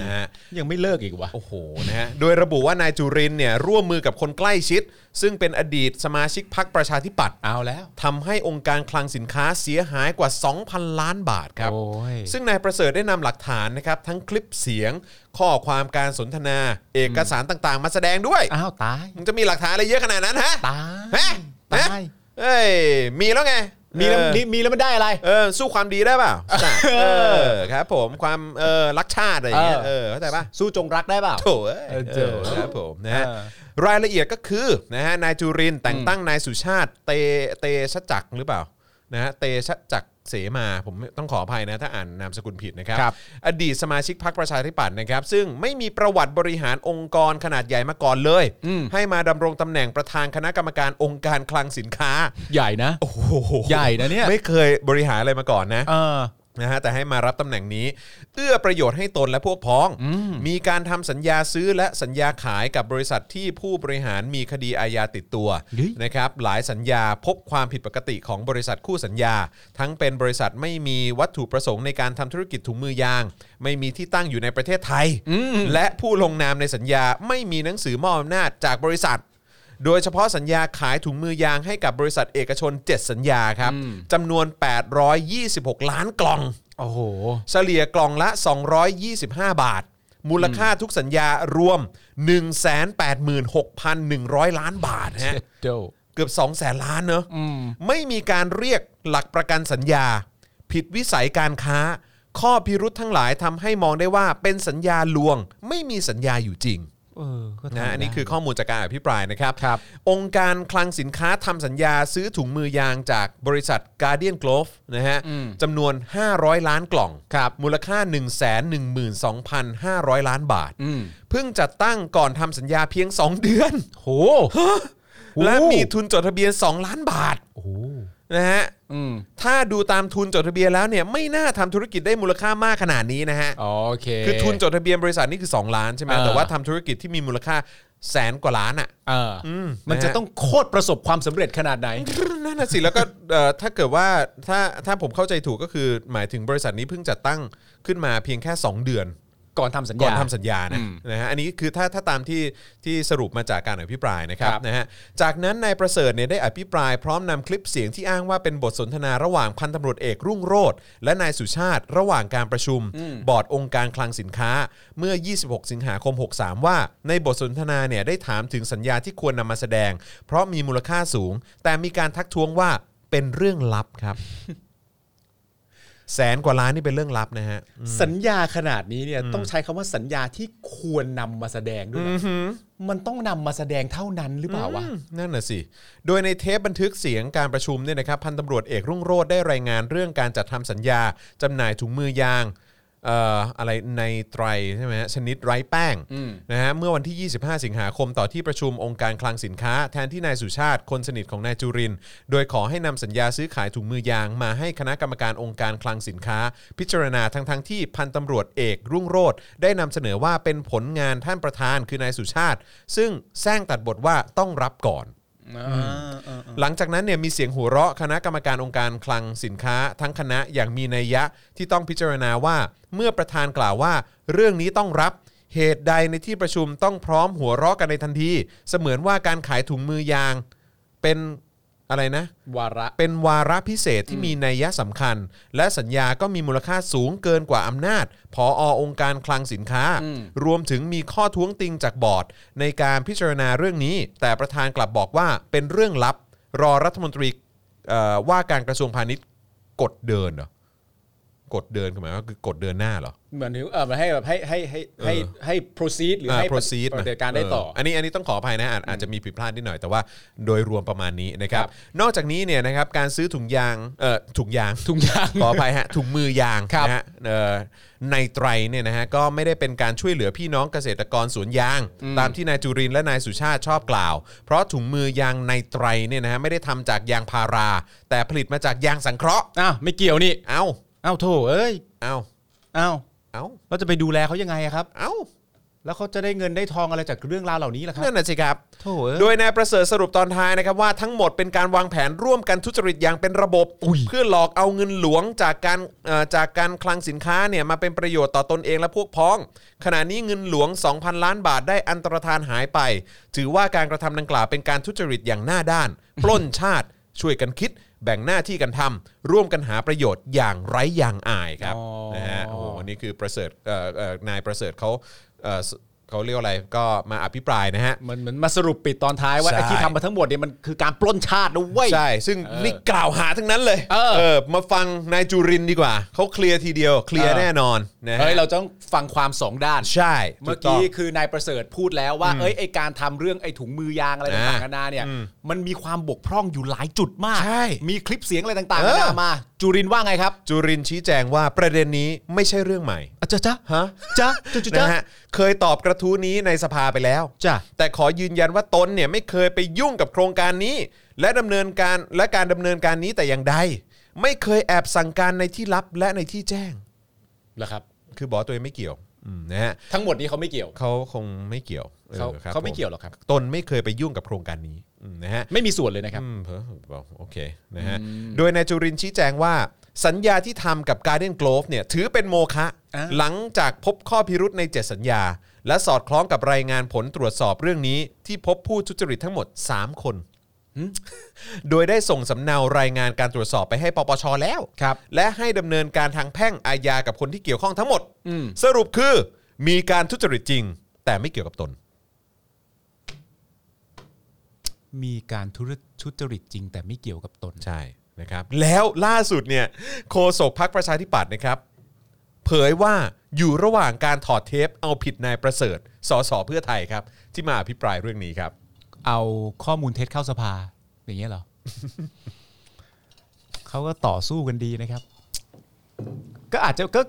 นะฮะ ยังไม่เลิกอีกวะ โอ้โห นะฮะ โดยระบุว่านายจุรินทร์เนี่ยร่วมมือกับคนใกล้ชิด ซึ่งเป็นอดีตสมาชิกพรรคประชาธิปัตย์ เอาแล้ว ทำให้องค์การคลังสินค้าเสียหายกว่า 2,000 ล้านบาทครับ โอ้ย ซึ่งนายประเสริฐได้นำหลักฐานนะครับ ทั้งคลิปเสียง ข้อความการสนทนา เอกสารต่างๆ มาแสดงด้วย อ้าวตาย มึงจะมีหลักฐานอะไรเยอะขนาดนั้นฮะ ตาย ฮะ ตา ฮะ ย เอ้ย มีแล้วไง มีแล้ว เออ มีมีแล้วมันได้อะไร เออสู้ความดีได้เปล่าเออครับผมความเออรักชาติอะไรอย่างเงี้ยเอเอออเข้าใจปะ สู้จงรักได้เปล่า โถ่เอ้ย เออ เออครับผมนะฮะ เออ รายละเอียดก็คือนะฮะนายจุรินทร์แต่งตั้งนายสุชาติเตเตชะจักรหรือเปล่านะฮะเตชะจักรเสมาผมต้องขออภัยนะถ้าอ่านนามสกุลผิดนะครับ ครับ อดีตสมาชิกพรรคประชาธิปัตย์นะครับ ซึ่งไม่มีประวัติบริหารองค์กรขนาดใหญ่มาก่อนเลย ให้มาดำรงตำแหน่งประธานคณะกรรมการองค์การคลังสินค้า ใหญ่นะ โอ้โห ใหญ่นะเนี่ย ไม่เคยบริหารอะไรมาก่อนนะ เออ นะฮะแต่ให้มารับตำแหน่งนี้ เอื้อประโยชน์ให้ตนและพวกพ้อง มีการทำสัญญาซื้อและสัญญาขายกับบริษัทที่ผู้บริหารมีคดีอาญาติดตัว หรือ นะครับหลายสัญญาพบความผิดปกติของบริษัทคู่สัญญา ทั้งเป็นบริษัทไม่มีวัตถุประสงค์ในการทำธุรกิจถุงมือยาง ไม่มีที่ตั้งอยู่ในประเทศไทย และผู้ลงนามในสัญญาไม่มีหนังสือมอบอำนาจจากบริษัท โดยเฉพาะสัญญาขายถุงมือยางให้กับบริษัทเอกชน 7 สัญญาครับจำนวน 826 ล้านกล่อง โอ้โห เฉลี่ยกล่องละ 225 บาท มูลค่าทุกสัญญารวม 186,100 ล้านบาทฮะ เจ็ดโด เกือบ2องแสนล้านเนอะไม่มีการเรียกหลักประกันสัญญา ผิดวิสัยการค้า ข้อพิรุธทั้งหลายทำให้มองได้ว่าเป็นสัญญาลวง ไม่มีสัญญาอยู่จริง นะอันนี้คือข้อมูลจากการอภิปรายนะครับ องค์การคลังสินค้าทำสัญญาซื้อถุงมือยางจากบริษัท Guardian Glove นะฮะจำนวน 500 ล้านกล่อง มูลค่า 112,500 ล้านบาท เพิ่งจัดตั้งก่อนทำสัญญาเพียง 2 เดือน โห และมีทุนจดทะเบียน 2 ล้านบาทนะฮะ อืม ถ้าดูตามทุนจดทะเบียนแล้วเนี่ยไม่น่าทำธุรกิจได้มูลค่ามากขนาดนี้นะฮะ อ๋อโอเค คือทุนจดทะเบียนบริษัทนี่คือ 2 ล้านใช่ไหม เออ แต่ว่าทำธุรกิจที่มีมูลค่าแสนกว่าล้านอ่ะ เอออ ม มันจะ นะฮะ ต้องโคตรประสบความสำเร็จขนาดไหน นั่นน่ะสิ แล้วก็เอ่อถ้าเกิดว่าถ้าถ้าผมเข้าใจถูกก็คือหมายถึงบริษัทนี้เพิ่งจัดตั้งขึ้นมาเพียงแค่ 2 เดือน ก่อนทำสัญญา ก่อนทำสัญญานะ อืม นะฮะอันนี้คือถ้าถ้าตามที่ที่สรุปมาจากการอภิปรายนะครับ ครับ นะฮะจากนั้นนายประเสริฐเนี่ยได้อภิปรายพร้อมนำคลิปเสียงที่อ้างว่าเป็นบทสนทนาระหว่างพันตำรวจเอกรุ่งโรธและนายสุชาติระหว่างการประชุม บอร์ดองค์การคลังสินค้าเมื่อ 26 สิงหาคม 63 ว่า ในบทสนทนาเนี่ยได้ถามถึงสัญญาที่ควรนำมาแสดง เพราะมีมูลค่าสูง แต่มีการทักท้วงว่าเป็นเรื่องลับครับ แสนกว่าล้านนี่เป็นเรื่องลับนะฮะ สัญญาขนาดนี้เนี่ยต้องใช้คำว่าสัญญาที่ควรนำมาแสดงด้วยนะมันต้องนำมาแสดงเท่านั้นหรือเปล่าวะ อืมนั่นน่ะสิ โดยในเทปบันทึกเสียงการประชุมเนี่ยนะครับพันตำรวจเอกรุ่งโรธได้รายงานเรื่องการจัดทำสัญญาจำหน่ายถุงมือยางเอ่ออะไรในไตรใช่ไหมฮะชนิดไร้แป้งนะฮะเมื่อวันที่ 25 สิงหาคมต่อที่ประชุมองค์การคลังสินค้า แทนที่นายสุชาติคนสนิทของนายจุรินทร์โดยขอให้นำสัญญาซื้อขายถุงมือยาง มาให้คณะกรรมการองค์การคลังสินค้า พิจารณาทั้งๆที่พันตำรวจเอกรุ่งโรธได้นำเสนอว่าเป็นผลงานท่านประธานคือนายสุชาติ ซึ่งแซงตัดบทว่าต้องรับก่อน หลังจากนั้นเนี่ยมีเสียงหัวเราะคณะกรรมการองค์การคลังสินค้า ทั้งคณะอย่างมีนัยยะที่ต้องพิจารณาว่าเมื่อประธานกล่าวว่า เรื่องนี้ต้องรับเหตุใดในที่ประชุมต้องพร้อมหัวเราะกันในทันที เสมือนว่าการขายถุงมือยางเป็นอะไรนะ วาระ เป็นวาระพิเศษที่มีนัยยะสำคัญ และสัญญาก็มีมูลค่าสูงเกินกว่าอำนาจผอองค์การคลังสินค้า รวมถึงมีข้อท้วงติงจากบอร์ด ในการพิจารณาเรื่องนี้ แต่ประธานกลับบอกว่าเป็นเรื่องลับ รอรัฐมนตรีเอ่อว่าการกระทรวงพาณิชย์กดเดินเหรอกดเดินคือหมายว่าคือกดเดินหน้าเหรอ เหมือนถึงเออมันให้แบบให้ให้ให้ให้ เออ ให้ proceed หรือ อ่า ให้ proceed ปฏิบัติการได้ต่อ เอันนี้อันนี้ต้องขออภัยนะอาจอาจจะมีผิดพลาดนิดหน่อยแต่ว่าโดยรวมประมาณนี้นะครับ ครับ นอกจากนี้เนี่ยนะครับการซื้อถุงยางเอ่อถุงยาง ทุกอย่าง ขออภัยฮะถุงมือยาง ครับ นะฮะเอ่อในไตรเนี่ยนะฮะก็ไม่ได้เป็นการช่วยเหลือพี่น้องเกษตรกรสวนยาง ตามที่นายจุรินทร์และนายสุชาติชอบกล่าว เพราะถุงมือยางในไตรเนี่ยนะฮะไม่ได้ทำจากยางพารา แต่ผลิตมาจากยางสังเคราะห์ อ้าวไม่เกี่ยวนี่ เอ้า อ้าวโถเอ้ย เอ้า อ้าว เอ้า เราจะไปดูแลเขายังไงอะครับ เอ้า แล้วเขาจะได้เงินได้ทองอะไรจากเรื่องราวเหล่านี้ล่ะครับ นั่นน่ะสิครับ โถเอ้ย โดยนายประเสริฐสรุปตอนท้ายนะครับว่าทั้งหมดเป็นการวางแผนร่วมกันทุจริตอย่างเป็นระบบ เพื่อหลอกเอาเงินหลวงจากการเอ่อจากการคลังสินค้าเนี่ยมาเป็นประโยชน์ต่อตนเองและพวกพ้อง ขณะนี้เงินหลวง 2,000 ล้านบาทได้อันตรธานหายไป ถือว่าการกระทำดังกล่าวเป็นการทุจริตอย่างหน้าด้าน ปล้นชาติ ช่วยกันคิด แบ่งหน้าที่กันทำร่วมกันหาประโยชน์อย่างไร้อย่างอายครับ อ๋อ นะฮะโอ้โหนี่คือประเสริฐเอ่อเอ่อนายประเสริฐเขาเอ่อเขาเรียกว่าอะไรก็มาอภิปรายนะฮะ มันเหมือนมาสรุปปิดตอนท้ายว่า ใช่ ไอ้ที่ทำมาทั้งหมดเนี่ยมันคือการปล้นชาตินะเว้ย ใช่ ซึ่งนี่กล่าวหาทั้งนั้นเลย เออ มาฟังนายจุรินทร์ดีกว่า เขาเคลียร์ทีเดียว เคลียร์แน่นอนนะฮะ เฮ้ยเราต้องฟังความสองด้าน ใช่ เมื่อ ถูต้ กี้ ง คือนายประเสริฐพูดแล้วว่า เอ้ยไอการทำเรื่องไอถุงมือยางอะไร อ่า ต่างๆนานาเนี่ย มันมีความบกพร่องอยู่หลายจุดมาก ใช่ มีคลิปเสียงอะไรต่าง เอ ๆนา อ นามา จุรินทร์ว่าไงครับ จุรินทร์ชี้แจงว่าประเด็นนี้ไม่ใช่เรื่องใหม่ อ่ะจ้าจ้า ฮะ จ้าจ้าจ้า นะ จ้า ฮะ เคยตอบกระทู้นี้ในสภาไปแล้ว จ้ะ แต่ขอยืนยันว่าตนเนี่ยไม่เคยไปยุ่งกับโครงการนี้ และดำเนินการและการดำเนินการนี้แต่อย่างใด ไม่เคยแอบสั่งการในที่ลับและในที่แจ้ง เหรอครับ คือบอกว่าตัวเองไม่เกี่ยวอืมนะฮะ ทั้งหมดนี้เขาไม่เกี่ยว เขาคงไม่เกี่ยวออ เขา ครับ เขาไม่ ผ เกี่ยวหรอกครับ ตนไม่เคยไปยุ่งกับโครงการนี้อืมนะฮะ ไม่มีส่วนเลยนะครับ อืมเพ้อบอกโอเคนะฮะ โดยนายจุรินทร์ชี้แจงว่า สัญญาที่ทำกับ Guardian Glove เนี่ยถือเป็นโมฆะ อ่า หลังจากพบข้อพิรุธใน 7 สัญญา และสอดคล้องกับรายงานผลตรวจสอบเรื่องนี้ ที่พบผู้ทุจริตทั้งหมด 3 คน โดยได้ส่งสำเนารายงานการตรวจสอบไปให้ปปชแล้ว ครับ และให้ดำเนินการทางแพ่งอาญากับคนที่เกี่ยวข้องทั้งหมด อืม สรุปคือ มีการทุจริตจริง แต่ไม่เกี่ยวกับตน มีการทุรทุจริตจริง แต่ไม่เกี่ยวกับตน ใช่นะครับ แล้วล่าสุดเนี่ยโฆษกพักประชาธิปัตย์นะครับ เผยว่าอยู่ระหว่างการถอดเทปเอาผิดนายประเสริฐสสเพื่อไทยครับ ที่มาอภิปรายเรื่องนี้ครับ เอาข้อมูลเท็จเข้าสภา อย่างเงี้ยเหรอ เขาก็ต่อสู้กันดีนะครับ ก็อาจจะก็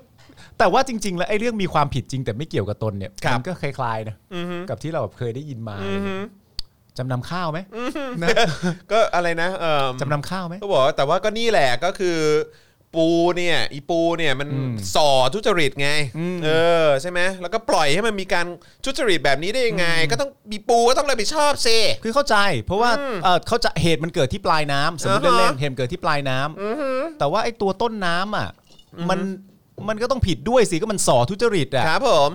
แต่ว่าจริง ๆ แล้วไอ้เรื่องมีความผิดจริง แต่ไม่เกี่ยวกับตนเนี่ย ครับ มัก็คล้ายๆนะกับที่เราแบบเคยได้ยินมาจำนำข้าวไหมนะ ก็อะไรนะเอิ่ม จำนำข้าวไหม ก็บอกว่าแต่ว่าก็นี่แหละก็คือปูเนี่ยอีปูเนี่ยมัน อืม ส่อทุจริตไง อืม เออใช่ไหมแล้วก็ปล่อยให้มันมีการทุจริตแบบนี้ได้ยังไง ก็ต้องมีปูก็ต้องรับผิดชอบสิ คือเข้าใจ เพราะว่าเอ่อเขาใจะเหตุมันเกิดที่ปลายน้ำสมมติ อ่าฮะ เล่นๆเหตุเกิดที่ปลายน้ำแต่ว่าไอ้ตัวต้นน้ำอ่ะ มันมันก็ต้องผิดด้วยสิก็มันส่อทุจริตอ่ะ ครับผม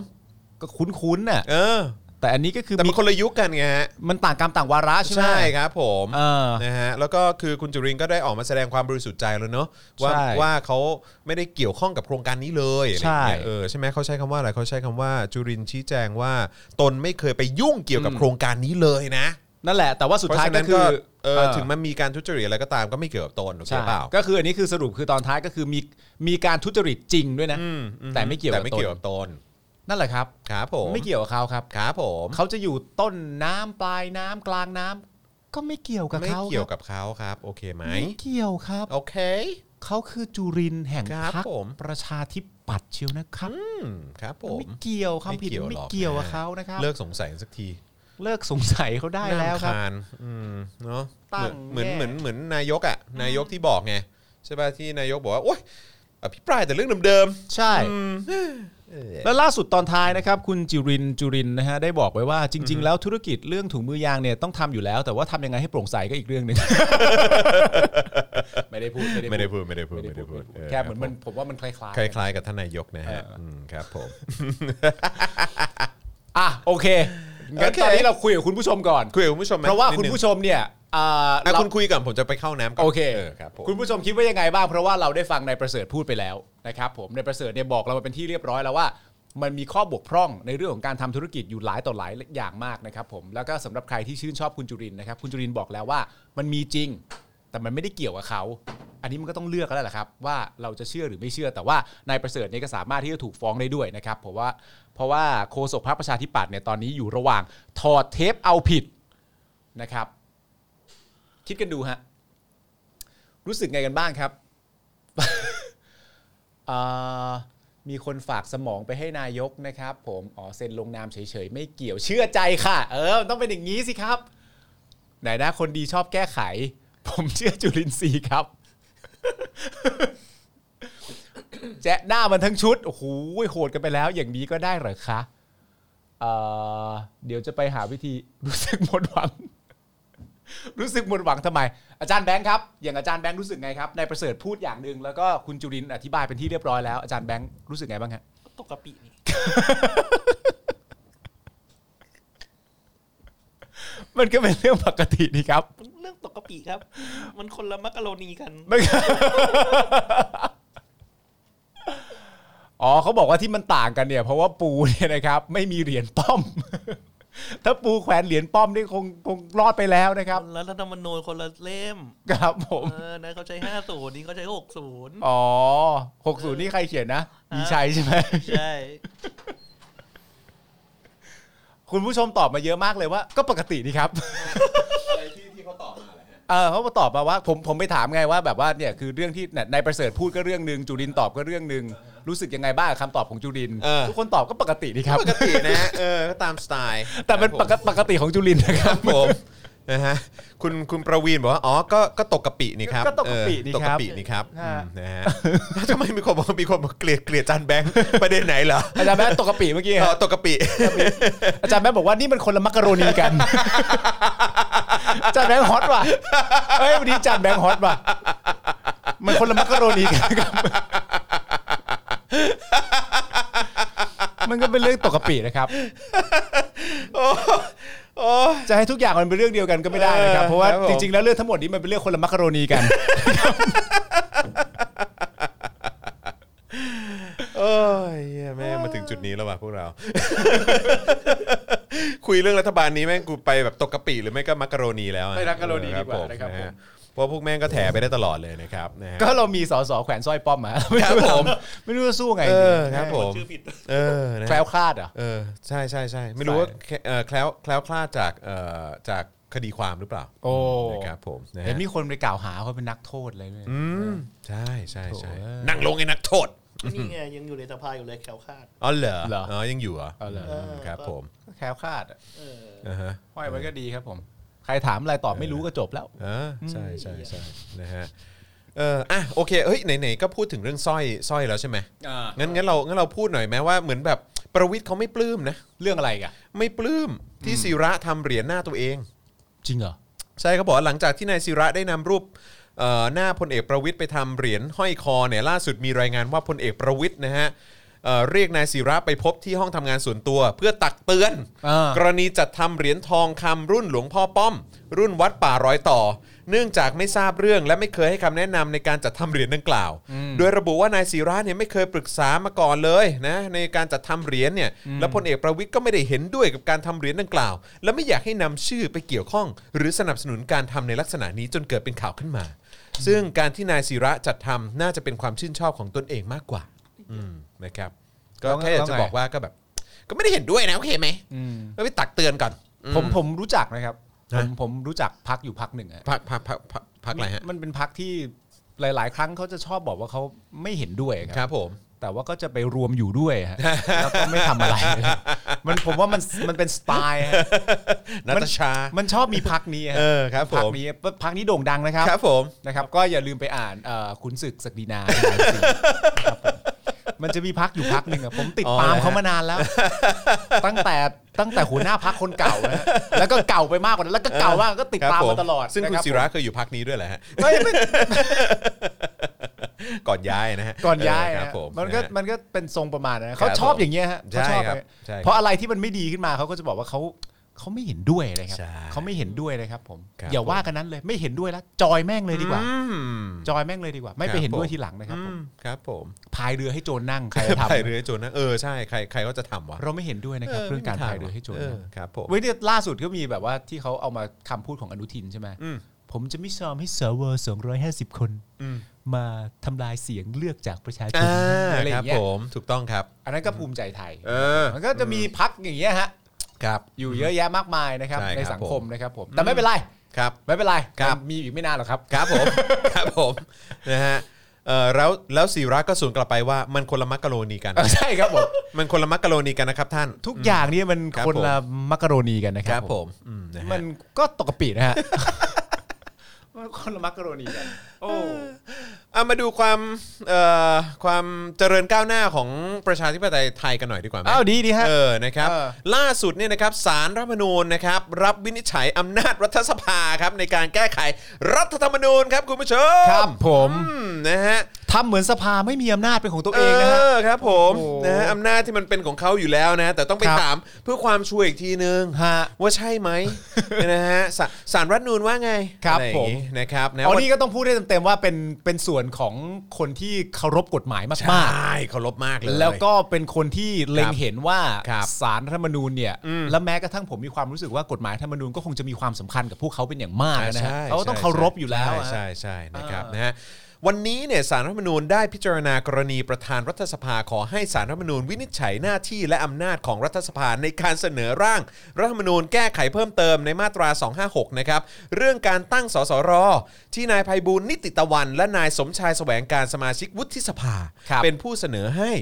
ก็คุ้นๆน่ะ เออ แต่อันนี้ก็คือ แต่มั มี นคนละยุคกันไงฮะ มันต่างกรรมต่างวาระใช่ไหม ใช่ครับผม เออ นะฮะแล้วก็คือคุณจุรินทร์ก็ได้ออกมาแสดงความบริสุทธิ์ใจแล้วเนอะว่า ใช่ ว่าเขาไม่ได้เกี่ยวข้องกับโครงการนี้เลยอะไรอย่างเงี้ย ใช่ เออใช่ไหมเขาใช้คำว่าอะไรเขาใช้คำว่าจุรินทร์ชี้แจงว่าตนไม่เคยไปยุ่งเกี่ยวกับโครงการนี้เลยนะ นั่นแหละ แต่ว่าสุด เพราะ ท้าย ฉะ ก็ นั้น คื ก็ อ เออถึงมันมีการทุจริตอะไรก็ตามก็ไม่เกี่ยวกับตนโอเค ใช่ เปล่า ก็คืออันนี้คือสรุปคือตอนท้ายก็คือมีมีการทุจริตจริงด้วยนะ อืมอื แต่ไม่เกี่ยว แต่ กับ ไม่ ต เกี่ยวน กับตน นั่นแหละครับ ครับผม ไม่เกี่ยวกับเขาครับ ครับผม เขาจะอยู่ต้นน้ำปลายน้ำกลางน้ำก็ไม่เกี่ยวกับ ไม่ เขา เกี่ยว ครับ กับเขาครับ โอเคไหม ไม่เกี่ยวครับ โอเค เขาคือจุรินทร์แห่ง ครับ พรรค ผม ประชาธิปัตย์เชียวนะครับ อืมครับผ ไม่ ม เกี่ยวความผิด ไม่เกี่ยว ไม่ หรอก เกี่ยวกันะบฮะ เขานะครับ เลิกสงสัยสักที เลิกสงสัยเขาได้แล้วครับ น่าำาญอืมเนาะ ตั้ง เหมือน แง่ เหมือนเหมือนนายกอ่ะนายกที่บอกไงใช่ป่ะที่นายกบอกว่าโอ๊ยอภิปรายแต่เรื่องเดิม ใช่ แล้วล่าสุดตอนท้ายนะครับ คุณจุรินทร์จุรินทร์นะฮะได้บอกไว้ว่าจริง ๆ แล้วธุรกิจเรื่องถุงมือยางเนี่ยต้องทำอยู่แล้ว แต่ว่าทำยังไงให้โปร่งใสก็อีกเรื่องหนึ่ง ไม่ได้พูด ๆไม่ได้พูดไม่ได้พูด ไม่ ไม่ ได้ ได้ พู พู ด ด แค่เหมือนมันผมว่ามันคล้ายๆ ค กัน ล้ายๆกับท่านนายกนะฮะ เอออื มครับผม อ่ะโอเคงั้น โอเค ตอนนี้เราคุยกับคุณผู้ชมก่อน คุยกับคุณผู้ชมไหม เพราะว่า นิด คุณ นึง ผู้ชมเนี่ยอ่า อ่ะ เรา คุณคุยก่อนผมจะไปเข้าน้ำก่อน โอเค ครับผม คุณผู้ชมคิดว่ายังไงบ้าง เพราะว่าเราได้ฟังนายประเสริฐพูดไปแล้วนะครับผมนายประเสริฐเนี่ยบอกเรามาเป็นที่เรียบร้อยแล้วว่า มันมีข้อบกพร่องในเรื่องของการทำธุรกิจอยู่หลายต่อหลายอย่างมากนะครับผมแล้วก็สำหรับใครที่ชื่นชอบคุณจุรินทร์นะครับคุณจุรินทร์บอกแล้วว่ามันมีจริง แต่มันไม่ได้เกี่ยวกับเขา อันนี้มันก็ต้องเลือกแล้วแหละครับ ว่าเราจะเชื่อหรือไม่เชื่อ แต่ว่านายประเสริฐเนี่ยก็สามารถที่จะถูกฟ้องได้ด้วยนะครับเพราะว่าเพราะว่าโฆษกพรรคประชาธิปัตย์เนี่ยตอนนี้อยู่ระหว่างถอดเทปเอาผิดนะครับ คิดกันดูฮะ รู้สึกไงกันบ้างครับ อ่ามีคนฝากสมองไปให้นายกนะครับ ผมอ๋อเซ็นลงนามเฉยๆ ไม่เกี่ยวเชื่อใจค่ะ เออมันต้องเป็นอย่างนี้สิครับ ไหนนะคนดีชอบแก้ไข ผมเชื่อจุลินทรีย์ครับ แจ๊ะหน้ามันทั้งชุด โอ้โหโหดกันไปแล้ว อย่างนี้ก็ได้เหรอคะเอ่อเดี๋ยวจะไปหาวิธี รู้สึกหมดหวัง รู้สึกหมดหวังทำไม อาจารย์แบงค์ครับ อย่างอาจารย์แบงค์รู้สึกไงครับนายประเสริฐพูดอย่างหนึ่งแล้วก็คุณจุรินทร์อธิบายเป็นที่เรียบร้อยแล้ว อาจารย์แบงค์รู้สึกไงบ้างฮะ ก็ตกกะปินี่ มันก็เป็นเรื่องปกตินี่ครับ มันเรื่องตกกะปิครับ มันคนละมักกะโรนีกัน อ๋อเขาบอกว่าที่มันต่างกันเนี่ย เพราะว่าปูเนี่ยนะครับ ไม่มีเหรียญป้อม ถ้าปูแขวนเหรียญป้อมนี่คงคงรอดไปแล้วนะครับ แล้วรัฐธรรมนูญคนละเล่ม ครับผม เออนะเขาใช้ห้าศูนย์นี่เขาใช้หกศูนย์ อ๋อหกศูนย์นี่ใครเขียนนะ ฮะ มีชัยใช่ไหม ใช่ คุณผู้ชมตอบมาเยอะมากเลยว่า ก็ปกตินี่ครับ อะไรที่ที่เขาตอบมาแหละฮะ เออเขามาตอบมาว่าผมผมไปถามไงว่าแบบว่าเนี่ยคือเรื่องที่เนี่ยนายประเสริฐพูดก็เรื่องหนึ่งจุรินทร์ตอบก็เรื่องหนึ่งรู้สึกยังไงบ้างกับคำตอบของจุรินทร์ทุกคนตอบก็ปกตินี่ครับ ปกตินะฮะเออก็ตามสไตล์ แต่เป็นปกปกติของจุรินทร์นะค ค รัรับ บผมนะฮะคุณคุณประวีนบอกว่าอ๋อก็ก็ตกกะปินี่ครับ ก็ตกกะปินี่ เออตก ครั กะ บ ปินี่ครับอืฮะมนะฮะ แล้วทำไมมีคนบอกว่ามีคนบอกเกลียดเกลียดจานแบงค์ ประเด็นไหนเหรอ อาจารย์แม่ตกกะปิเมื่อกี้ อ๋ ค อ รับ ตกกะปิ อาจารย์แม่บอกว่านี่มันคนละมักกะโรนีกัน อาจารย์แบงค์ฮอตว่ะเฮ้ยวันนี้อาจารย์แบงค์ฮอตว่ะมันคนละมักกะโรนีกันครับมันก็เป็นเรื่องตกกะปินะครับ โอ้ย จะให้ทุกอย่างมันเป็นเรื่องเดียวกันก็ไม่ได้นะครับ เออ เพราะว่า ครับผม จริงๆแล้วเรื่องทั้งหมดนี้มันเป็นเรื่องคนละมักกะโรนีกัน โอ้ยเหี้ยแม่งมาถึงจุดนี้แล้วว่ะพวกเรา คุยเรื่องรัฐบาลนี้แม่งกูไปแบบตกกะปิหรือไม่ก็มักกะโรนีแล้วอะ ไปมักกะโรนีดีกว่านะครับผม ฮเพราะพวกแม่งก็แถไปได้ตลอดเลยนะครับนะฮะ ก็เรามีสสแขวนสร้อยป้อมมา ครับผม ไม่รู้จะสู้ไง เออครับผม ชื่อผิด เออนะ แค ฮะ ล้วคลาดเหรอ่ะ เออใช่ใช่ใช่ไม่รู้ว่าแคเอ่อแคล้วแคล้วคลาดจากเอ่อจากคดีความหรือเปล่า โอ้ นะครับผมนะฮะ เห็นมีคนไปกล่าวหาเขาเป็นนักโทษเลยเนี่ย อืมใช่ใช่ใช่ โถ่เอ้ย นั่งลงไอ้นักโทษ นี่ไงยังอยู่ในสภาอยู่เลยแขวคาด อ๋อเหรอ เหรออ๋ อยังอยู่เหรอ อ๋อเหรอ ครับผม ก็แคล้วคลาดอะ เออ อ่าฮะ ห้อยไว้ก็ดีครับผม ใครถามอะไรตอบไม่รู้ก็จบแล้ว อ่าใช่ใช่ใช่นะฮะเอออ่ะโอเคเฮ้ยไหนๆก็พูดถึงเรื่องสร้อยสร้อยแล้วใช่ไหม อ่า งั้นงั้นเรางั้นเราพูดหน่อยไหมว่าเหมือนแบบประวิทย์เขาไม่ปลื้มนะ เรื่องอะไรอีกัน ไม่ปลื้มที่ศิระทำเหรียญหน้าตัวเอง จริงเหรอ ใช่เขาบอกว่าหลังจากที่นายศิระได้นำรูปเอ่อหน้าพลเอกประวิทย์ไปทำเหรียญห้อยคอเนี่ยล่าสุดมีรายงานว่าพลเอกประวิทย์นะฮะเอ่อเรียกนายศิระไปพบที่ห้องทำงานส่วนตัว เพื่อตักเตือน อ่าก รณีจัดทำเหรียญทองคำรุ่นหลวงพ่อป้อม รุ่นวัดป่ารอยต่อ เนื่องจากไม่ทราบเรื่องและไม่เคยให้คำแนะนำในการจัดทำเหรียญดังกล่าว โดยระบุว่านายศิระเนี่ยไม่เคยปรึกษามาก่อนเลยนะในการจัดทำเหรียญเนี่ยและพลเอกประวิทย์ก็ไม่ได้เห็นด้วยกับการทำเหรียญดังกล่าว และไม่อยากให้นำชื่อไปเกี่ยวข้อง หรือสนับสนุนการทำในลักษณะนี้จนเกิดเป็นข่าวขึ้นมา ซึ่งการที่นายศิระจัดทำน่าจะเป็นความชื่นชอบของตนเองมากกว่า อืมนะครับ ก็ แล้วไง แค่อยากจะ แล้วไง บอกว่าก็แบบ ก็ไม่ได้เห็นด้วยนะโอเคไหม อืม ก็ไปตักเตือนก่อน ผมผมรู้จักนะครับ ผ ฮะ มผมรู้จักพักอยู่พักหนึ่งอะ พักพักพักพักพักอะไรฮะ มันเป็นพักที่หลาย ๆ ครั้งเขาจะชอบบอกว่าเขาไม่เห็นด้วยค ค รั รับ บผม แต่ว่าก็จะไปรวมอยู่ด้วยฮะ แล้วก็ไม่ทำอะไร มันผมว่ามันมันเป็นสไตล์ฮะ นั มั ต น ชา มันชอบมีพักนี้ฮะ เออครับผ พัก ม นี้พักนี้โด่งดังนะครับ ครับผม นะครับก็อย่าลืมไปอ่านเอ่อขุนศึกศักดินาครับผมมันจะมีพักอยู่พักหนึ่งอะผมติด อ๋อ ตาม นะฮะ เขามานานแล้ว ตั้งแต่ตั้งแต่หัวหน้าพักคนเก่านะฮะแล้วก็เก่าไปมากกว่านั้นแล้วก็เก่ามากก็ติด ครับ ตาม ผ มาตลอด ซึ่งคุณ นะรับ ศิระเคยอยู่พักนี้ด้วยแหละฮะ ไม่ไม่ ก่อนย้ายนะฮะ ก่อนย้าย เครับ อะ ผม มันก็ ะฮะ มันก็เป็นทรงประมาณนั้นเขา ครับ ชอบ ผม อย่างเงี้ยฮะเขาชอบ ใช่ครับ เลย ใช่ครับ เพราะอะไรที่มันไม่ดีขึ้นมาเขาก็จะบอกว่าเขาเขาไม่เห็นด้วยเลยครับ ใช่ เขาไม่เห็นด้วยเลยครับผม ครับ อย่า ผม ว่ากันนั้นเลยไม่เห็นด้วยแล้วจอยแม่งเลยดีกว่า อืม จอยแม่งเลยดีกว่า ไม่ ครั ไป บ เห็นด้วย ผม ทีหลังนะครับผม อืมครับผม พายเรือให้โจรนั่งใค รจะทำ พายเรือให้โจรนะ เออใช่ใครใครก็จะทำวะ เราไม่เห็นด้วยนะครับเรื่องการพายเรือให้โจร เออ นั่ง ครับผม เว้ยเนี่ยล่าสุดก็มีแบบว่าที่เขาเอามาคำพูดของอนุทินใช่ไหม อืม ผมจะไม่ยอมให้สว250 คน อืม มาทำลายเสียงเลือกจากประชาชน อ่า อะไรอ ครับย่างเงี้ ผ ย มถูกต้องครับ อันนั้นก็ภูมิใจไทย เออ มันก็จะมีพักอย่างเงี้ยฮะ ครับ อยู่เยอะแยะมากมายนะครับ ใช่ครับ ในสังคมนะครับผมแต่ไม่เป็นไร ครับ ไม่เป็นไร ครับ มันมีอีกไม่นานหรอกครับ ครับผม ครับผมนะฮะเออแล้วแล้วศิระก็สวนกลับไปว่ามันคนละมักกะโรนีกัน ใช่ครับผม มันคนละมักกะโรนีกันนะครับท่าน ทุกอย่างเนี่ยมัน ครับ คน ผม ละมักกะโรนีกันนะค ค รั รั บบ ผมอืมนะฮะ มันก็ตกกะปินะฮะ มันคนละมักกะโรนีกันโอ้ เอามาดูความเอ่อความเจริญก้าวหน้าของประชาธิปไตยไทยกันหน่อยดีกว่าไหม อ้าวดีดีฮะ เออนะครับ เออ ล่าสุดเนี่ยนะครับสารรัฐธรรมนูญนะครับรับวินิจฉัยอำนาจรัฐสภาครับในการแก้ไขรัฐธรรมนูญครับคุณผู้ชม ครับผม อืมนะฮะ ทำเหมือนสภาไม่มีอำนาจเป็นของตัวเองนะฮะ อครับผม โอ้โห นะฮะอำนาจที่มันเป็นของเขาอยู่แล้วนะ แต่ต้องไป ครับ ถามเพื่อความช่วยอีกทีนึง ฮะ ว่าใช่ไหม นะฮะสาสารรัฐธรรมนูนว่าไง ครับ อะไอย่างงี้ ผม นะครับนะ อ๋อนี่ก็ต้องพูดได้เต็มๆว่าเป็นเป็นส่วนของคนที่เคารพกฎหมาย ใช่ มาก เคารพมากเลย ๆ แล้วก็เป็นคนที่เล็งเห็นว่า ครับ สารรัฐธรรมนูญเนี่ยและแม้กระทั่งผมมีความรู้สึกว่ากฎหมายรัฐธรรมนูญก็คงจะมีความสำคัญกับพวกเขาเป็นอย่างมาก า นะฮะ ใช่ เขาก็ต้องเคารพอยู่แล้ว ใช่ อะ ใช่ใช่นะครับ อ่าน นะฮะวันนี้เนี่ยสารรัฐธรรมนูญได้พิจารณากรณีประธานรัฐสภาขอให้สารรัฐธรรมนูญวินิจฉัยหน้าที่และอำนาจของรัฐสภาในการเสนอร่าง รัฐธรรมนูญแก้ไขเพิ่มเติมในมาตรา 256 นะครับเรื่องการตั้งสสร ที่นายภัยบูลย์นิติตะวัน และนายสมชายแสวงการสมาชิกวุฒิสภา ครับ เป็นผู้เสนอให้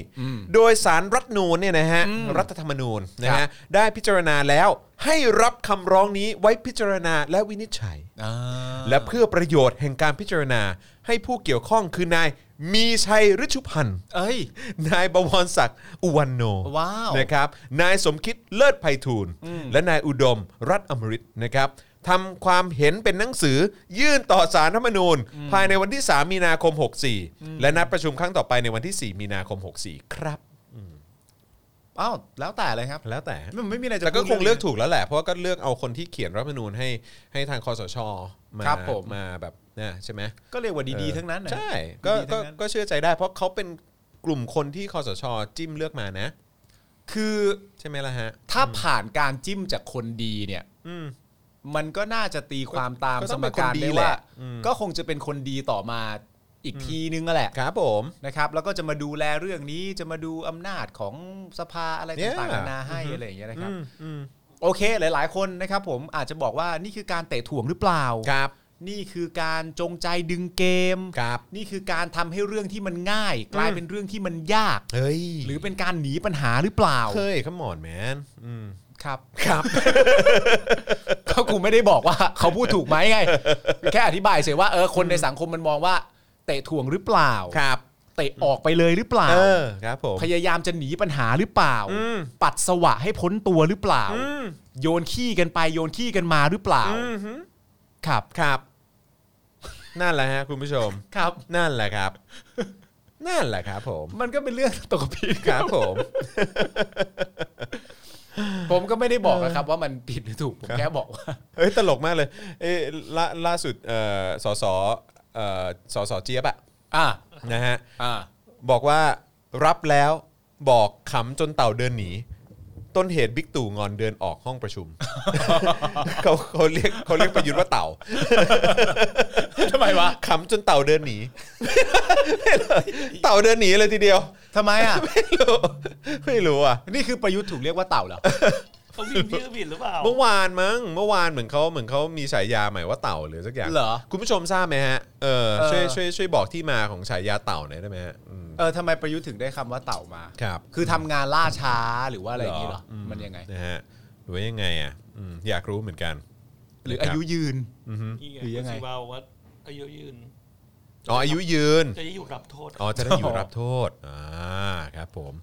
โดยสารรัฐธรรมนูญเนี่ยนะฮะรัฐธรรมนูญนะ ครั ฮะ บ ได้พิจารณาแล้วให้รับคำร้องนี้ไว้พิจารณาและวินิจฉัย อ่า และเพื่อประโยชน์แห่งการพิจารณา ให้ผู้เกี่ยวข้องคือนายมีชัยฤชุพันธ์ เอ้ย นายบวรศักดิ์อุวันโน ว้าว นะครับนายสมคิดเลิศไพฑูรย์และนายอุดมรัฐอมริตนะครับทำความเห็นเป็นหนังสือยื่นต่อสารรัฐธรรมนูญ ภายในวันที่ 3 มีนาคม 64 และนัดประชุมครั้งต่อไปในวันที่ 4 มีนาคม 64 ครับ อ้าวแล้วแต่เลยครับ แล้วแต่ฮะ มันไม่มีอะไรจะ แต่ก็ พูด คงเลือก ย ถูกแล้วแหละ เพราะว่าก็เลือกเอาคนที่เขียนรัฐธรรมนูญให้ให้ทางคอสชมา ครับผม มาแบบนะใช่ไหม ก็เรียกว่าดีๆทั้งนั้นนะ ใช่ก็ ดีๆ ก็ ทั้งนั้น ก็เชื่อใจได้เพราะเขาเป็นกลุ่มคนที่คอสชจิ้มเลือกมานะ คือ ใช่ไหมล่ะฮะ ถ้าผ่านการจิ้มจากคนดีเนี่ย อืม มันก็น่าจะตีความตาม ก็ ส ต้อง ม เป็นคน การ ดี ได้ แห ว่า ละอืม ก็คงจะเป็นคนดีต่อมาอีกทีนึงนั่นแหละ ครับผม นะครับแล้วก็จะมาดูแลเรื่องนี้จะมาดูอำนาจของสภาอะไร เนี่ย ต่างๆนานาให้อะไรอย่างเงี้ยนะครับ อืมอืม โอเคหลาย ๆ คนนะครับผมอาจจะบอกว่านี่คือการเตะถ่วงหรือเปล่า ครับ นี่คือการจงใจดึงเกม ครับ นี่คือการทำให้เรื่องที่มันง่าย กลายเป็นเรื่องที่มันยาก เฮ้ย หรือเป็นการหนีปัญหาหรือเปล่า เคยขมอนแมนอืม ครับครับ ก็กูไม่ได้บอกว่า เขาพูดถูกไหมไง แค่อธิบายเฉยว่าเออคนในสังคมมันมองว่า เตะถ่วงหรือเปล่า ครับ เตะออกไปเลยหรือเปล่า เออครับผม พยายามจะหนีปัญหาหรือเปล่า อืม ปัดสวะให้พ้นตัวหรือเปล่า อืม โยนขี้กันไปโยนขี้กันมาหรือเปล่า อืมฮึ ครับ ครับ นั่นแหละฮะ คุณผู้ชม ครับ นั่นแหละครับ นั่นแหละครับผม มันก็เป็นเรื่องตกผิด ครับผม ผมก็ไม่ได้บอกนะครับ ว่ามันผิดหรือถูก ผมแค่บอกว่า เอ้ยตลกมากเลยเอ้ยล่าล่าสุดเอ่อสสเอ่อสสเจี๊ยบอะ อ่า นะฮะ อ่า บอกว่ารับแล้วบอกขำจนเต่าเดินหนี ต้นเหตุบิ๊กตู่งอนเดินออกห้อง ประชุม เขาเขาเรียกเขาเรียกประยุทธ์ว่าเต่า ทำไมวะ ขำจนเต่าเดินหนี เต่าเดินหนีเลยทีเดียว ทำไมอ่ะ ไม่รู้ไม่รู้อ่ะ นี่คือประยุทธ์ถูกเรียกว่าเต่าเหรอ เขาพิมพ์ชื่อผิดหรือเปล่า เมื่อวานมั้งเมื่อวานเหมือนเขาเหมือนเขามีฉายาใหม่ว่าเต่าหรือสักอย่าง เหรอ คุณผู้ชมทราบไหมฮะเออ เออ ช่วยช่วยช่วยบอกที่มาของฉายาเต่าหน่อยได้ไหมฮะอืม เออทำไมประยุทธ์ถึงได้คำว่าเต่ามา ครับ คือทำงานล่าช้าหรือว่าอะไรอย่างนี้เหรอ มันยังไง นะฮะหรือว่ายังไงอ่ะอืมอยากรู้เหมือนกัน หรืออายุยืน อือฮึ นี่ไง หรือยังไง คุณศิวาว่าอายุยืน อ๋ออายุยืน จะได้อยู่รับโทษ อ๋อ จะได้อยู่รับโทษ อ่า ครับผม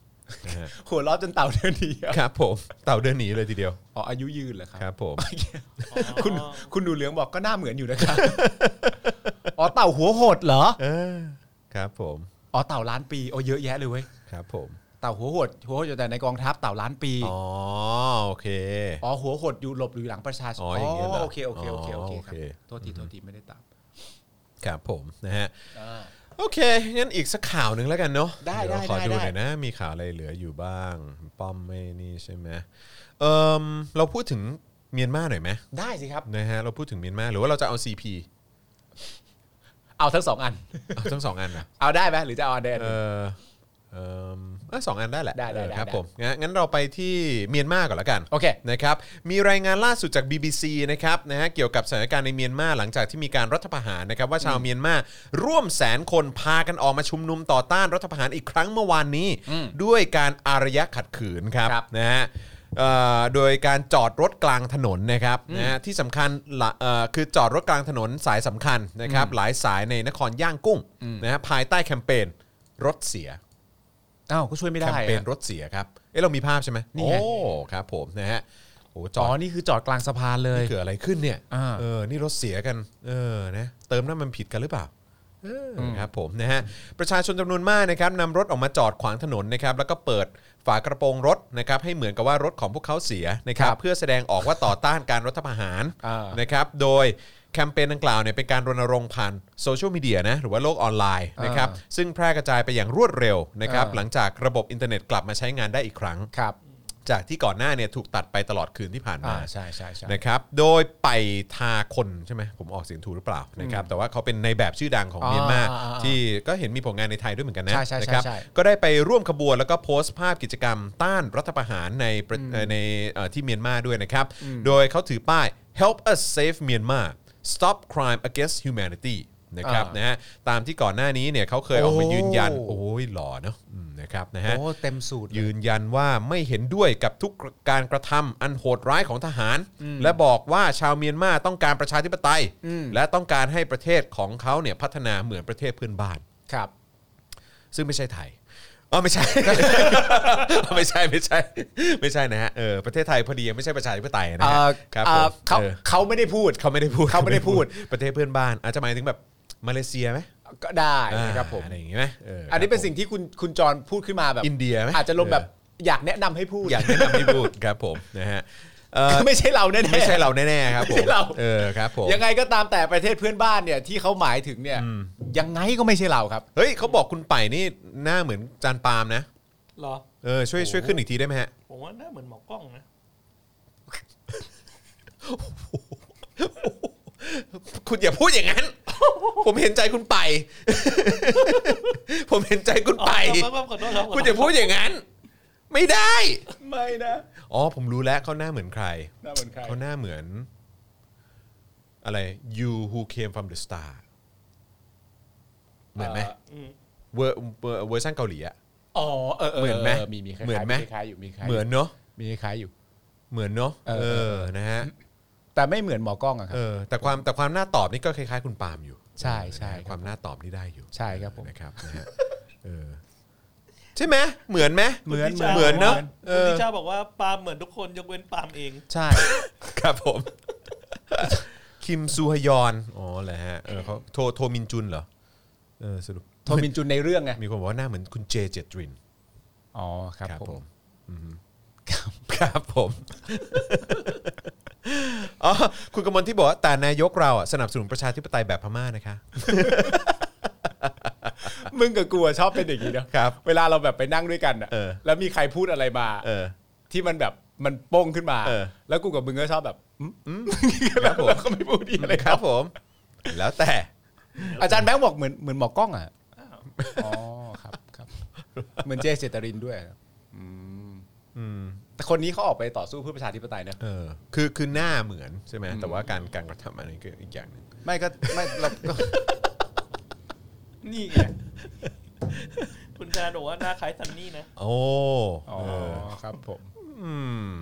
นะฮะ หัวล้อจนเต่าเดินหนีอะ ครับผม เต่าเดินหนีเลยทีเดียว อ๋ออายุยืนเหรอครับ ครับผม คุณคุณดูเหลืองบอกก็หน้าเหมือนอยู่นะครับ อ๋อเต่าหัวโหดเหรอ เออ ครับผม อ๋อเต่าล้านปีโอ้เยอะแยะเลยเว้ย ครับผม เต่าหัวโหดหัวโหดอยู่แต่ในกองทัพเต่าล้านปี อ๋อ โอเค อ๋อหัวโหดอยู่หลบอยู่หลังประชาชน อ๋ออย่างเงี้ยเหรอ โอเคโอเคโอเคโอเค อ๋อโอ ครั เค บโทษทีโทษทีไม่ได้ตาม ครับผม นะฮะ อ่า โอเค งั้นอีกสักข่าวหนึ่งแล้วกันเนาะ ได้ เยว ได้ ขอดู ได้ หน่อยนะ มีข่าวอะไรเหลืออยู่บ้าง ป้อมไม่นี่ใช่ไหมเอ่มเราพูดถึงเมียนมาหน่อยไหม ได้สิครับ นะฮะ เราพูดถึงเมียนมาหรือว่าเราจะเอา CP เอาทั้งสองอัน เอาทั้งสองอันนะ เอาได้ไหมหรือจะเอาอันเดน เออเอิ่มเอ้ยสองอันได้แหละ ได้ได้ เออ ได้ ครับ ได้ ผมงั้นงั้นเราไปที่เมียนมาก่อนละกัน โอเค นะครับมีรายงานล่าสุดจาก BBC นะครับนะฮะเกี่ยวกับสถานการณ์ในเมียนมาหลังจากที่มีการรัฐประหารนะครับว่าชาวเมียนมาร่วมแสนคนพากันออกมาชุมนุมต่อต้านรัฐประหารอีกครั้งเมื่อวานนี้ ด้วยการอารยะขัดขืนครับ ครับ นะฮะเอ่อโดยการจอดรถกลางถนนนะครับนะฮะที่สำคัญละเอ่อคือจอดรถกลางถนนสายสำคัญนะครับหลายสายในนครย่างกุ้งนะฮะภายใต้แคมเปญรถเสีย เอ้าก็ช่วยไม่ แคมได้อะ เปญรถเสียครับ เอ้เรามีภาพใช่ไหม นี่ โอ้ ไง ครับผมนะฮะ โอ้จ อ๋ อ อ ด นี่คือจอดกลางสะพานเลย เกิดอะไรขึ้นเนี่ย อ่า เออ นี่รถเสียกัน เออ นะ เติมน้ำมันผิดกันหรือเปล่า เออครับผมนะฮะ ประชาชนจำนวนมากนะครับนำรถออกมาจอดขวางถนนนะครับ แล้วก็เปิดฝากระโปรงรถนะครับ ให้เหมือนกับว่ารถของพวกเขาเสียนะครับ เพื่อแสดงออกว่าต่อต้านการรัฐประหาร อ่า นะครับ โดยแคมเปญดังกล่าวเนี่ยเป็นการรณรงค์ผ่านโซเชียลมีเดียนะหรือว่าโลกออนไลน์นะครับซึ่งแพร่กระจายไปอย่างรวดเร็วนะครับ อ่า หลังจากระบบอินเทอร์เน็ตกลับมาใช้งานได้อีกครั้ง ครับ จากที่ก่อนหน้าเนี่ยถูกตัดไปตลอดคืนที่ผ่านมาอ่าใช่ใช่ใช่ นะครับ โดยไปทาคนใช่ไหมผมออกเสียงถูกหรือเปล่านะครับ แต่ว่าเขาเป็นในแบบชื่อดังของ อ๋อ เมียนมา อ่าอ่า ที่ก็เห็นมีผลงานในไทยด้วยเหมือนกันนะ ใช่ใช่ใช่ นะครั ใช่ ก็ได้ไปร่วมขบวนแล้วก็โพสต์ภาพกิจกรรมต้านรัฐประหารในประเอ่อในเอ่อที่เมียนมาด้วยนะครับ โดยเขาถือป้าย help us save Myanmar stop crime against humanity นะครับ อ่าน นะฮะตามที่ก่อนหน้านี้เนี่ยเขาเคยออกมา โอ้ ยืนยัน โอ้ยหล่อเนาะอืมนะครับนะฮะ โอ้เต็มสูตรเล ยื ย นยันว่าไม่เห็นด้วยกับทุกการกระทำอันโหดร้ายของทหาร และบอกว่าชาวเมียนมาต้องการประชาธิปไตย อืม และต้องการให้ประเทศของเขาเนี่ยพัฒนาเหมือนประเทศเพื่อนบ้าน ครับ ซึ่งไม่ใช่ไทยอ๋อไม่ใช่ ไม่ใช่ไม่ใช่ ไม่ใช่นะฮะเออประเทศไทยพอดียังไม่ใช่ประชาธิปไตยนะ เอ่ ฮะ อ ครับ เอ่ ผ อ ม เขา เออ เขาไม่ได้พูด เขาไม่ได้พูด เขาไม่ได้พูด ประเทศเพื่อนบ้าน อาจจะหมายถึงแบบมาเลเซียไหม ก็ได้นะครับผม อ่าอะไรอย่างงี้ไหมเ อันนี้เป็นสิ่งที่คุณคุณจรพูดขึ้นมาแบบ อินเดียไหม อาจจะลงแบบ เอ อยากแนะนำให้พูด ออยากแนะนำให้พูดครับผมนะฮะเอ่อ ไม่ใช่เราแน่ๆ ไม่ใช่เราแน่ๆครับผม ไม่ใช่เรา เออครับผม ยังไงก็ตามแต่ประเทศเพื่อนบ้านเนี่ยที่เขาหมายถึงเนี่ยยังไงก็ไม่ใช่เราครับ เฮ้ยเขาบอกคุณไผ่นี่หน้าเหมือนจานปาล์มนะ เหรอ เออช่วยช่วยขึ้นอีกทีได้ไหมฮะ ผมว่าหน่าเหมือนหมอกล้องนะ คุณอย่าพูดอย่างนั้น ผมเห็นใจคุณไป ผมเห็นใจคุณไป อ๋อครับครับขอโทษครับขอโทษ คุณอย่าพูดอย่างนั้น ไม่ได้ ไม่นะ อ๋อผมรู้แล้วเขาหน้าเหมือนใคร น่าเหมือนใคร เขาหน้าเหมือน อะไร you who came from the star เหมือนไหม อืม เวอร์เวอร์เวอร์ชันเกาหลีอะ อ๋อเออเออ เหมือนไหม มีมีคล้ายๆ เหมือนไหม คล้ายๆอยู่มีคล้ายๆ เหมือนเนาะ มีคล้ายๆอยู่ เหมือนเนาะ เออ เอ เออ อนะฮะ แต่ไม่เหมือนหมอกล้องอะครั เอบ อแต่ความแต่ความหน้าตอบนี่ก็คล้ายๆคุณปาล์มอยู่ ใช่ใช่ นะฮะความหน้าตอบนี่ได้อยู่ ใช่ครับผม นะครับนะฮะเออใช่ไหมเหมือนไหม เหมือน คุณ เหมืพิชา อน เหมือนเนาะ บก เอ ว่าคุณ อ พิชาบอกว่าปาล์มเหมือนทุกคนยกเว้นปาล์มเอง ใช่ ครับผม คิมซูฮยอนอ๋อเหรอฮะเออเขาโทโทมินจุนเหรอเออสรุป โทมินจุนในเรื่องไง มีคนบอกว่าหน้าเหมือนคุณเจเจตริน อ๋อครับ ครับ ผ ผม ม ครับผมอ๋อคุณกมลที่บอกว่าแต่นายกเราอ่ะสนับสนุนประชาธิปไตยแบบพม่านะคะ มึงกับกูอะชอบเป็นอย่างนี้เนอะ ครับ เวลาเราแบบไปนั่งด้วยกันอะ เออ แล้วมีใครพูดอะไรมา เออ ที่มันแบบมันโป้งขึ้นมา เออ แล้วกูกับมึงก็ชอบแบบอืมอืมแล้วเราก็ไม่พูดดีอะไร ครับผม แล้วแต่ อาจารย์แบงค์บอกเหมือนเหมือนหมอกล้องอ่ะอ๋อครับครับเหมือนเจเจตรินด้วยอืมแต่คนนี้เขาออกไปต่อสู้เพื่อประชาธิปไตยนะ เออคือคือหน้าเหมือนใช่ไหมแต่ว่าการการกระทำอันนี้ก็อีกอย่างหนึ่ง ไม่ก็ไม่เราก็ นี่ไง คุณจานบอกว่าหน้าคล้ายซันนี่นะ โอ้ อ๋อ เออ ครับผม อืม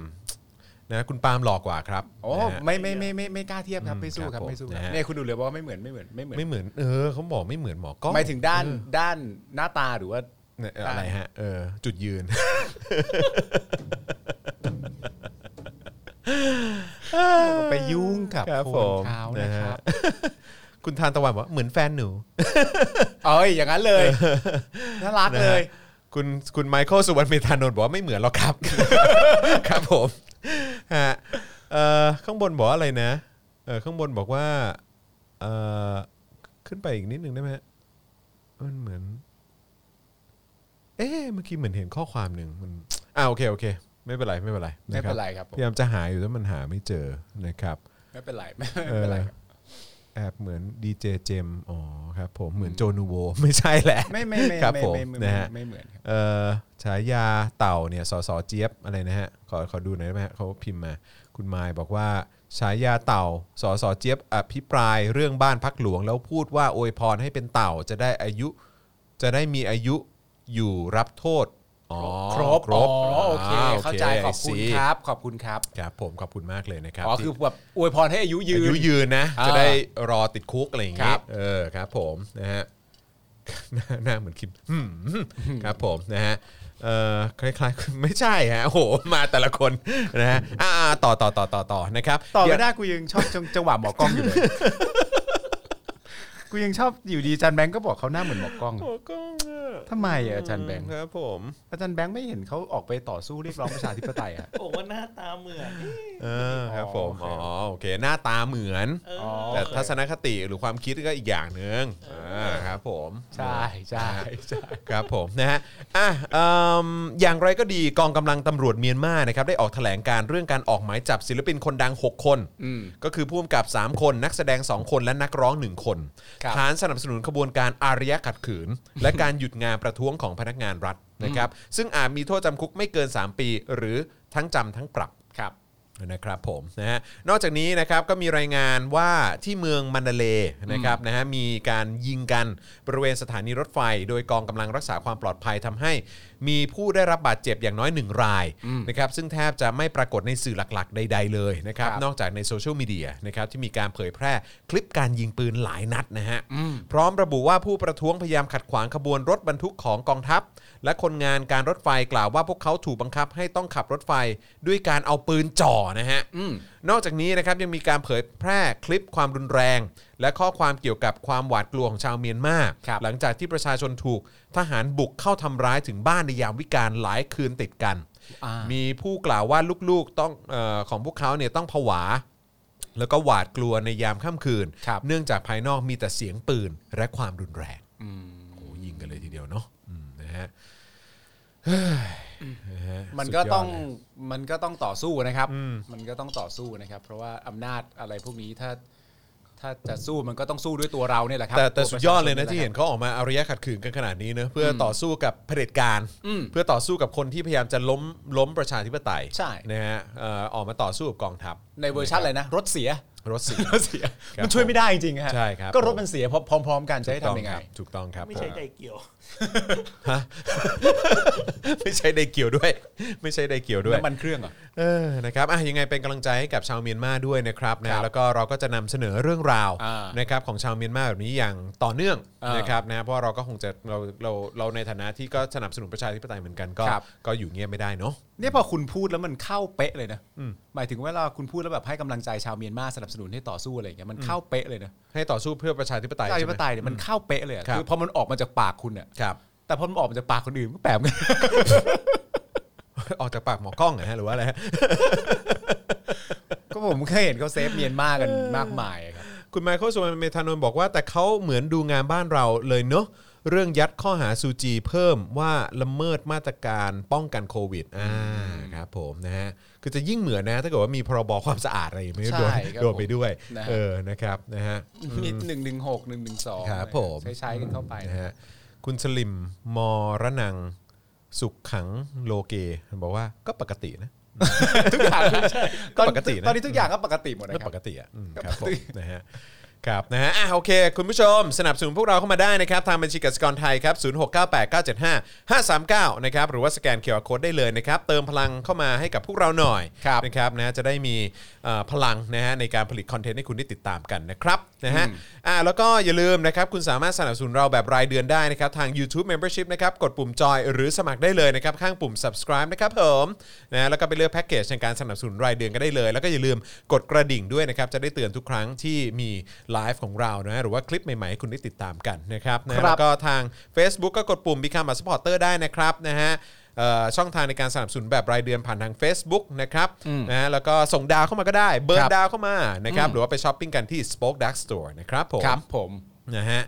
นะคุณปาล์มหลอกกว่าครับ โอ้ นะฮะ ไม่ไม่ไม่ไม่ไม่กล้าเทียบครับไม่สู้ ค ค รั รั บบ ผม ไม่สู้ครับ นะฮะ เนี่ยคุณดูเลยบอกว่าไม่เหมือนไม่เหมือนไม่เหมือน ไม่เหมือน เออเขาบอกไม่เหมือนหมอกล้อง หมายถึงด้านด้านหน้าตาหรือว่า เนี่ยอะไรฮะเออจุดยืน ไปยุ่งกับ ครับ ค ผ น ม เขานะครันะฮะบคุณทานตะวันบอกว่าเหมือนแฟนหนู เอ้ยอย่างนั้นเลยน่ารักเลนะยฮะคุณคุณไมเคิลสุวรรณเมธานนท์บอกว่าไม่เหมือนหรอกครับ ครับผมฮะเอ่อข้างบนบอกว่าอะไรนะเออข้างบนบอกว่าเอ่อขึ้นไปอีกนิดนึงได้ไหมฮะมันเหมือน เอ๊ะเมื่อกี้เหมือนเห็นข้อความหนึ่งมันอ่าโอเคโอเค ไม่เป็นไรไม่เป็นไร ไม่เป็นไรครับผม พยายามจะหาอยู่แต่มันหาไม่เจอนะครับ ไม่เป็นไรไม่เป็นไรครับ แอบเหมือนดีเจเจมส์อ๋อครับผมเหมือนโจนูโว ไม่ใช่แหละ ไม่ไม่ไม่ ครับ ไม่ ผม ไม่ไม่ นะฮะ ไม่เหมือนครับ เอ่อฉายาเต่าเนี่ยสอสอเจี๊ยบอะไรนะฮะขอขอดูหน่อยได้ไหมฮะเขาพิมพ์มา คุณมายบอกว่าฉายาเต่าสอสอเจี๊ยบอภิปรายเรื่องบ้านพักหลวง แล้วพูดว่าอวยพรให้เป็นเต่าจะได้อายุ จะได้มีอายุอยู่รับโทษอ๋อ ครบ คร อ๋อบ โอเค อ่ เข้าใจขอบคุณ ไ see ครับ ขอบคุณครับ ครับผมขอบคุณมากเลยนะครับ อ๋อ ที่ คือแบบอวยพรให้อายุยื อายุ น ยืนนะ อ่า จะได้รอติดคุกอะไรอย่าง ค เงี้ รั ย บ เออครับผมนะ ฮะ หน้าหน้าเหมือนคิมอืม ครับผมนะฮะเออคล้ายๆ ไม่ใช่ฮะโอ้โหมาแต่ละคนนะฮะอ่าอ่าต่อต่อต่อต่อต่อนะครับ ต่อ เดี๋ ไม่ ยว ได้กูยังช อบจังจังหวะหมอกล้องอยู่เลยกูยังชอบอยู่ดีอาจันแบงก์ก็บอกเขาหน้าเหมือนหมอกล้อง โอ้ก็ ทำไมอะอาจันแบงก์ ครับผม อาจันแบงก์ไม่เห็นเขาออกไปต่อสู้เรียกร้องประชาธิปไตยอะ บอกว่าหน้าตาเหมือน เออครับผมอ๋อโอเค หน้าตาเหมือน เออ แต่ทัศนคติหรือความคิดก็อีกอย่างหนึ่งอ่าครับผม ใช่ใช่ใช่ ครับผมนะฮะอ่ะเอิ่มอย่างไรก็ดีกองกำลังตำรวจเมียนมานะครับได้ออกแถลงการเรื่องการออกหมายจับศิลปินคนดัง 6 คน อืม ก็คือผู้กำกับ 3 คนนักแสดง 2 คนและนักร้อง 1 คน ครับ ฐานสนับสนุนขบวนการอารยะขัด ขืน และการหยุดงานประท้วงของพนักงานรัฐนะครับซึ่งอาจมีโทษจำคุกไม่เกิน 3 ปี หรือทั้งจำทั้งปรับ ครับ นะครับผมนะฮะนอกจากนี้นะครับก็มีรายงานว่าที่เมืองมันดาเลย์นะครับนะฮะมีการยิงกันบริเวณสถานีรถไฟ โดยกองกำลังรักษาความปลอดภัยทำให้ มีผู้ได้รับบาดเจ็บอย่างน้อยหนึ่งรายนะครับซึ่งแทบจะไม่ปรากฏในสื่อหลักๆ ใด ๆ เลยนะครับ ครับ นอกจากในโซเชียลมีเดียนะครับที่มีการเผยแพร่คลิปการยิงปืนหลายนัดนะฮะพร้อมระบุว่าผู้ประท้วงพยายามขัดขวางขบวนรถบรรทุกของกองทัพ และคนงานการรถไฟกล่าวว่าพวกเขาถูกบังคับให้ต้องขับรถไฟด้วยการเอาปืนจ่อนะฮะ นอกจากนี้นะครับยังมีการเผยแพร่คลิปความรุนแรง และข้อความเกี่ยวกับความหวาดกลัวของชาวเมียนมา ครับ หลังจากที่ประชาชนถูกทหารบุกเข้าทำร้ายถึงบ้านในยามวิกาลหลายคืนติดกัน อ่า มีผู้กล่าวว่าลูกๆต้องเออของพวกเขาเนี่ยต้องผวา แล้วก็หวาดกลัวในยามค่ำคืน ครับ เนื่องจากภายนอกมีแต่เสียงปืนและความรุนแรงโอ้โหยิงกันเลยทีเดียวเนาะอืมนะฮะ มันก็ต้องมันก็ต้องต่อสู้นะครับ มันก็ต้องต่อสู้นะครับ เพราะว่าอำนาจอะไรพวกนี้ถ้าถ้าจะสู้มันก็ต้องสู้ด้วยตัวเราเนี่ยแหละครั แต่แต่ วป สุ ร ด ชาย อดเลยนะ แห ที่ ครับ เห็นเขาออกมาอาริยะขัดขืนกันขนาดนี้เนอะเพื่อต่อสู้กับเผด็จการ เพื่อต่อสู้กับคนที่พยายามจะล้มล้มประชาธิปไตย ใช่ นะฮะเอ่อออกมาต่อสู้กับกองทัพ ในเวอร์ชันอะไรนะ รถเสีย รถเสีย รถเสีย ครับ มันช่วยไม่ได้จริงๆฮะ ใช่ครับ ก็รถมันเสียพร้อมพร้อม ๆ กันจะให้ทำยังไง ถูกต้องครับ ไม่ใช่ ผ ใจเกี่ยว ไม่ใช่ไดเกี่ยวด้วย ไม่ใช่ไดเกี่ยวด้วย น้ำมันเครื่องเหรอ่ะ เออนะครับอ่ะยังไงเป็นกำลังใจให้กับชาวเมียนมาด้วยนะครับ ครั นะ บ แล้วก็เราก็จะนำเสนอเรื่องราว อ่าน นะครับของชาวเมียนมาแบบนี้อย่างต่อเนื่อง อ่าน นะครับนะเพราะเราก็คงจะเราเราเราในฐานะที่ก็สนับสนุนประชาธิปไตยเหมือนกันก็ ครับ ก็อยู่เงียบไม่ได้เนาะ เนี่ยพอคุณพูดแล้วมันเข้าเป๊ะเลยนะหมายถึงเวลาคุณพูดแล้วแบบให้กำลังใจชาวเมียนมาสนับสนุนให้ต่อสู้อะไรอย่างเงี้ยมันเข้าเป๊ะเลยนะ ให้ต่อสู้เพื่อประชาธิปไตย ประชาธิปไต ใช่ ยเนี่ยมันเข้าเป๊ะเลยอะ ครับ คือพอมันออกมาจากปากคุณเนี่ย หมครับ แต่พอมันออกมาจากปากคนอื่นก็แปลกเหมือนกัน ออกจากปากหมอกล้องเหรอฮะหรือว่าอะไรฮะ ก็ผมเคยเห็นเขาเซฟเมียนมากันมากมายอะครับ คุณไมเคิลสุวรรณเมธานนท์บอกว่าแต่เขาเหมือนดูงานบ้านเราเลยเนาะเรื่องยัดข้อหาซูจีเพิ่มว่าละเมิดมาตรการป้องกันโควิดอ่าครับผมนะฮะคือจะยิ่งเหมือนนะถ้าเกิดว่ามีพรบความสะอาดอะไรไม่รู้โดน ใช่ครับ โดนไปด้วย นะฮะ เออนะครับนะฮะ มีหนึ่งหนึ่งหกหนึ่งหนึ่งสอง ครับผม ใช้ใช้ๆกันเข้าไป นะฮะคุณสลิมมรนัง สุขขังโลเกบอกว่าก็ปกตินะ ทุกอย่าง ก็ปกตินะ ตอนนี้ ทุกอย่างก็ปกติหมดนะ ก็ ครั ป บ กติอ่ะอืม ครัครับบผม ปกติ นะฮะครับนะฮะอ่ะโอเค คุณผู้ชม สนับสนุนพวกเราเข้ามาได้นะครับ ทางบัญชีกสิกรไทยครับ 0698975539 539 นะครับ หรือว่าสแกนเคอร์โคดได้เลยนะครับ เติมพลังเข้ามาให้กับพวกเราหน่อย ครับ นะครับนะจะได้มีเอ่อพลังนะฮะในการผลิตคอนเทนต์ให้คุณได้ติดตามกันนะครับนะฮะอ่ะแล้วก็อย่าลืมนะครับ คุณสามารถสนับสนุนเราแบบรายเดือนได้นะครับ ทาง YouTube Membership นะครับ กดปุ่มจอยหรือสมัครได้เลยนะครับ ข้างปุ่ม subscribe นะครับผมนะแล้วก็ไปเลือกแพ็กเกจในการสนับสนุนรายเดือนก็ได้เลย แล้วก็อย่าลืมกดกระดิ่งด้วยนะครับ จะได้เตือนทุกครั้งที่มีไลฟ์ของเรานะหรือว่าคลิปใหม่ๆให้คุณได้ติดตามกันนะครับนะ ครับ แล้วก็ทาง Facebook ก็กดปุ่ม Become a supporter ได้นะครับนะฮะเอ่อช่องทางในการสนับสนุนแบบรายเดือนผ่านทาง Facebook นะครับนะฮะแล้วก็ส่งดาวเข้ามาก็ได้เบิร์ ครับ ดาวเข้ามานะครับหรือว่าไปช้อปปิ้งกันที่ Spoke Dark Store นะครับผม ครับผม นะฮ ะ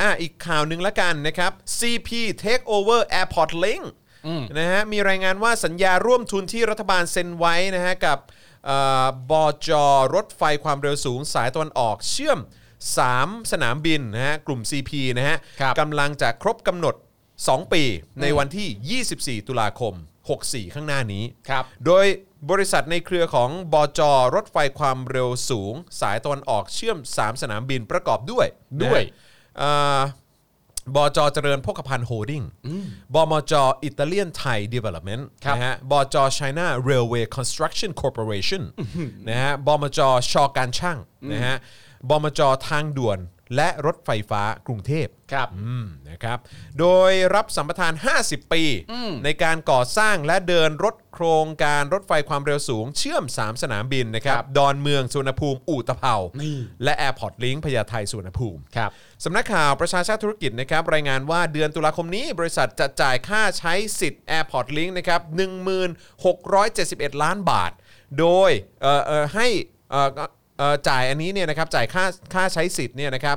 อ่ะอีกข่าวหนึ่งละกันนะครับ CP take over airport link นะฮะ มีรายงานว่าสัญญาร่วมทุนที่รัฐบาลเซ็นไว้นะฮะ กับเอ่อบจรถไฟความเร็วสูงสายตะวันออกเชื่อม 3 สนามบินนะฮะ กลุ่ม CP นะฮะ ครับ กำลังจะครบกำหนด 2 ปี ในวันที่ 24 ตุลาคม 64 ข้างหน้านี้ ครับ โดยบริษัทในเครือของบจรถไฟความเร็วสูง สายตะวันออกเชื่อม 3 สนามบินประกอบด้วย ด้วย นะเอ่อบจเจริญพกพันธ์โฮดิ้งบมจอิตาเลียนไทยดีเวล็อปเมนต์นะฮะบจไชน่าเรลเวย์คอนสตรักชั่นคอร์ปอเรชั่นนะฮะบมจชอการช่างนะฮะบมจทางด่วนและรถไฟฟ้ากรุงเทพ ครับ อืมนะครับ โดยรับสัมปทาน 50 ปี ในการก่อสร้างและเดินรถโครงการรถไฟความเร็วสูง เชื่อม 3 สนามบินนะครับ ดอนเมืองสุวรรณภูมิ อู่ตะเภา และแอร์พอร์ตลิงพญาไทสุวรรณภูมิ ครับ สำนักข่าวประชาชาติธุรกิจนะครับรายงานว่าเดือนตุลาคมนี้บริษัทจะจ่ายค่าใช้สิทธิ์ Airport Link นะครับ1671 ล้านบาท โดยเอ่อเอ่อให้เอ่อเอ่อจ่ายอันนี้เนี่ยนะครับจ่ายค่าค่าใช้สิทธิ์เนี่ยนะครับ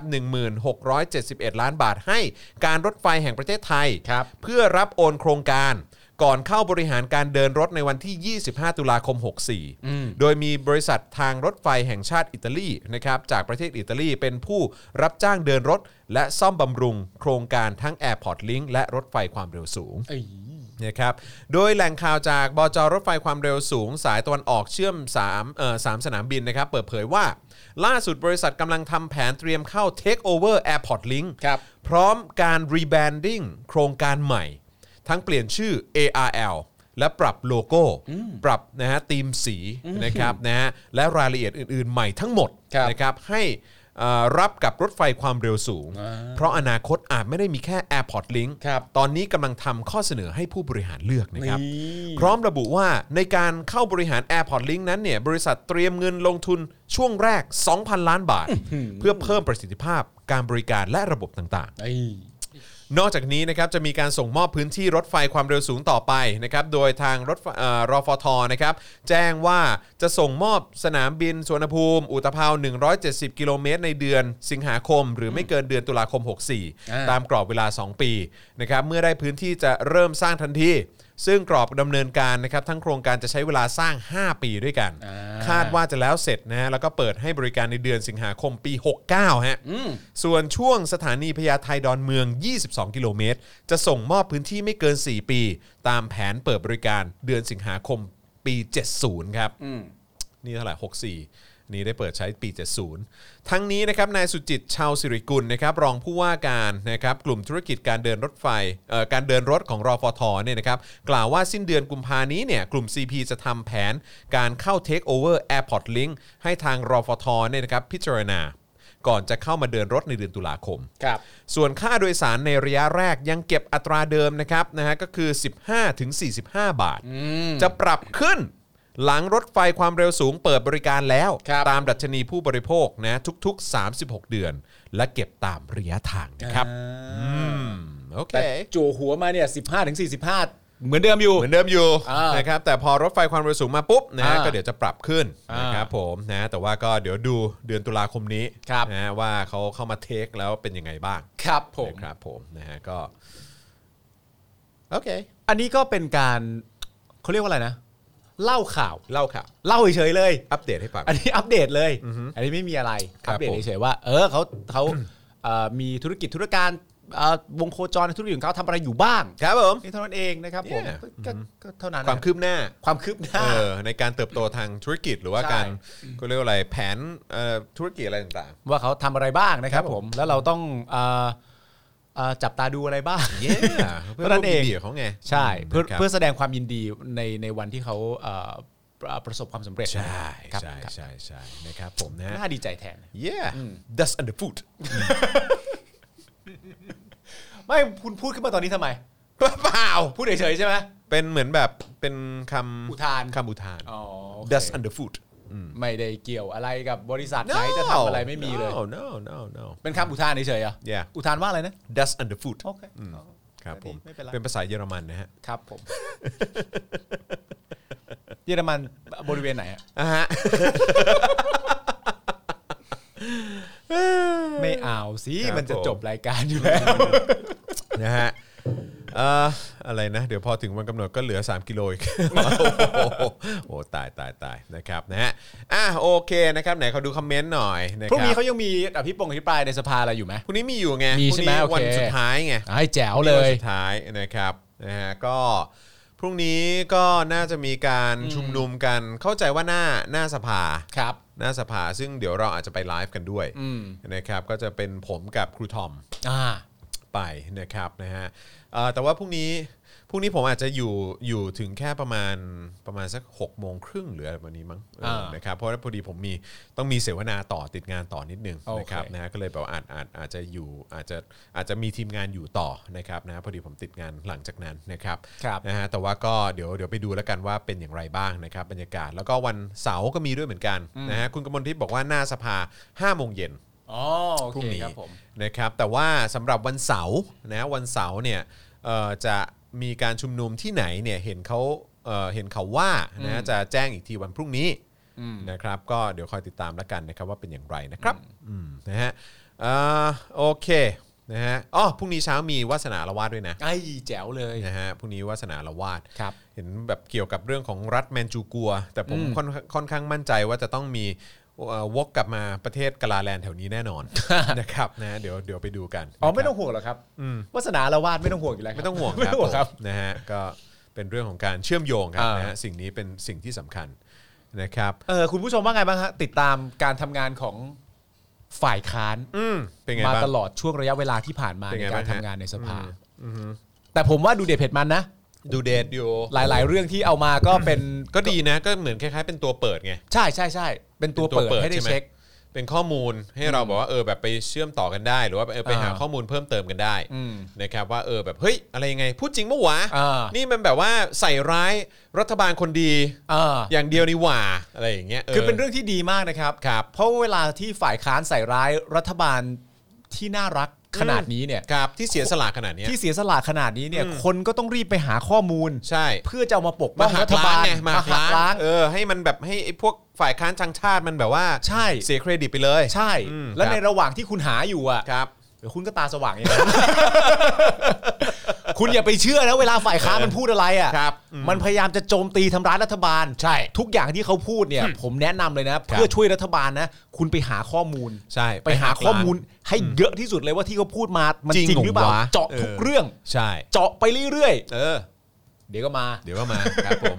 1671 ล้านบาท ให้การรถไฟแห่งประเทศไทย ครับ เพื่อรับโอนโครงการก่อนเข้าบริหารการเดินรถในวันที่ 25 ตุลาคม 64 โดยมีบริษัททางรถไฟแห่งชาติอิตาลีนะครับจากประเทศอิตาลีเป็นผู้รับจ้างเดินรถ และซ่อมบำรุงโครงการทั้ง Airport Link และรถไฟความเร็วสูง เอ้ย นะครับ โดยแหล่งข่าวจากบจรถไฟความเร็วสูง สายตะวันออกเชื่อม3เอ่อสามสนามบินนะครับ เปิดเผยว่า ล่าสุดบริษัทกำลังทำแผนเตรียมเข้า Takeover Airport Link ครับ พร้อมการ Rebranding โครงการใหม่ ทั้งเปลี่ยนชื่อ ARL และปรับโลโก้ ปรับนะฮะธีมสีนะครับนะฮะและรายละเอียดอื่นๆ ใหม่ทั้งหมด ครับ นะครับให้เอ่อรับกับรถไฟความเร็วสูง เพราะอนาคตอาจไม่ได้มีแค่ Airport Link ครับ ตอนนี้กำลังทำข้อเสนอให้ผู้บริหารเลือกนะครับ นี่ พร้อมระบุว่าในการเข้าบริหาร Airport Link นั้นเนี่ยบริษัทเตรียมเงินลงทุนช่วงแรก 2,000 ล้านบาท เพื่อเพิ่มประสิทธิภาพการบริการและระบบต่าง เอ้ย ๆ นอกจากนี้นะครับจะมีการส่งมอบพื้นที่รถไฟความเร็วสูงต่อไปนะครับโดยทางรถไฟเอ่อรอฟทนะครับแจ้งว่าจะส่งมอบสนามบินสวนภูมิ อุตภาว170 กิโลเมตร ในเดือนสิงหาคม หรือไม่เกินเดือนตุลาคม อ่า 64 ตามกรอบเวลา 2 ปีนะครับเมื่อได้พื้นที่จะเริ่มสร้างทันที ซึ่งกรอบดำเนินการนะครับทั้งโครงการจะใช้เวลาสร้าง 5 ปีด้วยกัน อ่า คาดว่าจะแล้วเสร็จนะฮะแล้วก็เปิดให้บริการในเดือนสิงหาคมปี 69 ฮะ ส่วนช่วงสถานีพญาไทดอนเมือง 22 กิโลเมตร จะส่งมอบพื้นที่ไม่เกิน 4 ปี ตามแผนเปิดบริการเดือนสิงหาคมปี 70 ครับ นี่เท่าไหร่ 64 นี่ได้เปิดใช้ปี 70 ทั้งนี้นะครับ นายสุจิตชาวสิริกุลนะครับ รองผู้ว่าการนะครับ กลุ่มธุรกิจการเดินรถไฟเอ่อการเดินรถของรอฟทเนี่ยนะครับ กล่าวว่าสิ้นเดือนกุมภานี้เนี่ย กลุ่ม CP จะทำแผนการเข้า Take Over Airport Link ให้ทางรอฟทเนี่ยนะครับ พิจารณา ก่อนจะเข้ามาเดินรถในเดือนตุลาคม ครับ ส่วนค่าโดยสารในระยะแรกยังเก็บอัตราเดิมนะครับนะฮะก็คือ 15ถึง45 บาท จะปรับขึ้น หลังรถไฟความเร็วสูงเปิดบริการแล้ว ครับ ตามดัชนีผู้บริโภคนะทุกๆ 36 เดือน และเก็บตามระยะทางนะครับ อืม โอเค แต่จั่วหัวมาเนี่ยสิบห้าถึงสี่สิบห้าเหมือนเดิมอยู่ เหมือนเดิมอยู่ อ่าน นะครับแต่พอรถไฟความเร็วสูงมาปุ๊บนะฮะ อ่า ก็เดี๋ยวจะปรับขึ้น อ่าน นะครับผมนะแต่ว่าก็เดี๋ยวดูเดือนตุลาคมนี้ ครับ นะฮะว่าเขาเข้ามาเทคแล้วเป็นยังไงบ้าง ครับผม นะครับผมนะฮะก็โอเค อันนี้ก็เป็นการเขาเรียกว่าอะไรนะ เล่าข่าว เล่าข่าว เล่าเฉยๆเลย อัปเดตให้ฟัง อันนี้อัปเดตเลย อันนี้ไม่มีอะไร ครับอัปเดต ผม เฉยๆว่า เออเขาเขาเอ่อมีธุรกิจธุรการเอ่อวงโคจรในธุรกิจของเขาทำอะไรอยู่บ้าง ครับผม นี่เท่านั้นเองนะครับผม Yeah ก็ก็ก็เท่านั้น ควา นะ มคืบหน้า ความคืบหน้า เออในการเติบโตทางธุรกิจหรือว่า ใช่ การเขาเรียกว่าอะไรแผนเอ่อธุรกิจอะไรต่าง ว่าเขาทำอะไรบ้างนะครับผม แล้วเราต้องเอ่อเอ่อจับตาดูอะไรบ้าง ๆ เย้เพื่อ เพราะนั่ ร่วน ม เอง ยินดีกับเขาไง ใช่ เพื่อ นะครับ เพื่อแสดงความยินดีในในวันที่เขาเอ่อประประสบความสำเร็จ ใช่ ครับ ใช่ ครับ ใช่ใช่นะครับผมนะ น่าดีใจแทน เย้ dust under foot ไม่คุณพูดขึ้นมาตอนนี้ทำไม เปล่า พูดเฉยๆใช่ไหม เป็นเหมือนแบบเป็นคำ อุทาน คำอุทาน อ๋อโอเค dust under foot ไม่ได้เกี่ยวอะไรกับบริษัทไหนจะทำอะไรไม่มีเลย no no no no เป็นคำอุทานเฉยๆเหรอ่ะ yeah อุทานว่าอะไรนะ dust under foot โอเคอ๋อ ครับผม ไม่เป็นไร เป็นภาษาเยอรมันนะฮะ ครับผม เยอรมันบริเวณไหนอะ อ่ะฮะ ไม่เอาสิ ครับ มันจะ ผม จบรายการอยู่ แล้ว นะฮะเอ่ออะไรนะ เดี๋ยวพอถึงวันกำหนดก็เหลือ 3 กิโลอีก โอ้โหโอ้โหตายตายตายนะครับนะฮะอ่ะโอเคนะครับ ไหนเขาดูคอมเมนต์หน่อยนะค พรุ่ง รั นี้ บ เขายังมีอภิปรายอภิปรายในสภาอะไรอยู่ไหม พรุ่งนี้มีอยู่ไง มี พ ใช่ รุ่ง ไหม นี้ โอเค วันสุดท้ายไง ให้แจ๋วเล พรุ่งนี้ยวันสุดท้ายนะครับนะฮะก็พรุ่งนี้ก็น่าจะมีการชุมนุมกันเข้าใจว่าหน้าหน้าสภา ครับ หน้าสภาซึ่งเดี๋ยวเราอาจจะไปไลฟ์กันด้วย อืม นะครับก็จะเป็นผมกับครูทอม อ่า ไปนะครับนะฮะเอ่อแต่ว่าพรุ่งนี้พรุ่งนี้ผมอาจจะอยู่อยู่ถึงแค่ประมาณประมาณสัก6กโมงครึ่งหรืออะไรประมาณนี้มั้งเออ อ่าน นะครับเพราะว่าพอดีผมมีต้องมีเสวนาต่อติดงานต่อนิดนึง โอนะเคครับนะฮะก็เลยแบบว่าอาจอาจอาจจะอยู่อาจจะอาจจะมีทีมงานอยู่ต่อนะครับนะฮะพอดีผมติดงานหลังจากนั้นนะครับ ครับ นะฮะแต่ว่าก็เดี๋ยวเดี๋ยวไปดูแล้วกันว่าเป็นอย่างไรบ้างนะครับบรรยากาศแล้วก็วันเสาร์ก็มีด้วยเหมือนกันนะฮะคุณกมลทิพย์บอกว่าหน้าสภา5้าโมงเย็น อ๋อโอ พรุ่ เค งนี้ ครับผม นะครับแต่ว่าสำหรับวันเสาร์นะวันเสาร์เนี่ยเอ่อจะมีการชุมนุมที่ไหนเนี่ยเห็นเขาเอ่อเห็นเขาว่านะจะแจ้งอีกทีวันพรุ่งนี้นะครับก็เดี๋ยวคอยติดตามแล้วกันนะครับว่าเป็นอย่างไรนะครับอืมนะฮะเอ่อโอเคนะฮะอ๋อพรุ่งนี้เช้ามีวาสนาละวาดด้วยนะ ไอ้แจ๋วเลย นะฮะพรุ่งนี้วาสนาละวาด ครับ เห็นแบบเกี่ยวกับเรื่องของรัฐแมนจูกัว แต่ผมค่อนค่อนข้างมั่นใจว่าจะต้องมีเอ่อวกกลับมาประเทศกาลาแลนด์แถวนี้แน่น อน นะครับนะเดี๋ยวเดี๋ยวไปดูกัน อ๋นะคอรับ ไม่ต้องห่วงหรอกครับวาสนาละวาดไม่ต้องห่วงอยู่แล้วครั ไม่ บ ต้องห่วง ไม่ ครัต้อบงห่วงครับ ผมนะฮะก็เป็นเรื่องของการเชื่อมโยงครับ อ่าน นะฮะสิ่งนี้เป็นสิ่งที่สำคัญนะครับ เออคุณผู้ชมว่าไงบ้างฮะติดตามการทำงานของฝ่ายค้าน อืมเป็นไง มา บ้าง ตลอดช่วงระยะเวลาที่ผ่านมา เป็น ใน ไง การ บ้างฮะ ทำงานในสภาแต่ผมว่าดูเด็ดเผ็ดมันนะ ดูเดทอยู่ หลาย ๆ เรื่องที่เอามาก็เป็น ก็ดีนะก็เหมือนคล้ายๆเป็นตัวเปิดไง ใช่ใช่ใช่เป็นตัว เป็นตัว เปิด เปิด ให้ได้ ใช่ไหม เช็ค เป็นข้อมูลให้เราบอกว่าเออแบบไปเชื่อมต่อกันได้ หรือว่าเออไปหา อ่า ข้อมูลเพิ่มเติมกันได้ อืม นะครับว่าเออแบบเฮ้ยอะไรยังไงพูดจริงเมื่อวะ อ่า นี่มันแบบว่าใส่ร้ายรัฐบาลคนดี อ่า อย่างเดียวนี่หว่าอะไรอย่างเงี้ย คือเป็นเรื่องที่ดีมากนะครับ เพราะเวลาที่ฝ่ายค้านใส่ร้ายรัฐบาลที่น่ารัก ขนาดนี้เนี่ย ครับที่เสียสละขนาดเนี้ย ที่เสียสละขนาดนี้เนี่ย อืม คนก็ต้องรีบไปหาข้อมูล ใช่ เพื่อจะเอามาปกป้ มา อง หั รั ก ฐ ล้า บาง ล ไงมาหักล้าง เอ เอ อ อให้มันแบบให้ไอ้พวกฝ่ายค้านชังชาติมันแบบว่า ใช่ เสียเครดิตไปเลย ใช่ อืม แล้ว ครับ ในระหว่างที่คุณหาอยู่อ่ะ ครับ เดี๋ยวคุณก็ตาสว่างเองนะ คุณอย่าไปเชื่อนะเวลาฝ่ายค้านมันพูดอะไรอ่ะ ครับอืม มันพยายามจะโจมตีทำร้ายรัฐบาลใช่ ทุกอย่างที่เขาพูดเนี่ย ผมแนะนำเลยนะ เพื่อช่วยรัฐบาลนะ คุณไปหาข้อมูล ใช่ ไปหาข้อมูลให้เยอะที่สุดเลยว่าที่เขาพูดมามันจ จริ ริ ง งหรือเปล่า เหรอวะ เจาะ เออ ทุกเรื่อง ใช่ เจาะไปเรื่อย เออ ๆ เดี๋ยวก็มา เดี๋ยวก็มาครับผม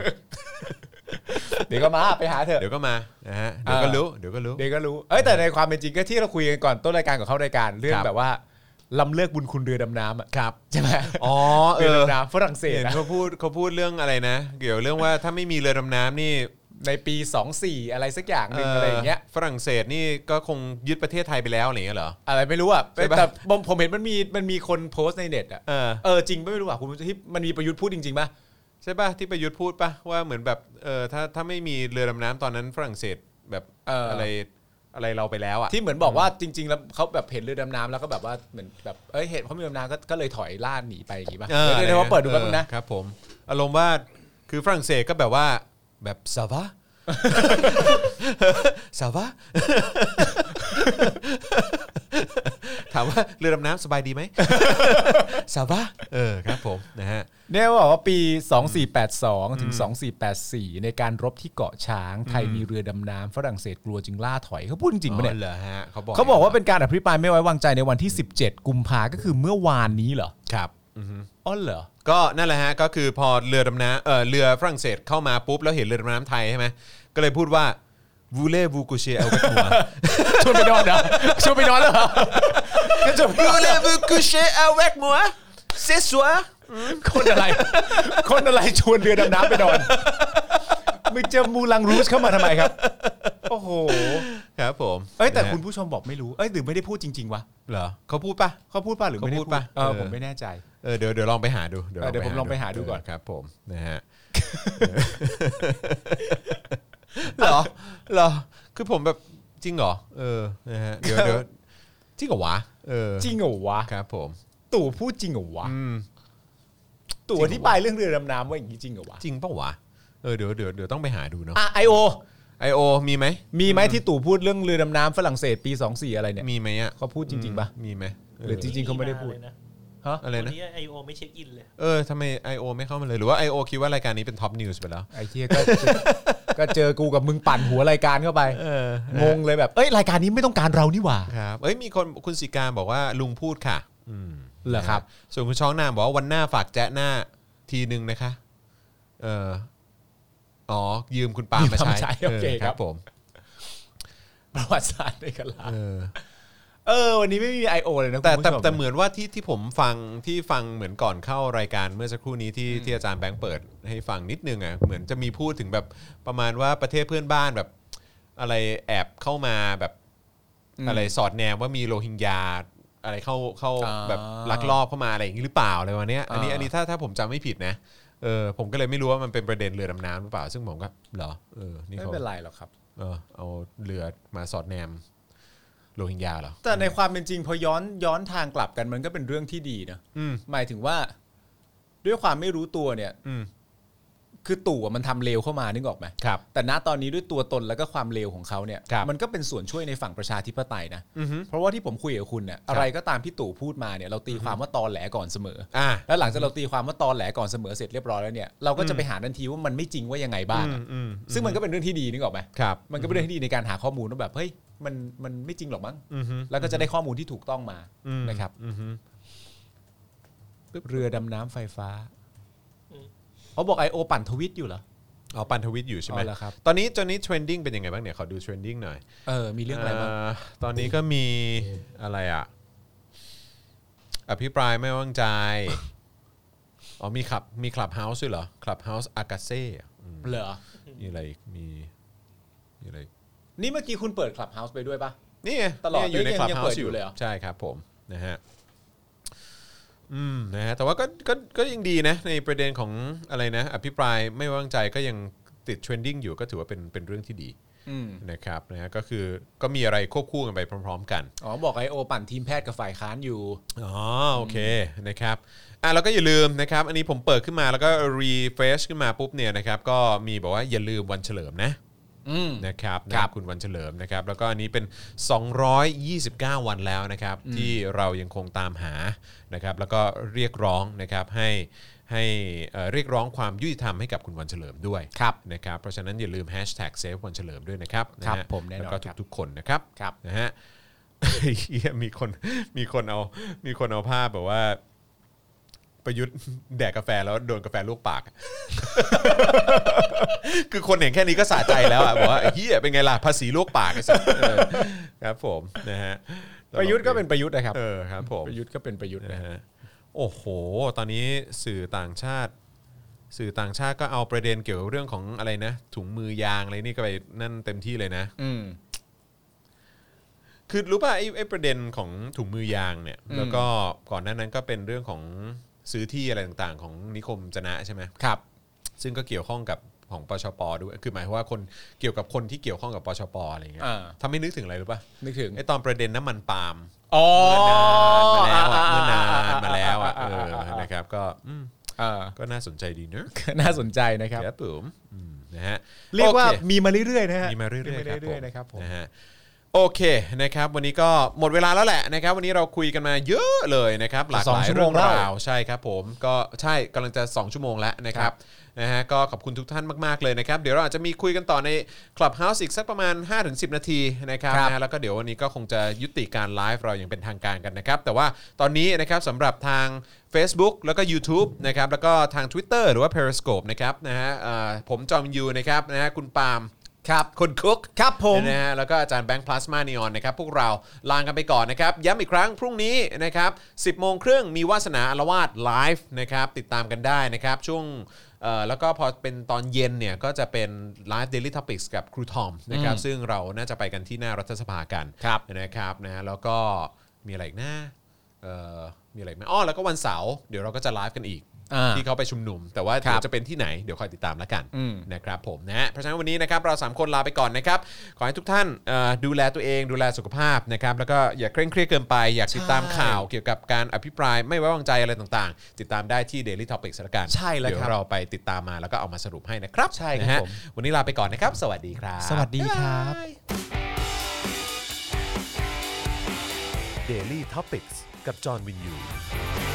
เดี๋ยวก็มา ไปหาเถอะ เดี๋ยวก็มานะฮะเดี๋ยวก็รู้เดี๋ยวก็รู้ เดี๋ยวก็รู้ เอ้ยแต่ในความเป็นจริงก็ที่เราคุยกันก่อนต้นรายการกับเข้ารายการเรื่อ ค ง รับ แบบว่าลำเลิกบุญคุณเรือดำน้ำอะ ครับ ใช่ไหม อ๋อเอ เรือ อ ดำน้ำฝรั่งเศส เห็น นะ เขาพูดเขาพูดเรื่องอะไรนะ เกี่ยวเรื่องว่าถ้าไม่มีเรือดำน้ำนี่ ในปี 24 อะไรสักอย่างหนึ่ง เ อะไรอย่างเงี้ย ฝรั่งเศสนี่ก็คงยึดประเทศไทยไปแล้วอะไรอย่างเงี้ยเหรอ อะไรไม่รู้อ่ะ ใช่ปะ แต่ผมผมเห็นมันมีมันมีคนโพสต์ในเน็ตอ่ะ เออ เออจริงปะไม่รู้อ่ะคุณผู้ชมที่มันมีประยุทธ์พูดจริงๆป่ะ ใช่ป่ะที่ประยุทธ์พูดป่ะว่าเหมือนแบบเออถ้าถ้าไม่มีเรือดำน้ำตอนนั้นฝรั่งเศสแบบ เอออ อะไรอะไรเราไปแล้วอ่ะ ที่เหมือนบอกว่าจริง ๆ แล้วเขาแบบเห็นเรือดำน้ำแล้วก็แบบว่าเหมือนแบบเอ้ยเห็นเขามีเรือดำน้ำก็ก็เลยถอยล่าหนีไปอย่างงี้ป่ะ เออ เดี๋ยวเราเปิดดูแป๊บนึงนะ เออครับผมอารมณ์ว่าคือฝรั่งเศสก็แบบว่าแบบสาวะ สาวะ ถามว่าเรือดำน้ำสบายดีไหม สาวะเออครับผมนะฮะ เนี่ยบอกว่าปี 2482 ถึง 2484 ในการรบที่เกาะช้าง ไทยมีเรือดำน้ำฝรั่งเศสกลัวจึงล่าถอยเขาพูดจริงปะเนี่ย อ๋อเหรอฮะเขาบอก เขาบอกว่าเป็นการอภิปรายไม่ไว้วางใจในวันที่ 17 กุมภาก็คือเมื่อวานนี้เหรอ ครับอือฮึ อ๋อเหรอ ก็นั่นแหละฮะ ก็คือพอเรือดำน้ำเออเรือฝรั่งเศสเข้ามาปุ๊บ แล้วเห็นเรือดำน้ำไทยใช่ไหมก็เลยพูดว่าวูเล่วูกูเชเอลกัว ชวนไปนอนเหรอชวนไปนอนเหรอก็จะ วูเล่วูกูเชเอลกัวเซซัว คนอะไร คนอะไรชวนเรือดำน้ำไปนอนมึงจะมูลังรูชเข้ามาทำไมครับ โอ้โห ครับผม เอ้ยแต่ นะฮะ คุณผู้ชมบอกไม่รู้เอ้ยหรือไม่ได้พูดจริงๆวะ เหรอเขาพูดปะ เขาพูดป่ะหรือไม่ได้ เขาพูดพูด ปะ เออ เออ ผมไม่แน่ใจ เออเดี๋ยวเดี๋ยวลองไปหาดู เออเดี๋ยวผมลองไปหาดูก่อน เครับผมนะฮะ เหรอเหรอคือผมแบบจริงเหรอเออนะฮะเดี๋ยวเดี๋ยวจริงเหรอวะเออ จริงเหรอวะ ครับผม ตู่พูดจริงเหรอวะ อืม ตู่อธิบายเรื่องเรือดำน้ำว่าอย่างนี้จริงเหรอวะ จริงเปล่าวะเออเดี๋ยวเดี๋ยวเดี๋ยวต้องไปหาดูเนาะ อ่ะไอโอ ไอโอมีไหม มีไหมที่ตู่พูดเรื่องเรือดำน้ำฝรั่งเศสปี24อะไรเนี่ย มีไหมอ่ะ เขาพูดจริงๆป่ะ มีไหมเห รือจริง ๆเขาไม่ได้พูด ลยนะ ฮะ อะไร วัน นะ นี้ไอโอไม่เช็คอินเลย เออทำไม I.O. ไม่เข้ามาเลยหรือว่า I.O. คิดว่ารายการนี้เป็นท็อปนิวส์ไปแล้ว ไอ้เทียก็ ก็เจอกูกับมึงปั่นหัวรายการเข้าไป เออ งงเลยแบบเอ้ยรายการนี้ไม่ต้องการเรานี่หว่า ครับเอ้ยมีคนคุณสีการบอกว่าลุงพูดค่ะ อืม เหรอครับ นะฮะส่วนคุณช้องนามบอกว่าวันหน้าฝากแจ๊ะหน้าทีหนึ่งนะคะ เอออ๋อ ยืมคุณปาล์มมา ยืมมาใช้ ใช้ โอเค ออ ครับ ผม ประวัติศาสตร์ในกะลา เออ เออวันนี้ไม่มี I.O. เลยนะ แต่แต่ คุณผู้ช แต่เหมือนว่าที่ที่ผมฟังที่ฟังเหมือนก่อนเข้ารายการเมื่อสักครู่นี้ที่ที่อาจารย์แบงค์เปิดให้ฟังนิดนึงอ่ะเหมือนจะมีพูดถึงแบบประมาณว่าประเทศเพื่อนบ้านแบบ อะไรแอบเข้ามาแบบ อะไรสอดแนมว่ามีโรฮิงญาอะไรเข้าเข้า อ่า แบบลักลอบเข้ามาอะไรอย่างนี้หรือเปล่าอะไรวันนี้ยอันนี้ อ่า อันนี้ถ้าถ้าผมจำไม่ผิดนะเออผมก็เลยไม่รู้ว่ามันเป็นประเด็นเรือดำน้ำหรือเปล่า ซึ่งผมก็เหรอเออนี่ ไม่ เขา เป็นไรหรอกครับ เออเอาเรือมาสอดแนมโรฮิงญาเหรอ แต่ในความเป็นจริงพอย้อนย้อนทางกลับกันมันก็เป็นเรื่องที่ดีนะ อืม หมายถึงว่า ด้วยความไม่รู้ตัวเนี่ย อืม คือตู่อะมันทำเลวเข้ามานึกออกไหม ครับ แต่ณตอนนี้ด้วยตัวตนแล้วก็ความเลวของเขาเนี่ย ครับ มันก็เป็นส่วนช่วยในฝั่งประชาธิปไตยนะ อือฮึ เพราะว่าที่ผมคุยกับคุณเนี่ยอะไรก็ตามที่ตู่พูดมาเนี่ยเราตีความว่าตอแหลก่อนเสมอ อ่า แล้วหลังจากเราตีความว่าตอแหลก่อนเสมอเสร็จเรียบร้อยแล้วเนี่ยเราก็จะไปหาทันทีว่ามันไม่จริงว่ายังไงบ้างอะ อืมอืม ซึ่งมันก็เป็นเรื่องที่ดีนึกออกไหม ครับ มันก็เป็นเรื่องที่ดีในการหาข้อมูลว่าแบบเฮ้ยมันมันไม่จริงหรอกมั้ง อือฮึ แล้วก็จะได้ข้อมูลที่ถูกต้องมา อืม นะครับ อือฮึ เรือดำน้ำไฟฟ้า อืม เขาบอกไอโอปั่นทวิตอยู่เหรอ อ๋อปันทวิตอยู่ใช่ไหม เอาละครับ ตอนนี้ตอนนี้เทรนดิ้งเป็นยังไงบ้างเนี่ยขอดูเทรนดิ้งหน่อย เออมีเรื่องอะไรบ้าง เตอนนี้ก็มีอะไรอ่ะ อภิปรายไม่ไว้วาง ใจ อ๋อมีคลับมีคลับเฮาส์ด้วยเหรอคลับเฮาส์อากาเซ่อะอืม เหรอ มีอะไรอีกมีมีอะไรอีก นี่เมื่อกี้คุณเปิดคลับเฮาส์ไปด้วยปะ นี่ไง ตลอด เนี่ยอยู่ใน นี่คยังลับ ยัง เฮา เปิด ส์อ อยู่ ยู่ เลยเหรอ ใช่ครับผมนะฮะอืมนะฮะแต่ว่าก็ก็ก็ยังดีนะ ในประเด็นของอะไรนะ อภิปรายไม่ไว้วางใจก็ยังติดเทรนดิ้งอยู่ก็ถือว่าเป็นเป็นเรื่องที่ดี อืม นะครับนะฮะก็คือก็มีอะไรควบคู่กันไปพร้อม ๆ กัน อ๋อบอกไอโอปั่นทีมแพทย์กับฝ่ายค้านอยู่ อ๋อโอเคนะครับอ่ะแล้วก็อย่าลืมนะครับ อันนี้ผมเปิดขึ้นมาแล้วก็รีเฟรชขึ้นมาปุ๊บเนี่ยนะครับก็มีบอกว่าอย่าลืมวันเฉลิมนะ อืม นะครับ ครับ นะคุณวันเฉลิมนะครับ แล้วก็อันนี้เป็น 229 วันแล้วนะครับ ที่เรายังคงตามหานะครับ แล้วก็เรียกร้องนะครับให้ให้เอ่อเรียกร้องความยุติธรรมให้กับคุณวันเฉลิมด้วย ครับ นะครับเพราะฉะนั้นอย่าลืม hashtag save วันเฉลิมด้วยนะครับ ครับ นะฮะ ผมแน่นอน แล้วก็ ครับ ทุกๆคนนะครับ ครับ นะฮะ เหี้ยมีคนมีคนเอามีคนเอาภาพแบบว่า ประยุทธ์ แดกกาแฟแล้วโดนกาแฟลวกปากอะ คือคนเห็นแค่นี้ก็สะใจแล้วอ่ะบอกว่าเฮียเป็นไงล่ะภาษีลวกปากไอ้สัสเออครับผมนะฮะ ประยุทธ์ก็เป็นประยุทธ์นะครับ เออครับผม ประยุทธ์ก็เป็นประยุทธ์นะ นะฮะโอ้โห ตอนนี้สื่อต่างชาติ สื่อต่างชาติก็เอาประเด็นเกี่ยวกับเรื่องของอะไรนะถุงมือยางอะไรนี่ก็ไปนั่นเต็มที่เลยนะ อืม คือรู้ป่ะไอ้ไอ้ประเด็นของถุงมือยางเนี่ย แล้วก็ก่อนหน้านั้นก็เป็นเรื่องของซื้อที่อะไรต่างๆ ของนิคมจนะใช่ไหม ครับ ซึ่งก็เกี่ยวข้องกับของปชปด้วย คือหมายความว่าคนเกี่ยวกับคนที่เกี่ยวข้องกับปชปอะไรเงี้ย อ่า ทำให้นึกถึงอะไรรู้ป่ะ นึกถึง ไอ้ตอนประเด็นน้ำมันปาล์ม อ๋อ เมื่อนานมาแล้วอ่ะเมื่อนานมาแล้วอ่ะเออนะครับก็อืม เออ ก็น่าสนใจดีเนอะ น่าสนใจนะครับ ครับผมอืมนะฮะ เรียกว่ามีมาเรื่อยๆนะฮะ มีมาเรื่อย มี ๆครับผม นะครับผม นะฮะโอเคนะครับ วันนี้ก็หมดเวลาแล้วแหละนะครับ วันนี้เราคุยกันมาเยอะเลยนะครับ หลากหลาย สองชั่วโม เรื่อง ง แล้ว ราวใช่ครับผมก็ใช่กำลังจะ 2 ชั่วโมงแล้วนะครับนะฮะก็ขอบคุณทุกท่านมาก ๆ เลยนะครับ เดี๋ยวเราอาจจะมีคุยกันต่อใน Clubhouse อีกสักประมาณ 5-10 นาทีนะครับ ครับ นะฮะแล้วก็เดี๋ยววันนี้ก็คงจะยุติการไลฟ์เราอย่างเป็นทางการกันนะครับ แต่ว่าตอนนี้นะครับสำหรับทาง Facebook แล้วก็ YouTube นะครับแล้วก็ทาง Twitter หรือว่า Periscope นะครับนะฮะเอ่อผมจอมยูนะครับนะฮะคุณปาล์ม ครับ คุณคุก ครับผม นะฮะแล้วก็อาจารย์แบงค์พลาสมานีออนนะครับ พวกเราลางกันไปก่อนนะครับ ย้ำอีกครั้งพรุ่งนี้นะครับ 10 โมงครึ่งมีวาสนาอารวาสไลฟ์นะครับ ติดตามกันได้นะครับ ช่วงเอ่อแล้วก็พอเป็นตอนเย็นเนี่ย ก็จะเป็นไลฟ์ Daily Topics กับครูทอมนะครับ ซึ่งเราน่าจะไปกันที่หน้ารัฐสภากัน ครับ นะครับนะแล้วก็มีอะไรอีกนะเอ่อมีอะไรอีกไหมอ้อแล้วก็วันเสาร์เดี๋ยวเราก็จะไลฟ์กันอีก อ่า ที่เขาไปชุมนุม แต่ว่า ครั เดี๋ยว บ จะเป็นที่ไหนเดี๋ยวคอยติดตามแล้วกัน อืม นะครับผมนะฮะเพราะฉะนั้นวันนี้นะครับเรา 3 คนลาไปก่อนนะครับ ขอให้ทุกท่านเอ่อดูแลตัวเองดูแลสุขภาพนะครับ แล้วก็อย่าเคร่งเครียดเกินไป อยากติดตามข่าวเกี่ยวกับการอภิปรายไม่ไว้วางใจอะไรต่างๆ ติดตามได้ที่ Daily Topics ละกัน ใช่แล้วครับ เดี๋ยวเราไปติดตามมาแล้วก็เอามาสรุปให้นะครับ ใช่ครับ นะฮะ ผม วันนี้ลาไปก่อนนะครับ สวัสดีครับ สวัสดีครับ Daily t o p i c กกับจอห์นวินยู